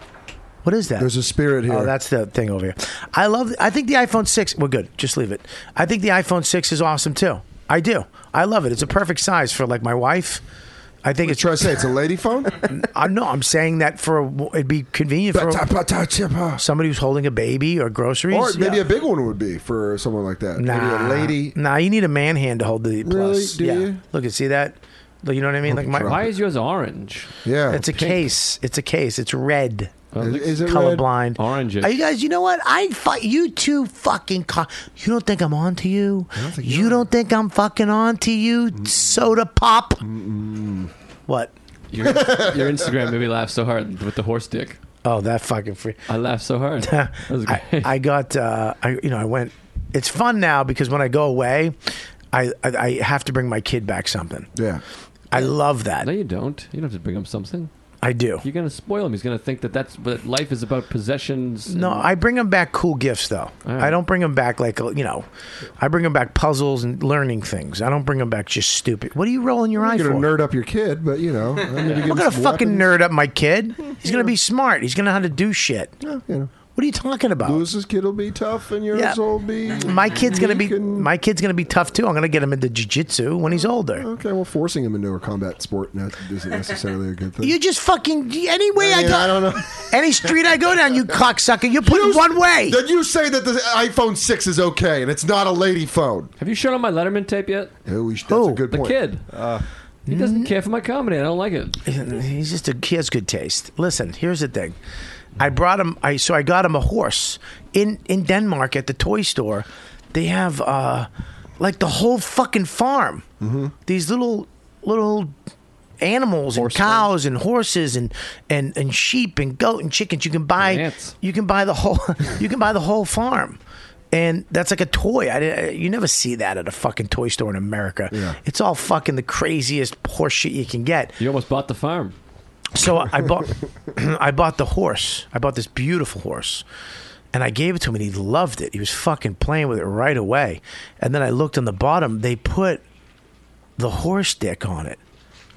What is that?
There's a spirit here.
Oh, that's the thing over here. I love. I think the iPhone six. Well, good. Just leave it. I think the iPhone six is awesome too. I do. I love it. It's a perfect size for like my wife. I think it's.
Try to say it's a lady phone.
I no. I'm saying that for a, it'd be convenient for somebody who's holding a baby or groceries,
or maybe
Yeah.
a big one would be for someone like that.
Nah,
Maybe a lady.
Nah, you need a man hand to hold the plus.
Do
yeah.
you?
Look at see that. Look, You know what I mean? Like my,
Why is yours orange?
Yeah. Oh.
It's a case. It's a case. It's red. Is- is it colorblind?
Orange.
Are you guys? You know what? I fu- you two fucking. Co- you don't think I'm on to you? you don't think I'm fucking on to you? Soda pop. What?
Your, your Instagram made me laugh so hard with the horse dick.
Oh, that fucking free.
I laughed so hard. That was great.
I, I got. Uh, I you know I went. It's fun now because when I go away, I I, I have to bring my kid back something.
Yeah.
I love that.
No, you don't. You don't have to bring him something.
I do.
You're gonna spoil him. He's gonna think that that's what life is about possessions.
No,
Mm-hmm.
and-
I bring them back cool gifts though. I don't bring them back like uh, you know, I bring them back puzzles and learning things. I don't bring them back just stupid. What are you rolling your eye
You're
for?
gonna nerd up your kid, but you know, I'm gonna,
I'm gonna fucking nerd up my kid. He's gonna be smart. He's gonna know how to do shit. What are you talking about?
Lewis's kid will be tough, and yours
Yeah.
will be.
My kid's gonna be my kid's gonna be tough too. I'm gonna get him into jujitsu when he's older.
Okay, well, forcing him into a combat sport no- isn't necessarily a good thing.
You just fucking any way I,
mean,
go,
I don't know.
any street I go down, you cocksucker, you put it one way.
Then you say that the iPhone six is okay, and it's not a lady phone.
Have you shown him my Letterman tape yet?
Oh, we should, that's a good
the
point.
kid.
Uh,
he
Mm-hmm.
doesn't care for my comedy. I don't like it.
He's just a he has good taste. Listen, here's the thing. I brought him. I so I got him a horse in in Denmark at the toy store. They have uh like the whole fucking farm. These little little animals and cows and horses and, and and sheep and goat and chickens. You can buy you can buy the whole you can buy the whole farm. And that's like a toy. I, didn't- you never see that at a fucking toy store in America. It's all fucking the craziest horse shit you can get.
You almost bought the farm.
So I bought, I bought the horse. I bought this beautiful horse, and I gave it to him, and he loved it. He was fucking playing with it right away. And then I looked on the bottom; they put the horse dick on it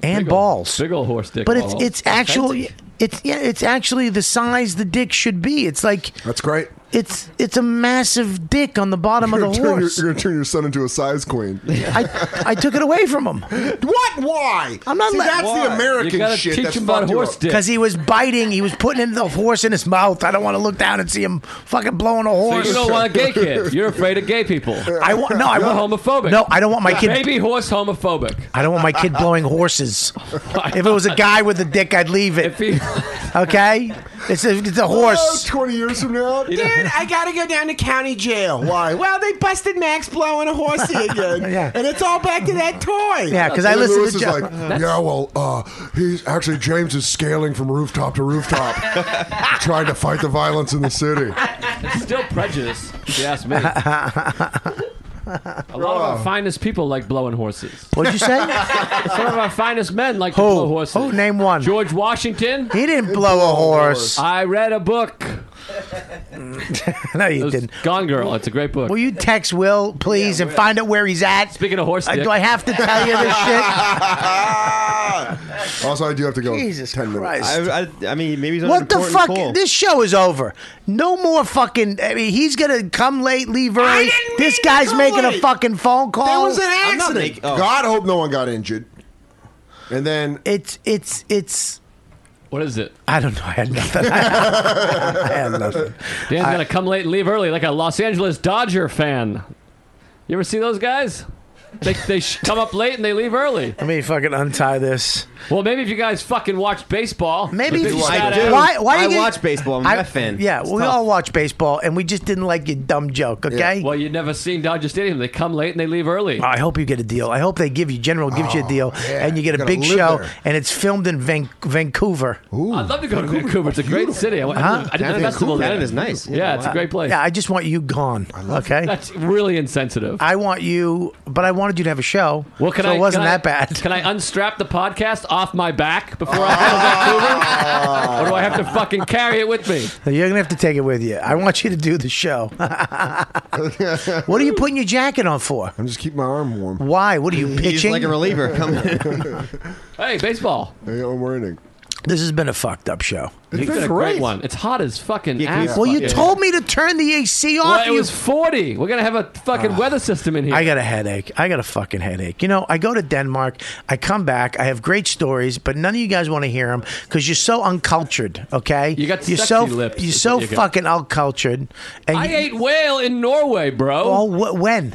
and balls,
Big old horse dick.
but it's
balls.
it's actually
fancy.
it's yeah it's actually the size the dick should be. It's like
that's great.
It's it's a massive dick on the bottom of the
You're gonna, turn your,
horse.
you're gonna turn your son into a size queen.
I, I took it away from him.
What? Why?
I'm not.
See,
let-
that's the Why? American You gotta shit teach that's him about fucked you horse up. dick.
Because he was biting. He was putting in the horse in his mouth. I don't want to look down and see him fucking blowing a
So
horse.
you don't want a gay kid. You're afraid of gay people.
I want no. I
You're
want
homophobic.
No, I don't want my kid.
Baby horse homophobic.
I don't want my kid blowing horses. if it was a guy with a dick, I'd leave it. okay, it's a, it's a horse.
Twenty years from now,
dude, I gotta go down to county jail. Why? Well, they busted Max blowing a horsey again,
Yeah.
and it's all back to that toy.
And Lewis is like, yeah, well, uh, he's actually James is scaling from rooftop to rooftop, trying to fight the violence in the city.
It's still prejudice, if you ask me. A lot of our finest people like blowing horses.
What'd you say?
Some of our finest men like to blow horses.
Who? Name one.
George Washington.
He didn't blow a horse.
I read a book.
no, you didn't.
Gone Girl. It's a great book.
Will you text Will, please, and find out where he's at?
Speaking of horse
Uh,
dick.
do I have to tell you this shit?
Also, I do have to go.
Jesus
ten
Christ.
minutes.
I, I, I mean, maybe he's on an
What the
important
fuck?
call.
This show is over. No more fucking. I mean, he's gonna come late, leave early. This guy's making a fucking phone call.
There was an accident. God, hope no one got injured. And then
it's it's it's.
What is it?
I don't know. I had nothing.
Dan's gonna come late and leave early, like a Los Angeles Dodger fan. You ever see those guys? They they sh- come up late and they leave early.
Let me fucking untie this.
Well, maybe if you guys fucking watch baseball,
Maybe
with these fat
I
asses-
Why? Why you getting- I- Yeah,
It's
we
tough.
all watch baseball, and we just didn't like your dumb joke. Okay.
Well, you've never seen Dodger Stadium. They come late and they leave early.
I hope you get a deal. I hope they give you General gives you a deal, and you get a
Oh, You gotta
big
live
show,
there.
and it's filmed in Van- Vancouver.
I'd love to go to Vancouver. It's a great city. I, went, I did the festival there. Yeah, it's a great place.
Yeah, I just want you gone. okay,
that's really insensitive.
I want you, but I wanted you to have a show.
Well, can
so
I?
it wasn't
can I-
that bad.
Can I unstrap the podcast off my back before I go to Vancouver, or do I have to fucking carry it with me?
You're gonna have to take it with you. I want you to do the show. what are you putting your jacket on for?
I'm just keeping my arm warm.
Why? What are you pitching?
hey, baseball.
Hey, I'm winning.
This has been a fucked up show.
It's been a great one. It's hot as fucking ass.
Well, you
fucking-
told me to turn the AC off.
Well, it
you
was 40. We're going to have a fucking
Ah.
weather system in here.
I got a headache. I got a fucking headache. You know, I go to Denmark, I come back, I have great stories, but none of you guys want to hear them because you're so uncultured. Okay, you
got
you're
sexy
so
lips,
you're
is
so
what you got.
fucking uncultured. And
I
you-
ate whale in Norway, bro.
Oh, wh- when?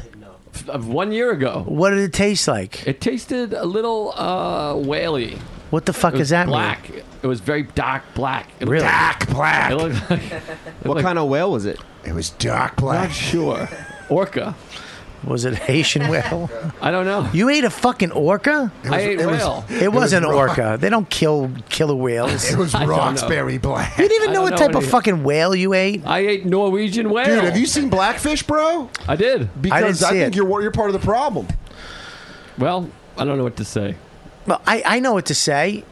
F- of One year ago.
What did it taste like?
It tasted a little uh, whaley.
What the fuck
It was
is that? mean?
Black. It it was very dark black. It looked-
Really?
Dark
black.
It looked like,
What kind of whale was it?
It was dark black.
Not sure. Orca.
Was it Haitian whale?
I don't know.
You ate a fucking orca?
It was- I ate it was- whale.
it,
it
was
was
an
raw-
orca. They don't kill killer whales.
It was I don't know. Roxbury
black.
You didn't even
I
know
don't
what
know
type
what
of
it-
fucking whale you ate.
I ate Norwegian whale.
Dude, have you seen Blackfish, bro?
I did.
Because I, think
you're.
you're you're part of the problem.
Well, I don't know what to say.
Well, I, I know what to say.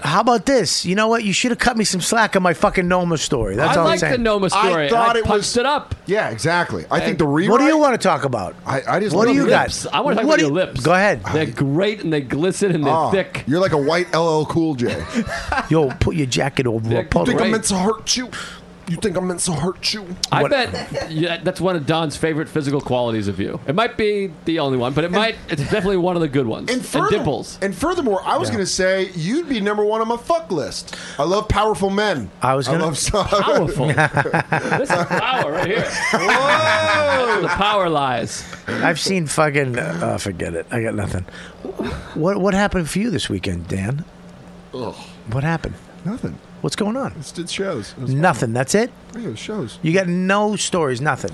How about this? You know what? You should have cut me some slack on my fucking Noma story. That's
I
all I'm
like
saying.
the Noma story. I punched it up.
Yeah, exactly. I think the
What do
rewrite.
you want to talk about?
I, I just
What do
love
you
the
got?
lips.
I want to talk
What
about
do
your
you-
lips.
Go ahead.
They're great and they glisten and they're
Ah,
thick.
You're like a white LL Cool J.
Yo, put your jacket over a
you
puddle.
think I'm meant to hurt you? You think I'm meant to hurt you?
I bet yeah, that's one of Don's favorite physical qualities of you. It might be the only one, but it might. It's definitely one of the good ones.
And, further,
dimples.
and furthermore, I was
Yeah.
going to say you'd be number one on my fuck list. I love powerful men.
I was gonna-
I love so-
Powerful. this is power right here. Whoa! the power lies.
I've seen fucking. Uh, forget it. I got nothing. What What happened for you this weekend, Dan?
Ugh.
What happened?
Nothing.
What's going on?
Just did shows.
Nothing. That's it.
Yeah, shows.
You got no stories. Nothing.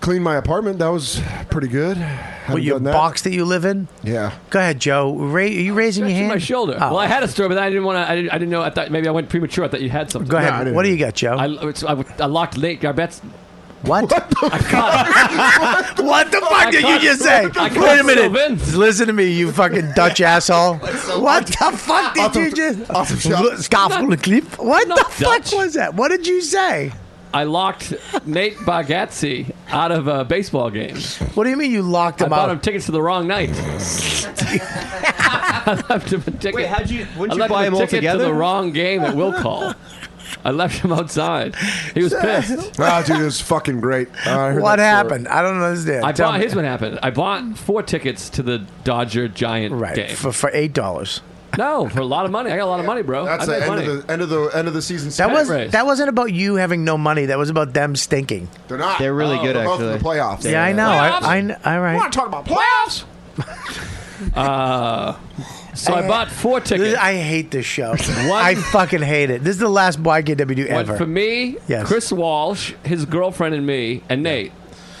Cleaned my apartment. That was pretty good. Haven't
What your
done that.
box that you live in?
Yeah.
Go ahead, Joe. Ra- are you raising your hand?
My shoulder.
Oh.
Well, I had a story, but then I didn't want to. I didn't, I didn't know. I thought maybe I went premature. I thought you had something.
Go ahead. what do you got, Joe?
I, it's- I, I locked Nate Garbette's.
What? what the
I
fuck Oh, did you
caught-
just say?
I caught
Wait a minute.
Sylvan.
Listen to me, you fucking Dutch asshole. What the fuck did you just? Look, Scarf the clip. What the fuck was that? What did you say?
I locked Nate Bargatze out of a baseball game.
What do you mean you locked
I
him
bought
out?
him tickets to the wrong night. I left him a ticket.
Wait, how'd you- wouldn't
I
you
left
buy
him
them
a
all
ticket
together?
to the wrong game at will call. I left him outside. He was pissed.
Ah, dude, it was fucking great. Ah, I heard
What
that story.
happened? I don't understand.
I
Tell
bought.
me.
Here's what happened. I bought four tickets to the Dodger Giant
Right,
game.
for, for eight dollars.
no, for a lot of money. I got a lot of money, bro.
That's
I
the
made
end
money.
of the end of the end of the season.
That was
race.
that wasn't about you having no money. That was about them stinking.
They're not. Oh,
They're really good,
they're both in the
actually.
playoffs.
Yeah, I know. I, I kn- all right.
Want to talk about playoffs?
Uh, so I bought four tickets.
I hate this show. I fucking hate it. This is the last YKWd
One
ever.
for me,
Yes.
Chris Walsh, his girlfriend, and me, and Nate.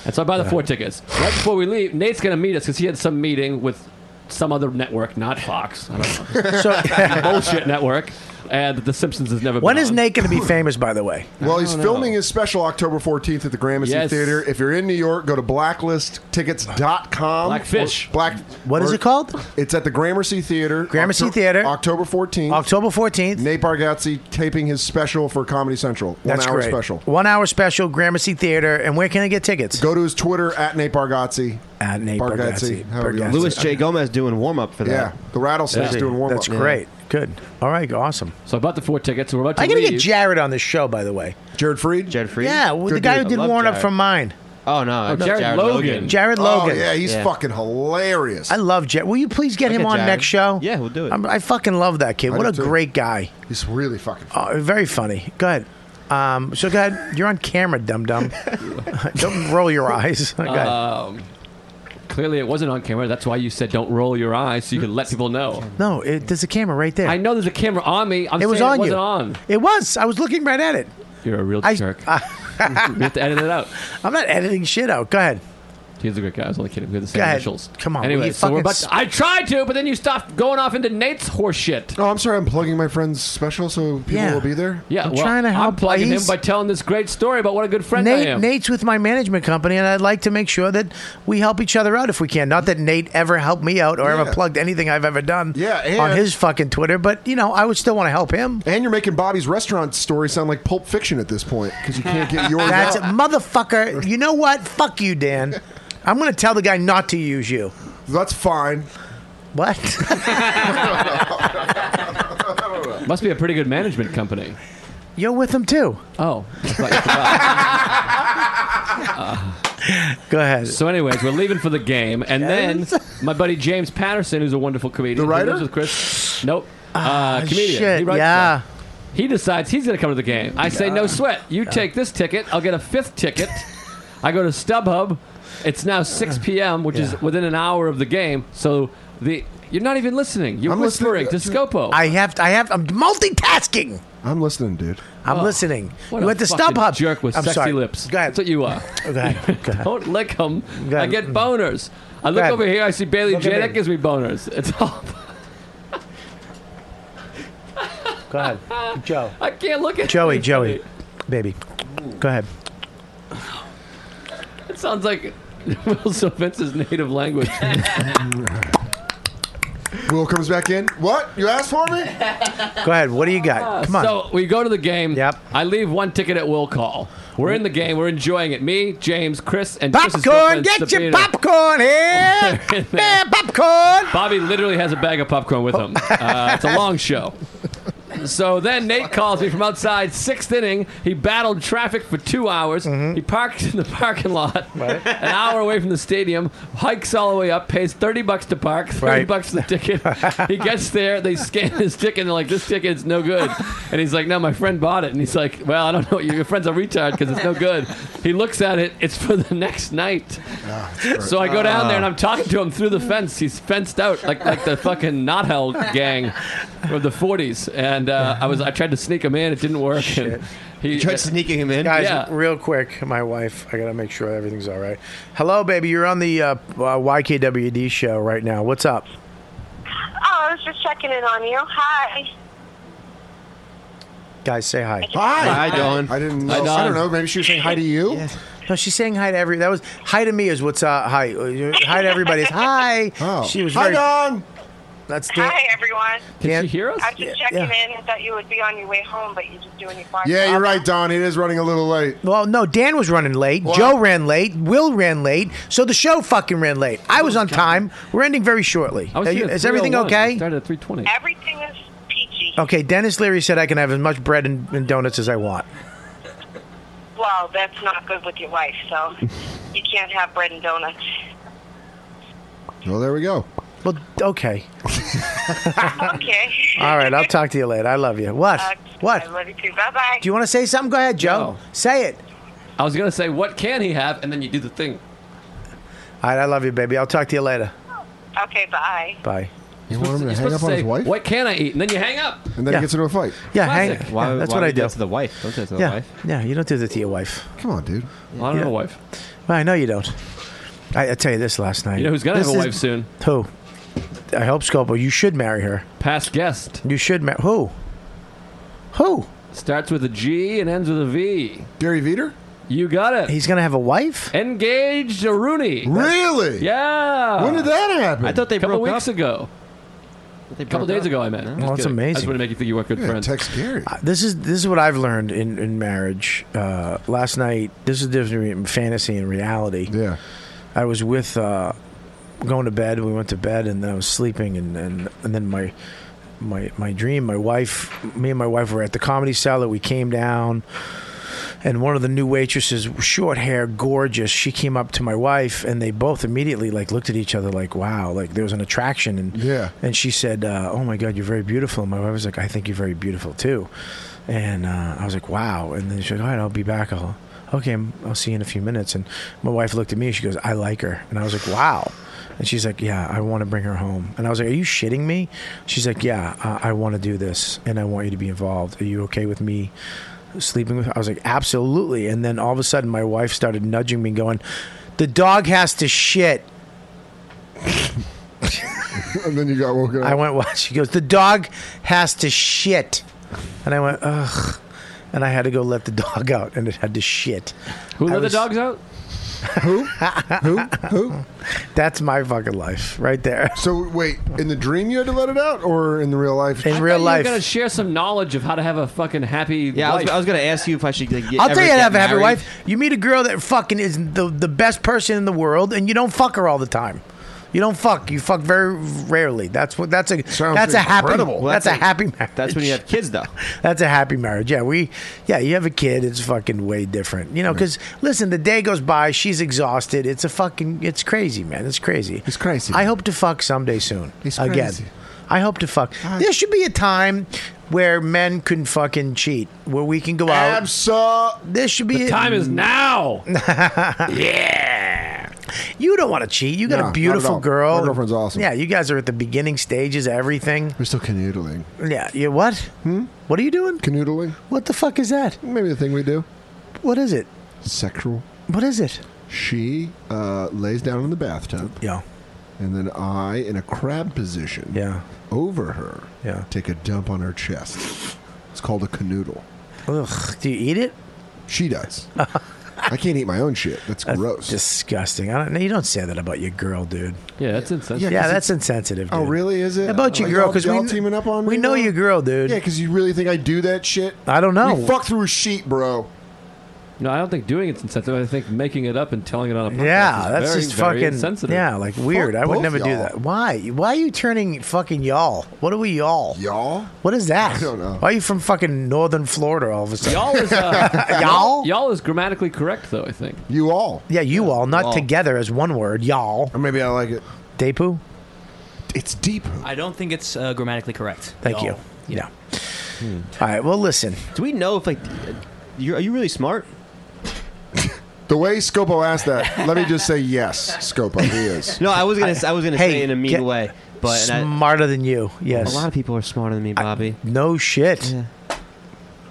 And so I buy the four tickets. Right before we leave, Nate's going to meet us because he had some meeting with some other network, not Fox. I don't know.
So-
bullshit network. And The Simpsons has never
When
been
is
on.
Nate going to be famous? By the way,
Well, he's
don't know.
filming his special October 14th at the Gramercy
Yes.
Theater. If you're in New York, go to blacklisttickets.com.
Blackfish.
Or Black.
What is it called?
It's at the Gramercy Theater.
Gramercy
Octo-
Theater.
October 14th.
October 14th.
Nate Bargatze taping his special for Comedy Central. One
That's
hour
great.
special.
One hour special, Gramercy Theater. And where can I get tickets?
Go to his Twitter at Nate Bargatze.
At Nate Bargatze.
however you want to
Louis
say it.
J. Gomez doing warm up for that.
Yeah, the rattlesnake's
Yeah.
doing warm up.
That's great. Good. All right. Awesome.
So I bought the four tickets. We're about to
I'm going to get
leave.
Jared on this show, by the way.
Jared Freed.
Jared Freed.
Yeah, well, the
Good
guy who
dude.
did
I love
Warm Up
Jared.
from Mine.
Oh no,
Oh, Jared Logan.
Jared Logan.
Oh, yeah, he's
Yeah.
fucking hilarious.
I love Jared. Will you please get
I'll
him
get
on
Jared.
next show?
Yeah, we'll do it.
I'm, I fucking love that kid.
I
what a
do too.
great guy.
he's really fucking.
Oh, very funny. Go ahead. Um, so go ahead. You're on camera, dum dum. Don't roll your eyes. Go ahead.
Uh,
Um, clearly, it wasn't on camera. That's why you said don't roll your eyes so you can let people know.
no, it, there's a camera right there.
I know there's a camera on me. I'm
it was
saying
on
it wasn't
you.
on.
It was. I was looking right at it.
You're a real
I-
jerk. we have to edit it out.
I'm not editing shit out. Go ahead.
He's a great guy. I was only kidding. We have the same
Go ahead.
initials.
Come on, will
Anyway,
you
so
fucking
we're about.
s-
To, I tried to, but then you stopped going off into Nate's horse shit.
Oh, I'm sorry. I'm plugging my friend's special, so people
Yeah.
will be there.
Yeah,
I'm
well,
trying to
I'm
help,
plugging
please.
him by telling this great story about what a good friend I
Nate,
am.
Nate's with my management company, and I'd like to make sure that we help each other out if we can. Not that Nate ever helped me out or ever
Yeah.
plugged anything I've ever done
Yeah, and-
on his fucking Twitter, but you know, I would still want to help him.
And you're making Bobby's restaurant story sound like Pulp Fiction at this point because you can't get yours
That's
out.
it, motherfucker. You know what? Fuck you, Dan. I'm gonna tell the guy not to use you.
That's fine.
What?
Must be a pretty good management company.
You're with him too.
Oh. I thought you forgot.
Go ahead.
so, anyways, we're leaving for the game, and then my buddy James Patterson, who's a wonderful comedian,
The
who
writer?
lives with Chris. Nope. Uh, comedian.
Ah, shit,
He writes
yeah.
stuff. He decides he's going to come to the game. I say, no sweat. You take this ticket. I'll get a fifth ticket. I go to StubHub. It's now 6 p.m., which is within an hour of the game. So the You're not even listening. You're
I'm
whispering
listening.
to Scopo.
I have to, I have I'm multitasking.
I'm listening, dude.
I'm listening.
Oh, What
you
a
went to
fucking
StubHub.
jerk with
I'm
sexy
sorry.
lips. That's what you are. Don't lick them.
Go
I
ahead.
get boners. I look
ahead.
over here. I see Bailey
Look
J.
at
That
me.
gives me boners. It's all.
Go ahead, Joe.
I can't look at
Joey,
anybody.
Joey, baby. Go ahead.
It sounds like Will Sylvance's native language.
Will comes back in. What? You asked for me?
Go ahead. What do you got? Come on.
Ah, So we go to the game. Yep. I leave one ticket at will call. We're in the game. We're enjoying it. Me, James, Chris, and Chris's
Popcorn,
girlfriend,
get your
Sabina.
popcorn here. Yeah, popcorn.
Bobby literally has a bag of popcorn with him. Uh, it's a long show. So then Nate calls me from outside, sixth inning. He battled traffic for two hours. He parked in the parking lot, an hour away from the stadium. Hikes all the way up, pays thirty bucks to park, thirty
Right.
bucks for the ticket. he gets there, they scan his ticket, and they're like, "This ticket's no good." And he's like, "No, my friend bought it." And he's like, "Well, I don't know. Your friend's a retard because it's no good." He looks at it. It's for the next night. So I go down there and I'm talking to him through the fence. He's fenced out like like the fucking Not Hell gang of the '40s. And uh, I was I tried to sneak him in. It didn't work. And he
You tried
sneaking him in.
Guys,
yeah.
real quick, my wife. I gotta make sure everything's all right. Hello, baby. You're on the uh, uh, YKWd show right now. What's up?
Oh, I was just checking in on you. Hi.
Guys, say hi.
Hi. Hi, Dawn.
I
didn't Hi, know- I Dawn. don't know, maybe she was saying hi to you?
No, she's saying hi to every. That was hi to me. Is what's uh, hi. Uh, Hi to everybody. Is hi. She was.
Oh. Hi,
very,
Dawn.
That's Dan-
Hi, everyone. I
Dan-
was just checking in. I thought you would be on your way home, but you're just doing your podcast.
Yeah, you're right, Don. It is running a little late.
Well, no, Dan was running late. Joe ran late. Will ran late. So the show fucking ran late. I was on time. We're ending very shortly.
I was
Are
here
you-
at
is everything
3:01.
okay?
It started at 3:20.
Everything is peachy.
Okay, Dennis Leary said I can have as much bread and, and donuts as I want.
Well, that's not good with your wife, so you can't have bread and donuts.
Well, there we go.
Well, okay.
okay.
All right, I'll talk to you later. I love you. What?
Uh,
what?
I love you too. Bye bye.
Do you want to say something? Go ahead, Joe. Say it.
I was gonna say what can he have, and then you do the thing.
All right, I love you, baby. I'll talk to you later.
Okay, bye.
Bye.
You want him to
You're
hang
supposed
up on
say,
his wife?
What can I eat? And then you hang up.
And then
Yeah.
he gets into a fight.
Yeah, hang.
Classic.
yeah, that's what I do.
to the wife. Don't do that to the
yeah,
wife.
yeah. You don't do that to your wife.
Come on, dude.
I don't have a wife.
I know you don't. I, I tell you this last night.
You know who's gonna
This
have a
is-
wife soon?
Who? I hope Scopo. You should marry her.
Past guest.
You should marry who? Who?
Starts with a G and ends with a V.
Gary Veter?
You got it.
He's gonna have a wife.
Engaged to Rooney.
Really?
Yeah.
When did
Uh,
that happen?
I thought they couple
broke
weeks
up.
ago. A couple
broke
days
up.
ago, I meant.
Well, that's
Just kidding. I just
amazing.
want to make you think you weren't good friends.
Gary.
Uh, This is this is what I've learned in in marriage. Uh, last night, this is the difference between fantasy and reality.
Yeah,
I was with uh, going to bed. We went to bed, and then I was sleeping, and and, and then my. My my dream, my wife, me and my wife were at the comedy cellar. We came down, and one of the new waitresses, short hair, gorgeous, she came up to my wife, and they both immediately like looked at each other like, "Wow!" Like there was an attraction, and
Yeah.
and she said, uh, "Oh my God, you're very beautiful." And my wife was like, "I think you're very beautiful too," and uh, I was like, "Wow!" And then she said, "All right, I'll be back. I'll okay, I'm, I'll see you in a few minutes." And my wife looked at me. She goes, "I like her," and I was like, "Wow." And she's like, "Yeah, I want to bring her home." And I was like, "Are you shitting me?" She's like, "Yeah, I, I want to do this, and I want you to be involved. Are you okay with me?" Sleeping with her? I was like, absolutely. And then all of a sudden, my wife started nudging me, going, The dog has to shit.
and then you got woken up.
I went, what? She goes, the dog has to shit. And I went, ugh. And I had to go let the dog out, and it had to shit.
Who
I
let
was-
the dogs out?
Who? Who? Who?
That's my fucking life right there.
So wait, in the dream you had to let it out, or in the real life?
In
Thought You were gonna share some knowledge of how to have a fucking happy.
Yeah, I was,
life.
I was gonna ask you if I should. Like, get-
I'll
ever
tell you,
get
I have a happy
married.
wife. You meet a girl that fucking is the, the best person in the world, and you don't fuck her all the time. You don't fuck. You fuck very rarely. That's what. That's a. that's a happy.
incredible. Well,
That's,
that's
a,
a-
happy marriage.
that's when you have kids, though.
that's a happy marriage. Yeah, we. Yeah, you have a kid. It's fucking way different. You know, because listen, the day goes by. She's exhausted. It's a fucking. It's crazy, man. It's crazy. It's crazy. I hope to fuck someday soon. It's again.
crazy.
I hope to fuck. there should be a time where men can fucking cheat, where we can go out.
Abso-
This should be
The time is now.
yeah. You don't want to cheat. You got
No, not
a
at
beautiful
all.
girl.
My girlfriend's awesome.
Yeah, you guys are at the beginning stages of everything.
We're still canoodling.
Yeah, you what? Hmm? What are you doing?
Canoodling.
What the fuck is that?
Maybe the thing we do.
What is it?
Sexual.
What is it?
She uh, lays down in the bathtub.
Yeah.
And then I, in a crab position,
yeah,
over her,
yeah,
take a dump on her chest. It's called a canoodle.
Ugh. Do you eat it?
She does. I can't eat my own shit. That's,
gross. Disgusting. I don't. no, You don't say that about your girl, dude.
Yeah, that's
Yeah,
insensitive.
that's insensitive. Dude.
Oh, really? Is it
about your
Like,
girl?
y'all-
Because
y'all
we
teaming up on
we
me
know
now?
your girl, dude.
Yeah, because you really think I do that shit?
I don't know.
We fuck through a sheet, bro.
No, I don't think doing it's insensitive. I think making it up and telling it on a podcast
Yeah,
is
that's
very,
just
very
fucking
insensitive.
yeah, like weird. I would
both
never do
y'all.
that. Why? Why are you turning fucking y'all? What are we y'all?
Y'all?
What is that?
I don't know.
Why are you from fucking northern Florida all of a sudden?
Y'all is uh,
y'all.
Y'all is grammatically correct though. I think.
You all.
Yeah, you all, not
all.
together as one word. Y'all. Or
maybe I like it.
Depu.
It's deep.
I don't think it's uh, grammatically correct.
Thank
at
you.
all.
Yeah.
Hmm.
All right. Well, listen.
Do we know if like you're, are you really smart?
The way Scopo asked that, let me just say yes, Scopo. He is.
No, I was gonna. I, was gonna
Hey,
say in a mean
get
way, but and I,
smarter than you. Yes.
a lot of people are smarter than me, Bobby.
no shit.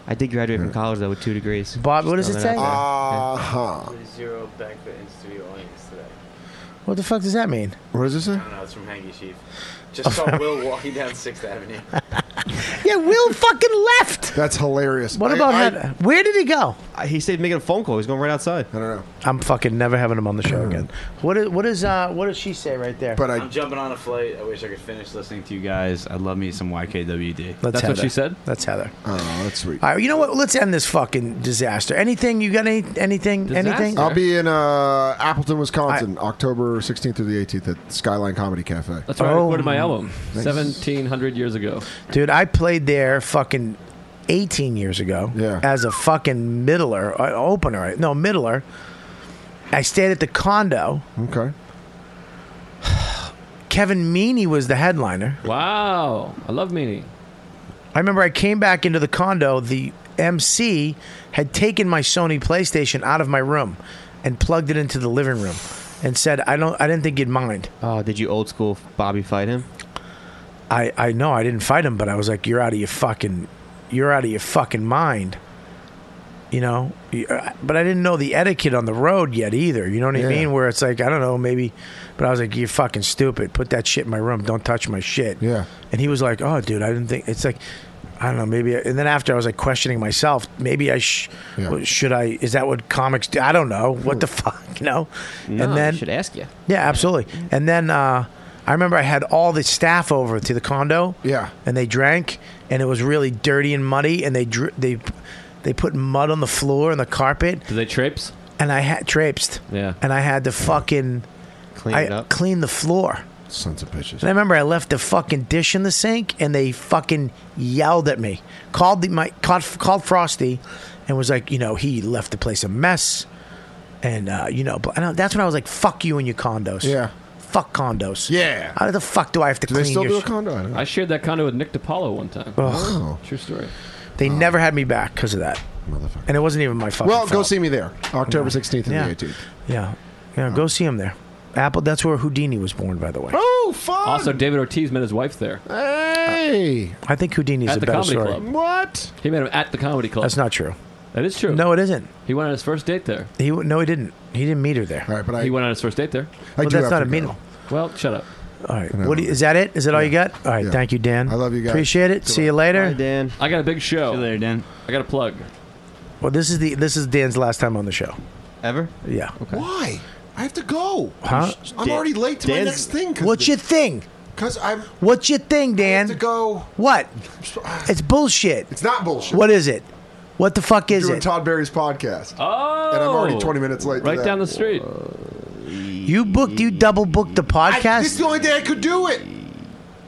I did graduate from college though with two degrees.
Bob, what does it say?
Uh-huh.
Zero banquet in studio audience today.
What the fuck does that mean?
What does it
I don't know. It's from Hanky Chief. Just saw Will walking down Sixth Avenue.
yeah, Will fucking left.
That's hilarious.
What about that? Where did he go?
Uh, He said making a phone call. He's going right outside.
I don't know.
I'm fucking never having him on the show again. What is, what is uh what does she say right there?
I'm jumping on a flight. I wish I could finish listening to you guys. I love me some YKWd.
That's Heather. That's Heather.
Oh, that's sweet.
All right, you know what? Let's end this fucking disaster. Anything you got? Any anything? Anything?
Oh.
I'll be in uh, Appleton, Wisconsin, October 16th through the 18th at Skyline Comedy Cafe.
That's where I
Oh,
recorded my album
Nice.
seventeen hundred years ago.
Dude, I played there fucking 18 years ago. Yeah. As a fucking middler, uh, opener. No, middler. I stayed at the condo.
Okay.
Kevin Meaney was the headliner.
Wow, I love Meanie.
I remember I came back into the condo. The MC had taken my Sony PlayStation out of my room and plugged it into the living room and said, "I don't. I didn't think you'd mind."
Oh, did you old school Bobby fight him?
I I know I didn't fight him, but I was like, "You're out of your fucking, you're out of your fucking mind." You know, You- uh, but I didn't know the etiquette on the road yet either. You know what I
Yeah.
mean? Where it's like, I don't know, maybe, but I was like, "You're fucking stupid. Put that shit in my room. Don't touch my shit."
Yeah.
And he was like, "Oh, dude, I didn't think." It's like, I don't know, maybe. And then after I was like questioning myself, maybe I sh- well, should I? Is that what comics do? I don't know. What the
Hmm.
fuck, you know?
No,
and then
I should ask you.
yeah, absolutely. And then uh, I remember I had all the staff over to the condo.
Yeah.
And they drank, and it was really dirty and muddy, and they dr- they they put mud on the floor and the carpet,
Do they traipse?
and I had traipsed.
Yeah.
And I had to fucking
clean
I,
it up.
Clean the floor.
Sons of bitches.
And I remember I left the fucking dish in the sink, and they fucking yelled at me. Called the my called, called Frosty, and was like, you know, he left the place a mess, and uh, you know, but and I, that's when I was like, fuck you and your condos.
Yeah.
Fuck condos.
Yeah.
How the fuck do I have to clean your shit?
I shared that condo with Nick DiPaolo one time.
Wow.
True story.
They never had me back because of that.
Oh. Motherfucker.
And it wasn't even my fucking
Well, go
fault.
see me there, October 16th and
Yeah.
the 18th.
Yeah. Yeah, go see him there. Apple, that's where Houdini was born, by the way.
Oh, fun!
Also, David Ortiz met his wife there.
Hey!
I think Houdini's
at
a
the
better
comedy
story.
club.
What?
He met him at the comedy club.
That's not true.
That is true.
No, it isn't.
He went on his first date there.
He w- no, he didn't. He didn't meet her there.
All right, but
he went on his first date there.
Well, that's not amenable.
Well, shut up.
All right. What do you, is that it? Is that all you got? All right. Thank you, Dan. I love you guys. Appreciate it. See you later.
Dan.
I got a big show. See you
later, Dan.
I got a plug.
Well, this is the this is Dan's last time on the show.
Ever?
Yeah.
Why? I have to go.
Huh?
I'm already late to my next thing.
What's your thing?
Because I'm.
What's your thing, Dan? to
go.
What? It's bullshit.
It's not bullshit.
What is it? What the fuck is
doing
it?
Todd Berry's podcast.
Oh.
And I'm already 20 minutes late. to
Right
that.
down the street.
you booked. You double booked the podcast.
This is the only day I could do it.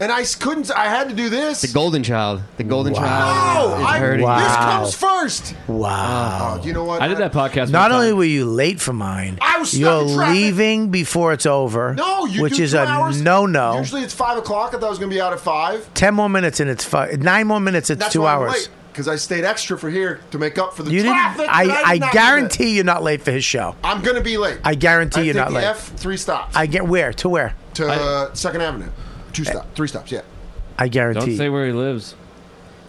And I s- couldn't. I had to do this.
The golden child. The golden
No,
child. is
I,
hurting.
this comes first. Uh,
Wow.
You know what?
I did that podcast.
Not only were you late for mine,
I was stuck
you're
in traffic.
leaving before it's over.
No, you
which
do
is
two
a
hours.
no-no.
Usually it's five o'clock. I thought I was going to be out at five.
Ten more minutes and it's five. Nine more minutes. It's
That's
two
why I'm
hours.
late. because I stayed extra for here to make up for the
You didn't.
traffic. that
I,
did
I
not
guarantee you're not late for his show.
commit. I'm gonna be late.
I guarantee you're
did
not
the
late.
F three stops
I get where to where.
to uh, Second Avenue. Two stops, three stops. Yeah,
I guarantee.
Don't say where he lives.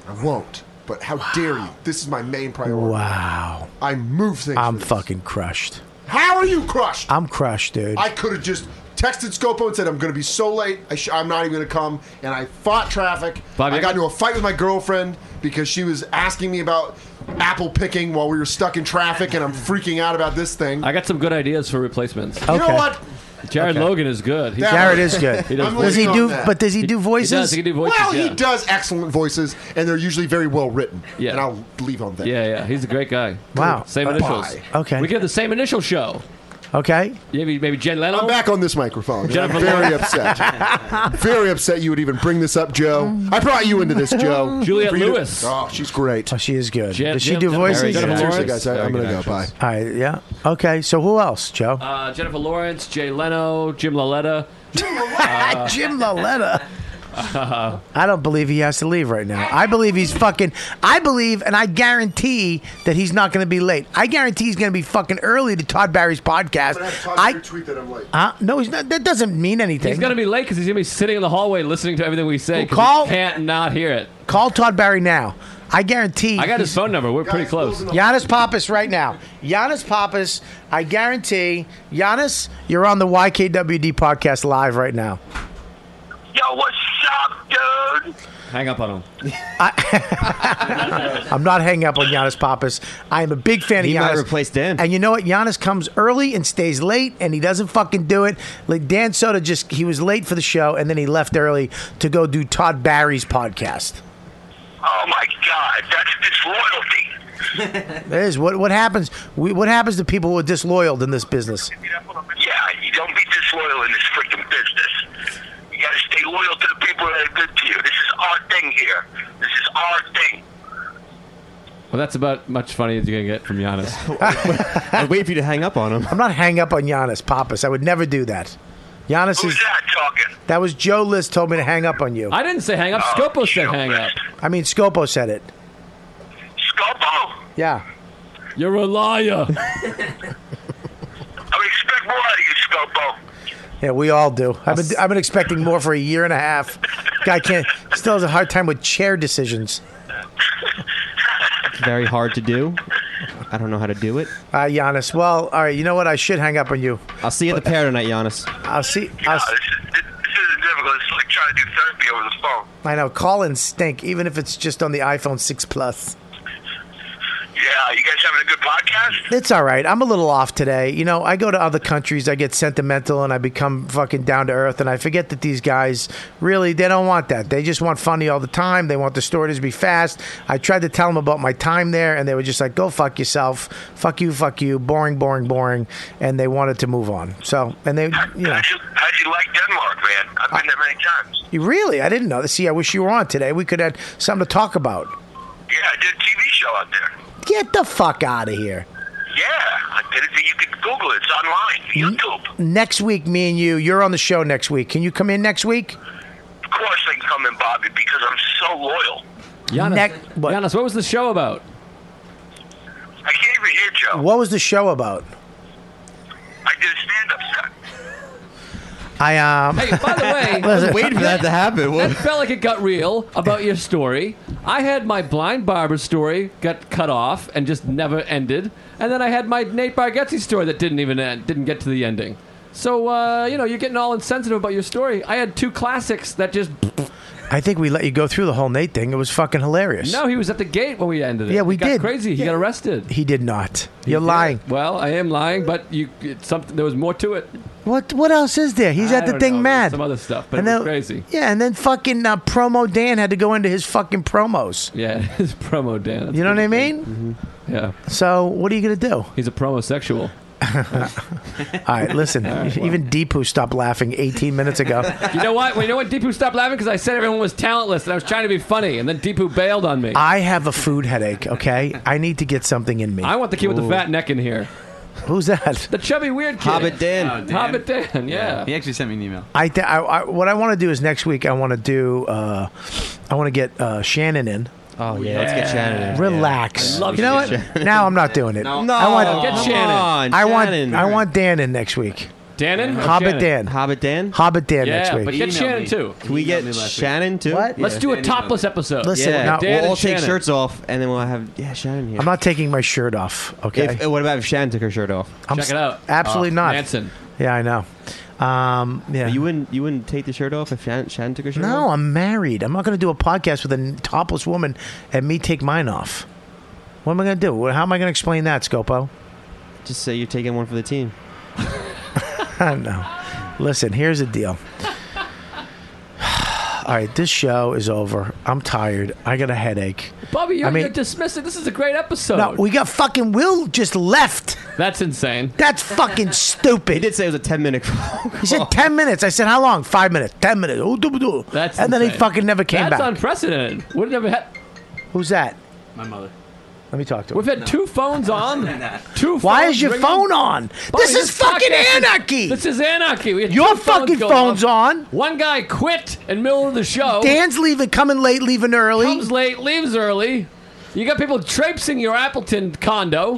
I won't. But how dare you? This is my main priority.
Wow.
I move things.
I'm fucking crushed.
How are you crushed?
I'm crushed, dude.
I could have just texted Scopo and said I'm going to be so late. I sh- I'm not even going to come. And I fought traffic.
Bobby,
I
I-
got into a fight with my girlfriend because she was asking me about apple picking while we were stuck in traffic, and I'm freaking out about this thing.
I got some good ideas for replacements.
You know Okay. what?
Jared
Oh, Okay.
Logan is good. He-
Jared is good.
He does
I'm
voices.
leaning on that.
He does. He can do voices.
Well,
yeah.
he does excellent voices, and they're usually very well written.
Yeah.
And I'll leave on that.
Yeah, yeah. He's a great guy.
Wow.
Same
Goodbye.
initials. Okay. We could have the same initial show.
Okay.
Maybe, maybe Jen Leno.
I'm back on this microphone.
Jennifer
I'm very
Lawrence.
upset. very upset you would even bring this up, Joe. I brought you into this, Joe.
Juliette
For you to-
Lewis.
oh, she's great.
Oh, she is good.
Jen-
Does she
Jen-
do
Jen-
voices?
Very good.
Seriously,
Lawrence.
guys, I,
Very
am going
good
to go. Bye.
All right. Yeah. Okay. So who else, Joe?
Uh, Jennifer Lawrence, Jay Leno, Jim LaLetta.
Jim LaLetta. I don't believe he has to leave right now. I believe he's fucking. I believe, and I guarantee that he's not going to be late. I guarantee he's going to be fucking early to Todd Barry's podcast. I
tweet that I'm late.
uh, no, he's not. That doesn't mean anything.
He's gonna be late because he's gonna be sitting in the hallway listening to everything we say.
Well,
'cause
call-
he can't not hear it.
Call Todd Barry now. I guarantee.
I got his
he's-
phone number. We're pretty close.
Giannis Pappas right now. Giannis Pappas, I guarantee. Giannis, you're on the YKWD podcast live right now.
Yo, what's up, dude?
Hang up on him.
I'm not hanging up on Giannis Pappas. I am a big fan
He
of Giannis.
might replace Dan.
And you know what? Giannis comes early and stays late, and he doesn't fucking do it. Like Dan Soda, just he was late for the show, and then he left early to go do Todd Barry's podcast.
Oh my God, that's disloyalty.
That is what what happens. We, what happens to people who are disloyal in this business?
Yeah, you don't be disloyal in this freaking business. You gotta stay loyal to the people that are good to you. This is our thing here. This is our thing.
Well, that's about much funny as you're gonna get from Giannis.
I
wait for you to hang up on him.
I'm not hang up on Giannis Pappas. I would never do that. Giannis is that
talking?
That was Joe List told me to hang up on you.
I didn't say hang up.
Oh,
Scopo said hang up.
I mean, Scopo said it.
Scopo?
Yeah.
You're a liar.
Yeah, we all do. I've been I've been expecting more for a year and a half. Guy can't still has a hard time with chair decisions.
Very hard to do. I don't know how to do it.
Uh, Giannis. Well, all right. You know what? I should hang up on you.
I'll see you at the
uh,
pair tonight, Giannis.
I'll see. I'll,
Uh,
I know. Call and stink, even if it's just on the iPhone six plus.
Yeah, you guys having a good podcast?
It's all right. I'm a little off today. You know, I go to other countries, I get sentimental, and I become fucking down to earth, and I forget that these guys really they don't want that. They just want funny all the time. They want the story to be fast. I tried to tell them about my time there, and they were just like, "Go fuck yourself, fuck you, fuck you, boring, boring, boring," and they wanted to move on. So, and they, you know,
How'd you like Denmark, man? I've been there many times.
you really, I didn't know. this. See, I wish you were on today. We could have something to talk about.
Yeah, I did a TV show out there.
Get the fuck out of here.
Yeah, I did it. You could Google it. It's online.
Mm-hmm.
YouTube.
Next week, me and you, you're on the show next week. Can you come in next week?
Of course I can come in, Bobby, because I'm so loyal.
Giannis, Giannis, what was the show about?
I can't even hear Joe.
What was the show about?
I did a stand-up set.
I um.
Hey, by the way, That felt like it got real about your story. I had my blind barber story got cut off and just never ended, and then I had my Nate Bargatze story that didn't even end, didn't get to the ending. So uh, you know, you're getting all insensitive about your story. I had two classics that just
I think we let you go through the whole Nate thing. It was fucking hilarious.
no. He was at the gate when we ended it.
Yeah, we
He got
did.
crazy. He got arrested.
He did not. You're lying.
Well, I am lying, but you it's something there was more to it.
What What else is there? He's
I
at the
don't
thing
know,
mad.
Some other stuff, but
And
it was
then-
crazy.
Yeah, and then fucking uh, promo Dan had to go into his fucking promos.
Yeah, his promo Dan.
You know what I mean?
Mm-hmm. Yeah.
So what are you gonna do?
He's a promosexual.
All right, listen. Even Deepu stopped laughing 18 minutes ago.
You know what? Well, you know what? Deepu stopped laughing because I said everyone was talentless, and I was trying to be funny, and then Deepu bailed on me.
I have a food headache. Okay, I need to get something in me.
I want the kid with the
Ooh.
fat neck in here.
Who's that?
The chubby weird kid.
Hobbit Dan.
Uh,
Oh, Dan.
Hobbit Dan. Yeah.
He actually sent me an email.
I, th- I, I what I want to do is next week I want to do uh, I want to get uh, Shannon in.
Oh yeah, let's get Shannon in.
Relax.
I love
you know what?
Shannon.
Now I'm not doing it.
No.
I want,
No, get Shannon. Come on,
I want.
Shannon.
I want Dan in next week.
Dannon? or
Hobbit
Shannon?
Dan.
Hobbit Dan.
Hobbit Dan
Yeah,
next week.
but get Shannon too.
Can we get Shannon too?
What? Let's do a topless episode.
Listen,
yeah.
now-
we'll
Dan
all
and
take
Shannon.
shirts off, and then we'll have yeah Shannon here.
I'm not taking my shirt off. Okay.
If, what about if Shannon took her shirt off?
I'm s- Absolutely
Oh,
not. Yeah, I know. Um, yeah.
Uh, You wouldn't. You wouldn't take the shirt off if Shannon, Shannon took her shirt off.
No, I'm married. I'm not going to do a podcast with a n- topless woman and me take mine off. What am I going to do? How am I going to explain that, Scopo?
Just say you're taking one for the team.
no. Listen, here's the deal. All right, this show is over. I'm tired. I got a headache.
Bobby, you're,
I mean-
you're dismissing. This is a great episode.
No, we got fucking Will just left.
That's insane.
That's fucking stupid. He
did say it was a 10 minute
He said 10 minutes. I said, how long? Five minutes. 10 minutes. Oh, do, do.
That's
and then he
insane.
fucking never came
That's
back.
unprecedented. Would never had.
Who's that?
My mother.
Let me talk to him.
We've had two phones on. Two.
Why
phones
is your
ringing.
phone on?
Bobby,
this is fucking
podcast is-
anarchy.
This is anarchy. We had
Your
two phones
fucking
going
phone's
off.
on.
One guy quit in middle of the show.
Dan's leaving, coming late, leaving early.
comes late, leaves early. You got people traipsing your Appleton condo.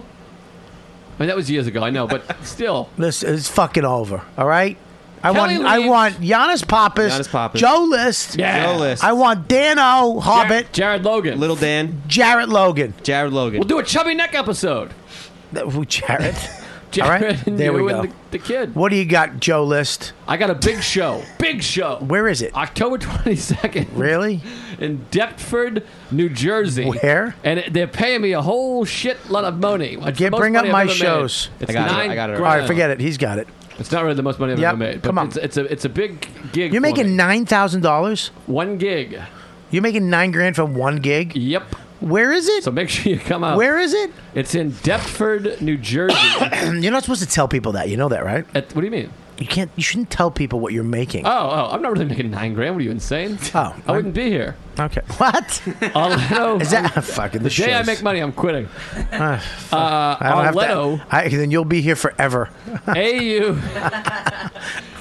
I mean, that was years ago, I know, but still.
This is fucking over. All right. I
Kelly
want I
leaves.
want Giannis Pappas,
Giannis Pappas.
Joe List,
Yeah. Joe List.
I want Dano Hobbit,
Jared Logan,
Little Dan,
Jarrett Logan,
Jared Logan.
We'll do a chubby neck episode.
Ooh, Jarrett.
Jared
All right,
and
there
you
we go.
and the, the kid.
What do you got, Joe List?
I got a big show. Big show.
Where is it?
October 22nd.
Really?
In Deptford, New Jersey.
Where?
And it- they're paying me a whole shitload of money. It's the
Get,
most
bring up
money I've
my
ever made.
shows.
It's nine
All
grand.
right, forget it. He's got it.
It's not really the most money I've
Yep,
ever made. But
come on.
It's, it's, a, it's a big gig.
You're
for me.
making nine thousand dollars.
One gig.
You're making nine grand for one gig.
Yep.
Where is it?
So make sure you come out.
Where is it?
It's in Deptford, New Jersey.
you're not supposed to tell people that. You know that, right?
what do you mean?
You can't. You shouldn't tell people what you're making.
Oh, oh, I'm not really making nine grand. What are you insane?
Oh,
I wouldn't be here.
Okay. What?
Arletto.
Is that fucking
The
the
day I
shows.
make money, I'm quitting.
Ah,
Uh, Arletto,
to. I, then you'll be here forever.
AU.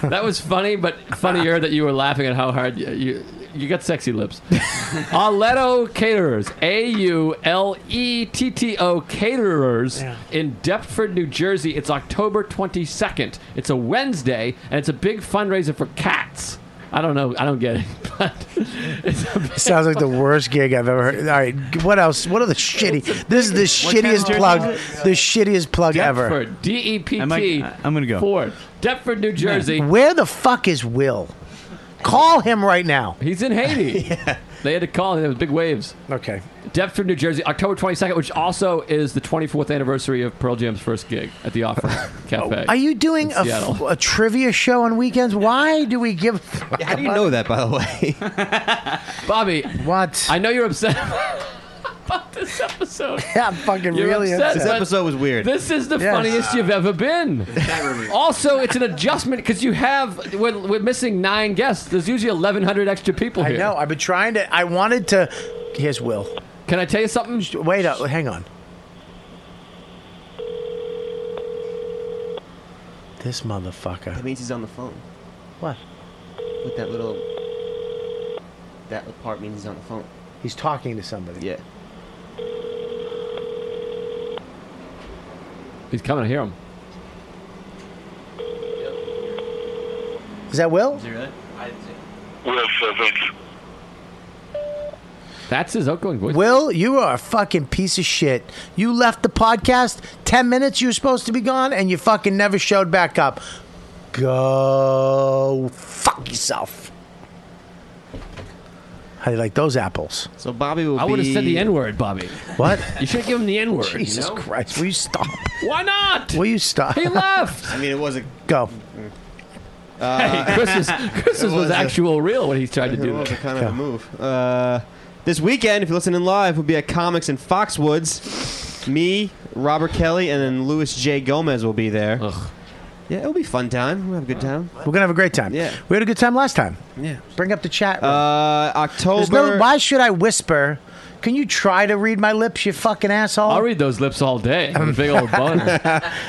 that was funny, but funnier that you were laughing at how hard you you, you got sexy lips. Arletto Caterers, A U L E T T O Caterers in Deptford, New Jersey. It's October 22nd. It's a Wednesday, and it's a big fundraiser for cats. I don't know. I don't get it. But
Sounds like the worst gig I've ever heard. All right, g- what else? What are the shitty? This is the shittiest plug. The shittiest plug ever.
Deptford, D E P
I'm like-
T.
uh, I'm gonna go.
Ford, Deptford, New Jersey.
Where the fuck is Will? Call him right now.
He's in Haiti. They had to call him. There was big waves.
Okay.
Deptford, New Jersey, October 22nd, which also is the 24th anniversary of Pearl Jam's first gig at the Opera Cafe.
Oh, Are you doing
in
a,
Seattle.
f- a trivia show on weekends? Why do we give?
How do you know that, by the way?
Bobby?
What?
I know you're upset about this episode.
Yeah, I'm fucking
You're
really
upset,
upset.
but
was weird.
This is the
Yes.
funniest you've ever been. also, it's an adjustment because you have we're, we're missing nine guests. There's usually 1,100 extra people
I
here.
know. I've been trying to. I wanted to. Here's Will.
Can I tell you something?
Wait up. Hang on. This motherfucker.
That means he's on the phone.
What?
With that little. That part means he's on the phone.
He's talking to somebody.
Yeah.
He's coming. I hear him.
Is that Will?
That's his outgoing voice.
Will, you are a fucking piece of shit. You left the podcast 10 minutes you were supposed to be gone and you fucking never showed back up. Go fuck yourself. How do you like those apples?
So Bobby will
I would have said
be-
the N word, Bobby.
What?
You should give him the N word.
Jesus
you know?
Christ, will you stop?
Why not?
Will you stop?
He left.
I mean, it wasn't.
Go.
Uh,
hey, Chris is, Chris
it
is was
a-
actual real when he's trying to
It
do
was a
that.
kind of a move. Uh, this weekend, if you're listening live, will be at Comics in Foxwoods. Me, Robert Kelly, and then Louis J. Gomez will be there. Yeah, it'll be a fun time. We'll have a good time. Uh,
We're going to have a great time.
Yeah.
We had a good time last time.
Yeah.
Bring up the chat room.
Uh,
There's
October.
no, why should I whisper? Can you try to read my lips, you fucking asshole?
I'll read those lips all day. I'm a big old boner.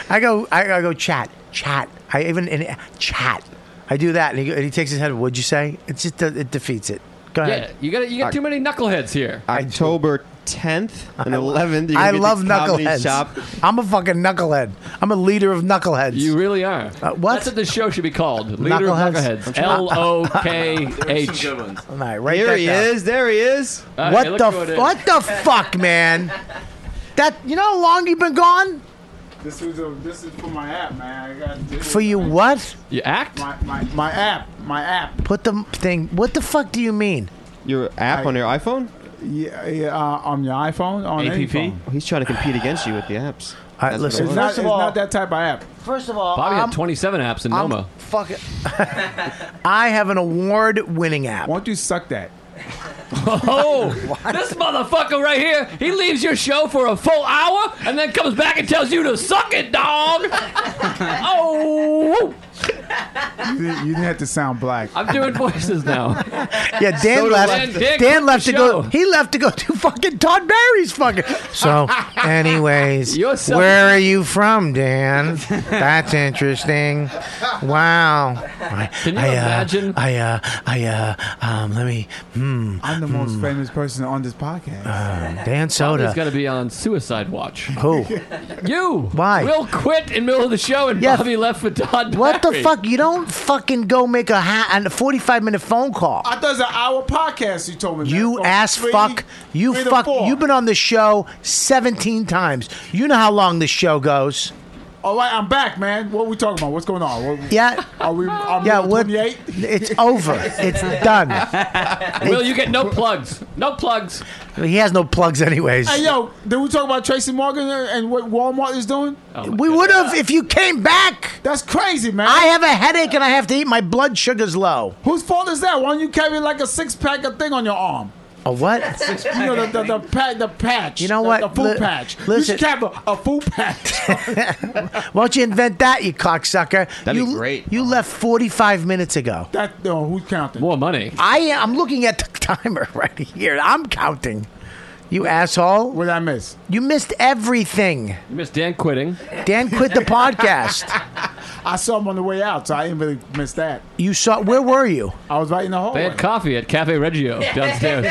I go, I, I go, chat, chat. I even and, chat. I do that, and he, go- and he takes his head. What'd you say? It just de- it defeats it. Go ahead.
Yeah, you got you got too many knuckleheads here.
October 10th and 11th. you're gonna
I
be at
love
the Comedy
knuckleheads.
Shop.
I'm a fucking knucklehead. I'm a leader of knuckleheads. You
really are.
Uh, what?
That's what the show should be called. Leader
Knuckleheads.
of Knuckleheads. L O K H.
All right, write
Here
that
he
down.
is,
There he is.
All right,
what
look
the
who it
f-
is.
what the fuck, man? That you know how long you've been gone
This is a, this is for my app, man. I got this.
for you? What?
You act?
My, my, my app, my app.
Put the thing. What the fuck do you mean?
Your app on your iPhone?
Yeah, yeah uh, on your iPhone, on any phone.
He's trying to compete against you with the apps.
All
right,
It's not, it's not that type of app.
First of all,
Bobby
I'm-
had 27 apps in
I'm-
Noma.
Fuck it. I have an award-winning app. Why
don't you suck that?
Oh, this motherfucker right here, he leaves your show for a full hour and then comes back and tells you to suck it, dog. oh,
You didn't, you didn't have to sound black.
I'm doing voices now.
Yeah, Dan
So do
left.
I. Dan,
Dan
quit
left
the
to go. He left to go to fucking Todd Barry's fucking. So, anyways,
You're so-
where are you from, Dan? That's interesting. Wow. I,
Can you
I, uh,
imagine?
I uh, I uh, um, let me. Hmm. Uh.
I'm the most famous person on this podcast.
Dan Soda.
He's got to be on suicide watch.
Who?
You.
Why?
Will quit in middle of the show and
Yeah.
Bobby left for Todd
What the
Barry.
fuck? You don't fucking go make a ha- and a forty-five minute phone call.
I thought it was an hour podcast. You told me. man.
You
From
ass
three-
fuck. You
three to
fuck.
four.
You've been on this show seventeen times. You know how long this show goes.
All right, I'm back, man. What are we talking about? What's going on? What-
Yeah.
Are we? Are
Yeah,
we
what-
28?
It's over. It's done.
Will, you get no plugs. No plugs.
He has no plugs, anyways.
Hey, yo, did we talk about Tracy Morgan and what Walmart is doing?
we would have if you came back.
That's crazy, man.
I have a headache and I have to eat. My blood sugar's low.
Whose fault is that? Why don't you carry like a six pack of thing on your arm?
A what?
You know the the, the, pa- the patch.
You know
the,
what?
The food
Li-
patch. you
listen-
should have a, a food patch.
Why don't you invent that, you cocksucker? That'd you, be great. You left 45 minutes ago.
that no, who's counting?
More money.
I I'm looking at the timer right here. I'm counting. You asshole. What
did I miss?
You missed everything.
You missed Dan quitting.
Dan quit the podcast.
I saw him on the way out, so I didn't really miss that.
You saw where were you?
I was right in the hallway.
They had coffee at Cafe Reggio downstairs.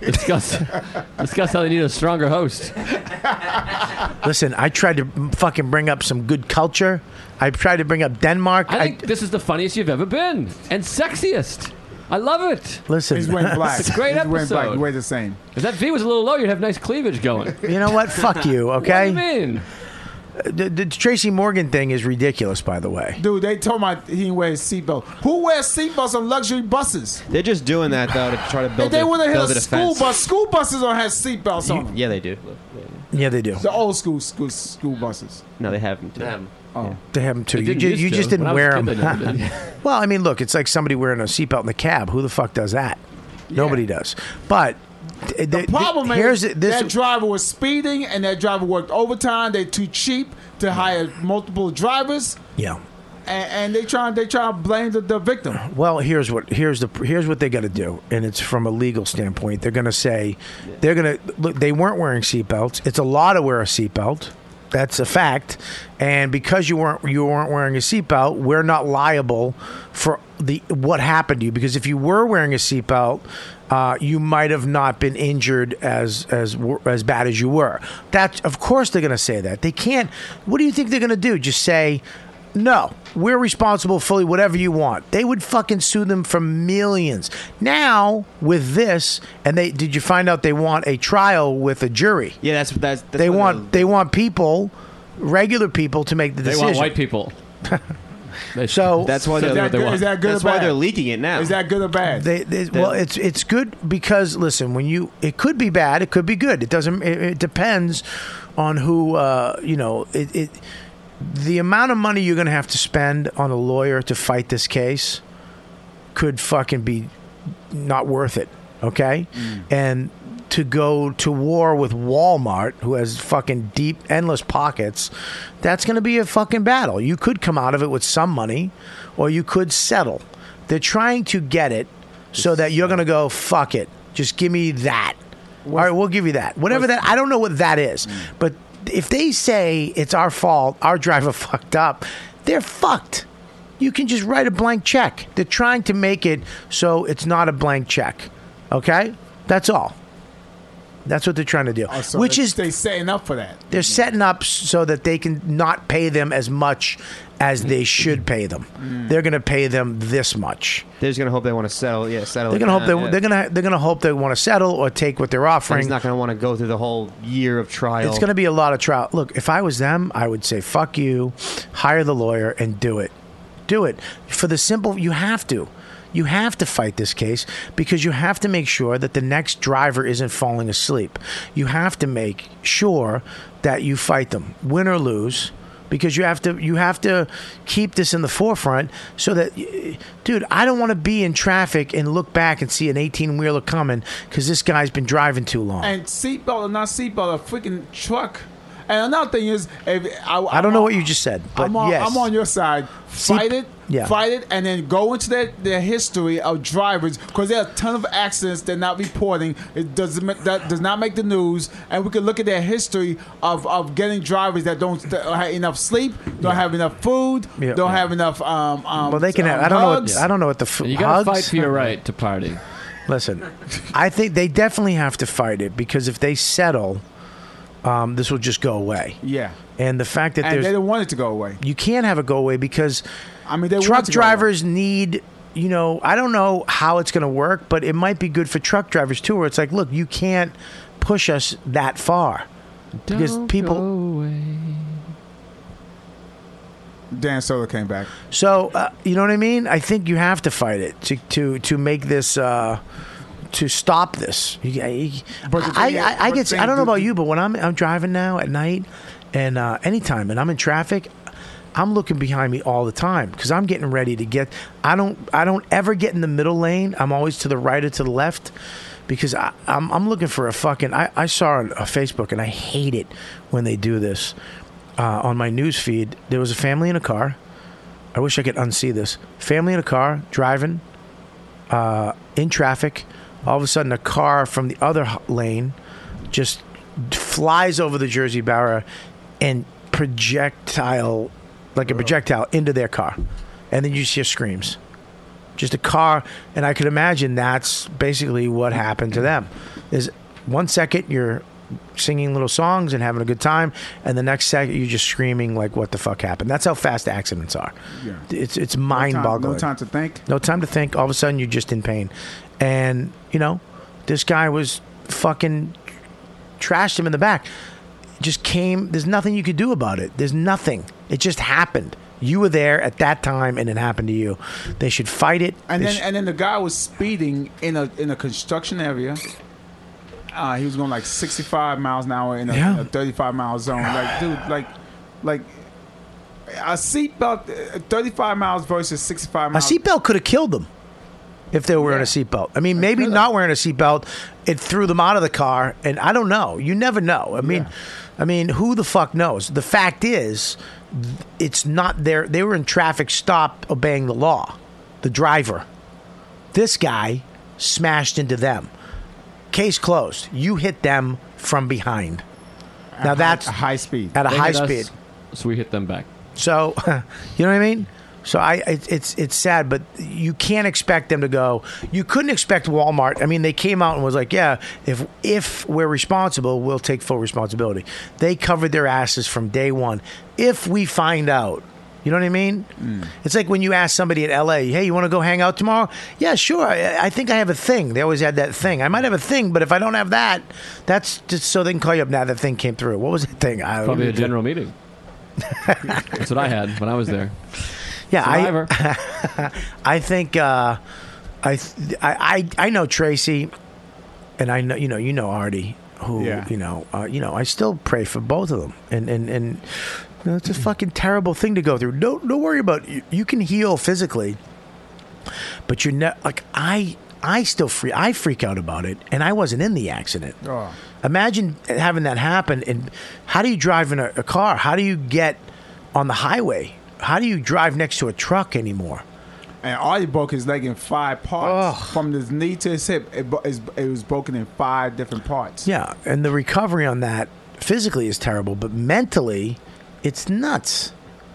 discuss, discuss how they need a stronger host.
Listen, I tried to fucking bring up some good culture. I tried to bring up Denmark.
I think this is the funniest you've ever been and sexiest. I love it.
Listen,
He's wearing black.
It's a great
He's wearing black.
episode.
You weigh the same.
If that V was a little low, you'd have nice cleavage going.
You know what? Fuck you. Okay.
What do you mean?
The, the Tracy Morgan thing is ridiculous, by the way.
Dude, they told my he didn't wear his seatbelt. Who wears seatbelts on luxury buses?
They're just doing that though to try to
If
build.
they
a,
would have
build
hit a school
defense.
bus, school buses don't have seatbelts on them.
Yeah, they do.
Yeah, they do.
The old school school school buses.
No, they haven't. They haven't.
Oh.
They have them too.
They
You,
didn't
ju-
used
you
to.
just didn't
When I was
wear
a kid, they never
them.
did.
well, I mean, look, it's like somebody wearing a seatbelt in the cab. Who the fuck does that? Nobody does. But the,
Problem
here's
is
this.
that driver was speeding and that driver worked overtime. They're too cheap to hire multiple drivers,
yeah.
and, and they try they try to blame the, the victim.
Well, here's what here's the here's what they got to do, and it's from a legal standpoint. They're going to say they're going to look. They weren't wearing seatbelts. It's a law to wear a seatbelt. That's a fact, and because you weren't you weren't wearing a seatbelt, we're not liable for the what happened to you. Because if you were wearing a seatbelt, uh, you might have not been injured as as wor- as bad as you were. That of course they're going to say that. They can't. What do you think they're going to do? Just say no, we're responsible fully, whatever you want. They would fucking sue them for millions. Now, with this, and they did you find out they want a trial with a jury?
Yeah, that's that's. that's
they
what
want they want people, regular people, to make the
They
decision.
want white people.
So
That's why
Is
they're.
that good- is that good
that's
or
why
bad?
they're leaking it now.
Is that good or bad?
They, they, well, it's it's good because listen, when you it could be bad, it could be good. It doesn't. It, it depends on who uh, you know. It, it the amount of money you're going to have to spend on a lawyer to fight this case could fucking be not worth it. Okay, and to go to war with Walmart, who has fucking deep, endless pockets, that's going to be a fucking battle. You could come out of it with some money, or you could settle. They're trying to get it so that you're going to go fuck it. Just give me that. All right, we'll give you that. Whatever that. I don't know what that is, but if they say it's our fault, our driver fucked up, they're fucked. You can just write a blank check. They're trying to make it so it's not a blank check. Okay, that's all. That's what they're trying to do,
Oh,
Oh, So
which
they-
is
they setting up for that.
they're setting up so that they can not pay them as much as they should pay them.
Mm.
They're going to pay them this much.
They're just gonna hope they want to settle. Yeah, settle.
They're going
it
to hope they
down, yeah.
they're going to they're going to hope they want to settle or take what they're
And
offering.
He's not gonna want to go through the whole year of trial.
It's going to be a lot of trial. Look, if I was them, I would say, fuck you, hire the lawyer and do it. Do it. For the simple, you have to. You have to fight this case because you have to make sure that the next driver isn't falling asleep. You have to make sure that you fight them, win or lose. Because you have to, you have to keep this in the forefront, so that, dude, I don't want to be in traffic and look back and see an eighteen wheeler coming because this guy's been driving too long.
And seatbelt or not seatbelt, a freaking truck. And another thing is, if I,
I don't know what you just said, but
Uh, I'm on,
yes,
I'm on your side. Fight it,
yeah.
fight it, and then go into their, their history of drivers because there are a ton of accidents they're not reporting. It doesn't make, that does not make the news, and we can look at their history of, of getting drivers that don't st- have enough sleep, don't have enough food,
Yeah.
don't have enough. Um, um,
well, they can. Have,
um,
I don't know.
hugs.
What, I don't know what the f-
And you gotta
hugs?
fight for your
right to party.
Listen, I think they definitely have to fight it because if they settle, um, this will just go away.
Yeah.
And the fact that
And
there's
they don't want it to go away.
you can't have it go away because
I mean, they
truck
want it to go away.
drivers need. You know, I don't know how it's going to work, but it might be good for truck drivers too. Where it's like, look, you can't push us that far because
Don't
people.
Dan Solar came back.
So uh, you know what I mean? I think you have to fight it to to to make this. Uh, to stop this, You- I,
But the
I,
thing
I,
is-
I
but
get.
the
I don't know
thing-
about you, but when I'm I'm driving now at night, and uh, anytime, and I'm in traffic, I'm looking behind me all the time because I'm getting ready to get. I don't I don't ever get in the middle lane. I'm always to the right or to the left because I, I'm I'm looking for a fucking. I, I saw on uh, Facebook and I hate it when they do this uh, on my news feed. There was a family in a car. I wish I could unsee this. Family in a car driving uh, in traffic. All of a sudden, a car from the other h- lane just flies over the Jersey barrier and projectile, like a
Uh-huh.
projectile, into their car. And then you just hear screams. Just a car, and I could imagine that's basically what happened to them. Is one second you're singing little songs and having a good time, and the next second you're just screaming like, "What the fuck happened?" That's how fast accidents are.
Yeah.
It's it's
No time-
mind-boggling.
No time to think.
No time to think. All of a sudden, you're just in pain. And, you know, this guy was fucking trashed him in the back. Just came, there's nothing you could do about it. There's nothing. It just happened. You were there at that time and it happened to you. They should fight it.
And
They
then
sh-
and then the guy was speeding in a in a construction area. Uh, he was going like 65 miles an hour in a,
Yeah.
a 35 mile zone. Like, dude, like, like a seatbelt, uh, 35 miles versus 65
a
miles.
seatbelt could have killed them if they were wearing a seatbelt. I mean, maybe not wearing a seatbelt, it threw them out of the car. And I don't know. You never know. I mean, I mean, who the fuck knows? The fact is, th- it's not their. They were in traffic stop, obeying the law. The driver, this guy, smashed into them. Case closed. You hit them from behind. Now that's
a high speed.
At a
They
high
hit us,
speed.
so we hit them back.
So, you know what I mean? So I, it, it's it's sad, but you can't expect them to go. You couldn't expect Walmart. I mean, they came out and was like, "Yeah, if if we're responsible, we'll take full responsibility." They covered their asses from day one. If we find out, you know what I mean?
Hmm.
It's like when you ask somebody at LA, "Hey, you want to go hang out tomorrow?" Yeah, sure. I, I think I have a thing. They always had that thing. I might have a thing, but if I don't have that, that's just so they can call you up. Now that thing came through. What was that thing? I
Probably a general meeting. That's what I had when I was there.
Yeah, I, I think uh, I, th- I I I know Tracy, and I know you know you know Artie, who
Yeah.
you know uh, you know I still pray for both of them, and and and you know, it's a
Mm-hmm.
fucking terrible thing to go through. Don't don't worry about it. you, you can heal physically, but you're not like I I still free I freak out about it, and I wasn't in the accident.
Oh.
Imagine having that happen, and how do you drive in a, a car? How do you get on the highway? How do you drive next to a truck anymore?
And Artie broke his leg in five parts. From his knee to his hip, it, bo- is- it was broken in five different parts.
Yeah, and the recovery on that physically is terrible, but mentally, it's nuts.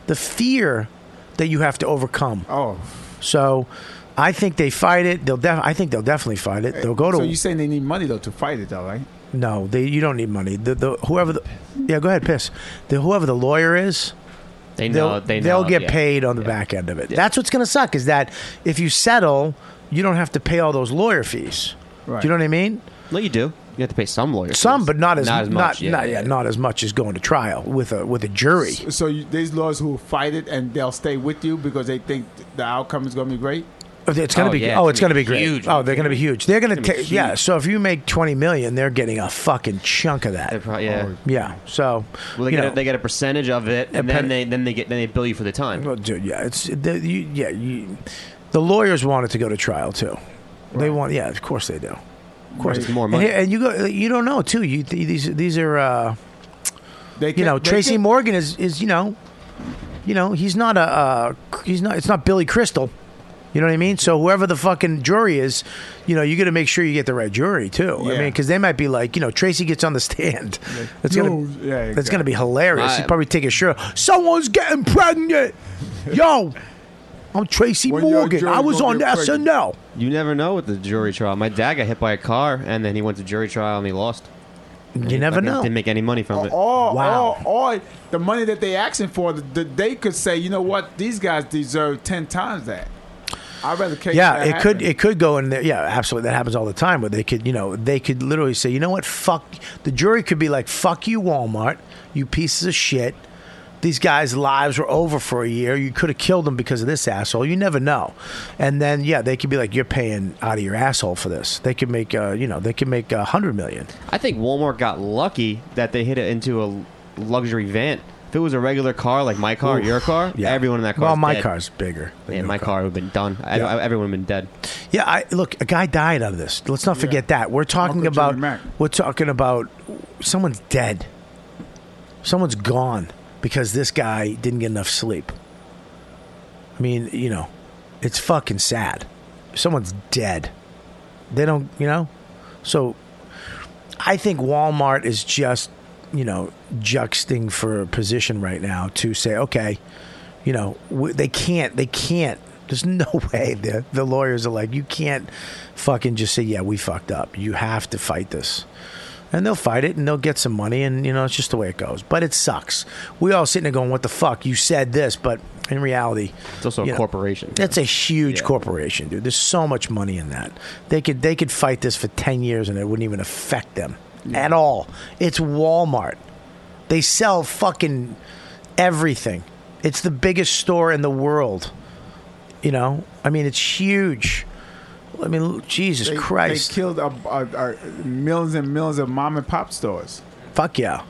The fear that you have to overcome.
Oh,
So I think they fight it. They'll def- I think they'll definitely fight it. They'll go to
So you saying they need money though to fight it though, right?
no, they you don't need money. The, the whoever the yeah, go ahead, piss. The whoever the lawyer is,
They know-
they'll-
they
they'll
know,
get
yeah.
paid on the back end of it. That's what's gonna suck is that if you settle, you don't have to pay all those lawyer fees. Do you know what I mean?
No, you do. You have to pay some lawyers.
Some, but not as
Not as much,
Not,
yeah,
not,
yeah,
yeah, not as much as going to trial with a with a jury.
So you, these lawyers who fight it and they'll stay with you because they think the outcome is going to be great.
It's gonna be oh, it's gonna be great. Oh, they're gonna be huge. They're gonna,
It's gonna
take
be
yeah.
huge.
So if you make twenty million, they're getting a fucking chunk of that.
yeah.
yeah. So
Well, they
you
get,
know,
a, they get a percentage of it, and
pen-
then they then they get then they bill you for the time.
Well, dude, yeah, it's the, you, yeah. You, the lawyers wanted to go to trial too. They want, yeah, of course they do. Of course,
Right. It's more
And
money.
here- And, you go, you don't know too. You th- these these are, uh, you
can-
know,
they
Tracy
can-
Morgan is is you know, you know, he's not a uh, he's not it's not Billy Crystal. You know what I mean? So whoever the fucking jury is, you know, you got to make sure you get the right jury too. I
Yeah.
mean, because they might be like, you know, Tracy gets on the stand. That's gonna
Yo, yeah,
that's gonna be
exactly.
hilarious.
I-
He'd probably take his shirt. off. Someone's getting pregnant. Yo, I'm Tracy Morgan. I was on SNL.
You never know with the jury trial. My dad got hit by a car, and then he went to jury trial and he lost. And
You
he
never
fucking
know.
Didn't make any money from it.
Or,
Wow.
or, or the money that they asking for, th- th- they could say, you know what, these guys deserve ten times that. I'd rather case.
Yeah,
that
it could
happen.
it could go in there. Yeah, absolutely. That happens all the time. Where they could, you know, they could literally say, you know what, fuck. The jury could be like, fuck you, Walmart, you pieces of shit. These guys' lives were over for a year. You could have killed them because of this asshole. You never know. And then, yeah, they could be like, you're paying out of your asshole for this. They could make, uh, you know, they could make a hundred million.
I think Walmart got lucky that they hit it into a luxury van. If it was a regular car, like my car,
Oof.
your car,
Yeah.
everyone in that car.
Well, my car's bigger.
Yeah, my car would have been done. I,
Yeah.
I- everyone would have been dead.
Yeah, I, look, a guy died out of this. Let's not forget that. We're talking about we're talking about someone's dead. Someone's gone because this guy didn't get enough sleep. I mean, you know, it's fucking sad. Someone's dead. They don't, you know? So I think Walmart is just, you know, juxting for a position right now to say, okay, you know, w- they can't, they can't. There's no way the the lawyers are like, you can't fucking just say, yeah, we fucked up. You have to fight this. And they'll fight it and they'll get some money and you know it's just the way it goes. But it sucks. We all sitting there going, What the fuck? You said this, but in reality
It's also a
you know,
corporation.
That's a huge corporation, dude. There's so much money in that. They could they could fight this for ten years and it wouldn't even affect them at all. It's Walmart. They sell fucking everything. It's the biggest store in the world. You know, I mean, it's huge. I mean, Jesus
They-
Christ.
They killed a, a, a millions and millions of mom and pop stores.
Fuck yeah.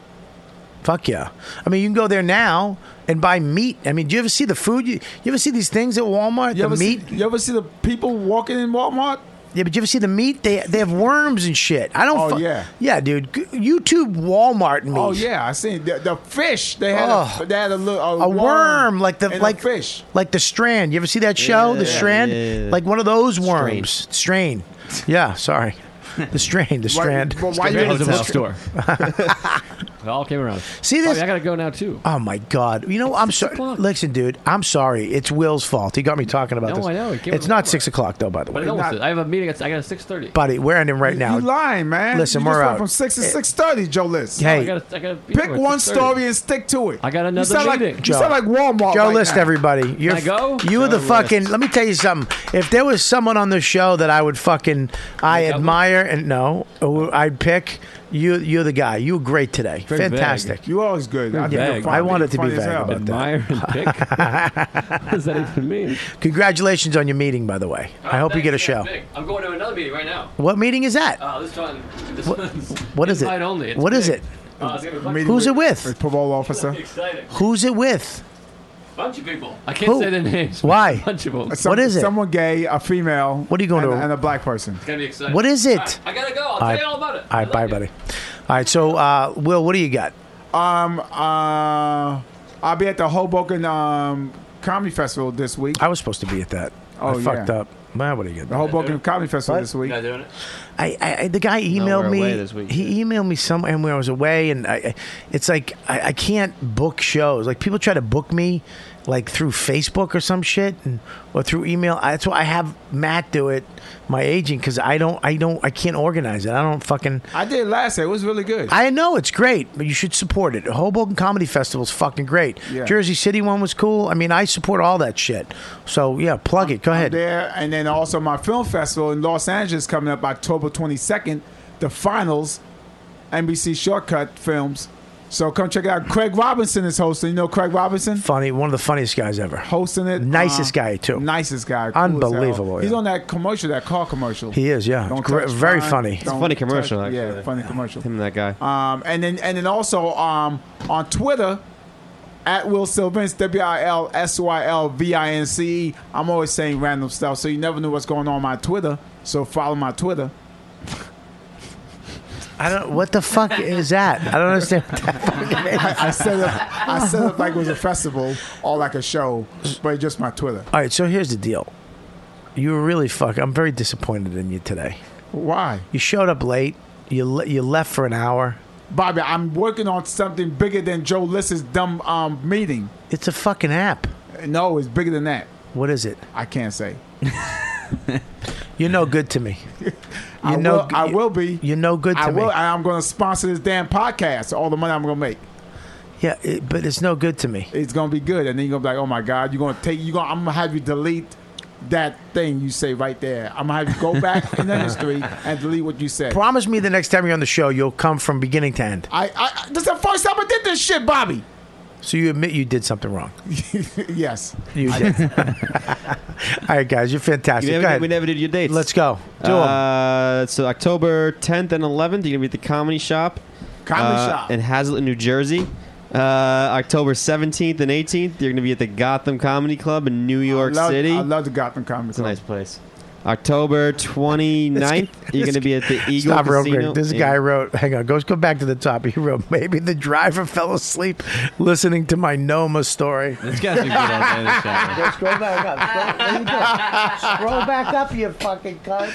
Fuck yeah. I mean, you can go there now and buy meat. I mean, do you ever see the food? You, you ever see these things at Walmart?
You
the
ever see-
meat?
you ever see the people walking in Walmart?
Yeah, but you ever see the meat? They they have worms and shit. I don't.
Oh,
fu-
yeah.
yeah, dude. G- YouTube Walmart meat.
Oh yeah, I seen the, the fish. They had
Oh.
a, they had a little a,
a worm like the
and a
like
fish.
like the Strand. You ever see that show, The
Yeah.
Strand?
Yeah.
Like one of those worms. Strain. Yeah, sorry. The strain, the
Why-
strand.
but why Strand you- is a mouth store.
it all came around. See this? I gotta go now too. Oh my god! You know, I'm sorry. Listen, dude, I'm sorry. It's Will's fault. He got me talking about
No,
this.
I know. It came
It's
from
not six o'clock though, by the way.
But it almost is. I have a meeting. At, I got a six thirty.
Buddy, we're ending right now.
You lying, man?
Listen,
you
we're
just went
out. Eh.
from six to six thirty, Joe List.
Hey. I
gotta- Oh, I gotta be
pick
over at
one
6:30.
story and stick to it.
I got another
you sound
meeting.
Like, you sound like Walmart.
Joe
right
List,
now.
everybody. You're,
Can I go?
You are
Joe
the fucking. Let me tell you something. If there was someone on the show that I would fucking I admire and no, who I'd pick you. You're the guy. You were great today.
Very
Fantastic.
vague. You always good. I, think
Yeah,
you're funny.
I wanted to
You're
be
funny as
vague
hell.
about that. what does that even mean? Congratulations on your meeting, by the way.
Oh,
I hope you get a show.
I'm going to another meeting right now.
What meeting is that?
Uh, this one. This
What-
one's
what is it?
invite Only. It's
What is
big.
it?
Uh, it's gonna be fun.
Meeting
Who's it with?
with parole officer.
Exciting.
Who's it with?
Bunch of people. I can't
Who?
say their names.
Why?
Bunch of them.
Some- Someone gay, a female. What
are you going
and,
to-
And a black person.
It's gonna be exciting.
What is
All
it?
right, I gotta go. I'll
All
tell
right.
you all about it.
All right, bye, buddy. All right, so uh, Will, what do you got?
Um, uh, I'll be at the Hoboken um comedy festival this week.
I was supposed to be at that.
Oh,
I fucked
yeah. Oh,
up. Well, what do you get?
The Hoboken Comedy Festival this week.
doing it?
I, I, I- the guy
No,
emailed
we're
me.
away this week,
he emailed me somewhere and when I was away, and I, I- it's like I, I can't book shows. Like people try to book me, like through Facebook or some shit, and, or through email. I, that's why I have Matt do it, my agent, because I don't, I don't, I can't organize it. I don't fucking.
I did last year. It was really good.
I know it's great, but you should support it. Hoboken Comedy Festival's fucking great.
Yeah.
Jersey City one was cool. I mean, I support all that shit. So yeah, plug it. Go ahead.
there, and then also my film festival in Los Angeles coming up October 22nd, the finals, NBC Shortcut Films. So come check it out. Craig Robinson is hosting. You know Craig Robinson?
Funny, one of the funniest guys ever.
Hosting it.
Nicest
Uh,
guy too.
Nicest guy. Cool as hell.
Unbelievable.
He's
yeah.
on that commercial, that car commercial.
He is, yeah.
Don't
Gr-
touch
very
mine.
funny.
Don't
funny commercial,
touch-
actually.
Yeah, funny commercial.
Him and that guy.
Um, and then and then also um, on Twitter at Will Sylvince W I L S Y L V I N C E. I'm always saying random stuff, so you never know what's going on my Twitter. So follow my Twitter.
I don't. What the fuck is that? I don't understand. What that fucking is.
I, I set up I set up like it was a festival or like a show, but just my Twitter.
All right, so here's the deal. You were really fuck. I'm very disappointed in you today.
Why?
You showed up late. You le- you left for an hour.
Bobby, I'm working on something bigger than Joe Liss's dumb um, meeting.
It's a fucking app.
No, it's bigger than that.
What is it?
I can't say.
You're no good to me. You
I
no
will-
g-
I will be.
You're no good to
I
me.
will. I, I'm going to sponsor this damn podcast. All the money I'm going to make.
Yeah, it, but it's no good to me.
It's going to be good, and then you're going to be like, "Oh my God!" You're going to take. You going. to I'm going to have you delete that thing you say right there. I'm going to have you go back in the history and delete what you said.
Promise me the next time you're on the show, you'll come from beginning to end.
I, I. This is the first time I did this shit, Bobby.
So you admit you did something wrong.
yes.
You
I
did. All right, guys, you're
You
fantastic.
never
Go
did-
ahead.
we never did your dates.
Let's go. Do 'em.
Uh, so October 10th and 11th, you're gonna be at the Comedy Shop.
Comedy
uh,
Shop.
in Hazlet, New Jersey. Uh, October 17th and 18th, you're gonna be at the Gotham Comedy Club in New York
love-
City.
I love the Gotham Comedy
It's a nice place. October 29th, you're gonna be at the Eagle
Stop real
Casino.
quick. This
in-
guy wrote, hang on, go, go back to the top. He wrote, maybe the driver fell asleep listening to my Noma story.
It's got to be good idea. this guy.
Scroll back up. Scroll, Scroll back up, you fucking cunt.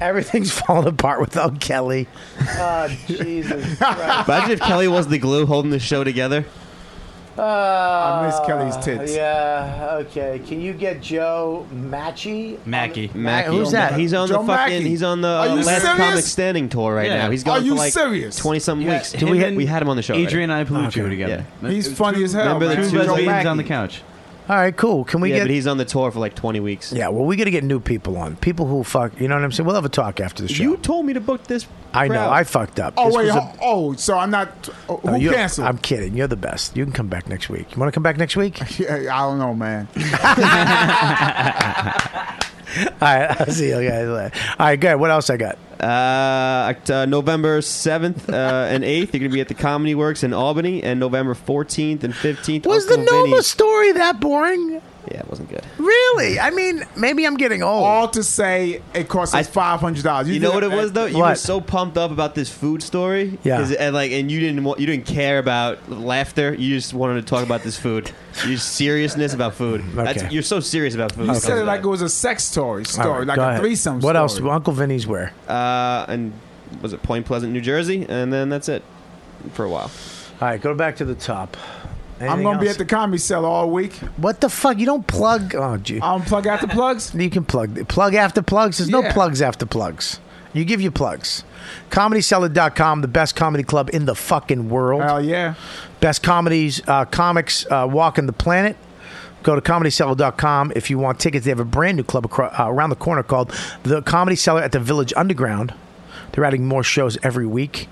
Everything's falling apart without Kelly. Oh, Jesus Christ.
Imagine if Kelly was the glue holding the show together.
I
miss Kelly's tits.
Yeah, okay. Can you get Joe Machi?
Mackey.
Mackey.
Mackey.
Who's that?
He's on
Joe
the fucking.
Mackey.
He's on the
Are
uh,
you
last
serious?
comic standing tour right
Yeah.
now. He's
Are
gone
you
for like
serious?
twenty something weeks.
him
we,
and
we had him on the show.
Adrian
already.
Iapolucci were together.
He's funny as hell.
Remember the
man.
two
Joe
lesbians
Mackey.
on the couch?
All right, cool. Can we
yeah,
get.
but he's on the tour for like twenty weeks.
yeah, well, we got to get new people on. People who fuck. You know what I'm saying? We'll have a talk after the show.
You told me to book this.
I know.
crowd.
I fucked up.
Oh
This
wait.
was a-
ho- oh, so I'm not. oh,
No,
who
you-
canceled?
I'm kidding. You're the best. You can come back next week. You want to come back next week?
Yeah, I don't know, man.
All right, I'll see you guys later. All right, good. What else I got?
Uh, Oct- uh, November 7th uh, and 8th, you're going to be at the Comedy Works in Albany, and November 14th and 15th.
Was the
Uncle
Noma
Vinny's-
story that boring?
Yeah, it wasn't good.
Really? I mean, maybe I'm getting old.
All to say it costs us five hundred dollars.
Oh. You know what it was though? You were so pumped up about this food story,
Yeah.
'cause- And like, and you didn't want, you didn't care about laughter. You just wanted to talk about this food. Your seriousness about food. That's,
Okay.
you're so serious about food.
You said it like it was a sex story,
All
story
right,
like
go
a
ahead.
threesome.
What
story.
else? Well, Uncle Vinny's where?
uh, and was it Point Pleasant, New Jersey? And then that's it for a while.
All right, go back to the top.
I'm
Anything
gonna be
else?
at the comedy cell all week.
What the fuck? You don't plug? Oh, gee.
I'm plug after plugs.
You can plug plug after plugs. There's no
Yeah.
plugs after plugs. You give your plugs. ComedySeller.com, the best comedy club in the fucking world.
Hell yeah.
Best comedies, uh, comics uh, walking the planet. Go to comedyseller.com if you want tickets. They have a brand new club acro- uh, around the corner called The Comedy Cellar at the Village Underground. They're adding more shows every week.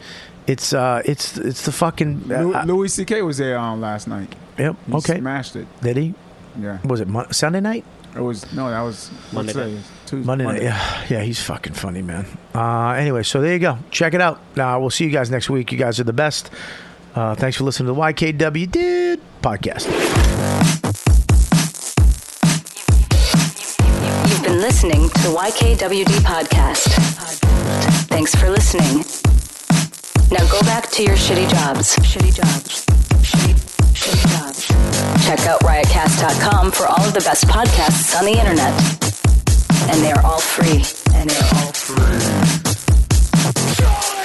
It's uh, it's it's the fucking
Lou-
uh,
Louis C.K. was there on last night.
yep
He
okay.
smashed it.
Did he?
Yeah.
Was it Mon- Sunday night?
It was no, that was
Monday
Monday.
night.
Tuesday,
Monday, night. Yeah, yeah, he's fucking funny, man. Uh, anyway, so there you go. Check it out. Uh, we'll see you guys next week. You guys are the best. Uh, thanks for listening to the YKW Did podcast.
You've been listening to the YKWD podcast. Thanks for listening. Now go back to your shitty jobs. Shitty jobs. Shitty, shitty jobs. Check out riotcast.com for all of the best podcasts on the internet. and they are all free. And they are all free.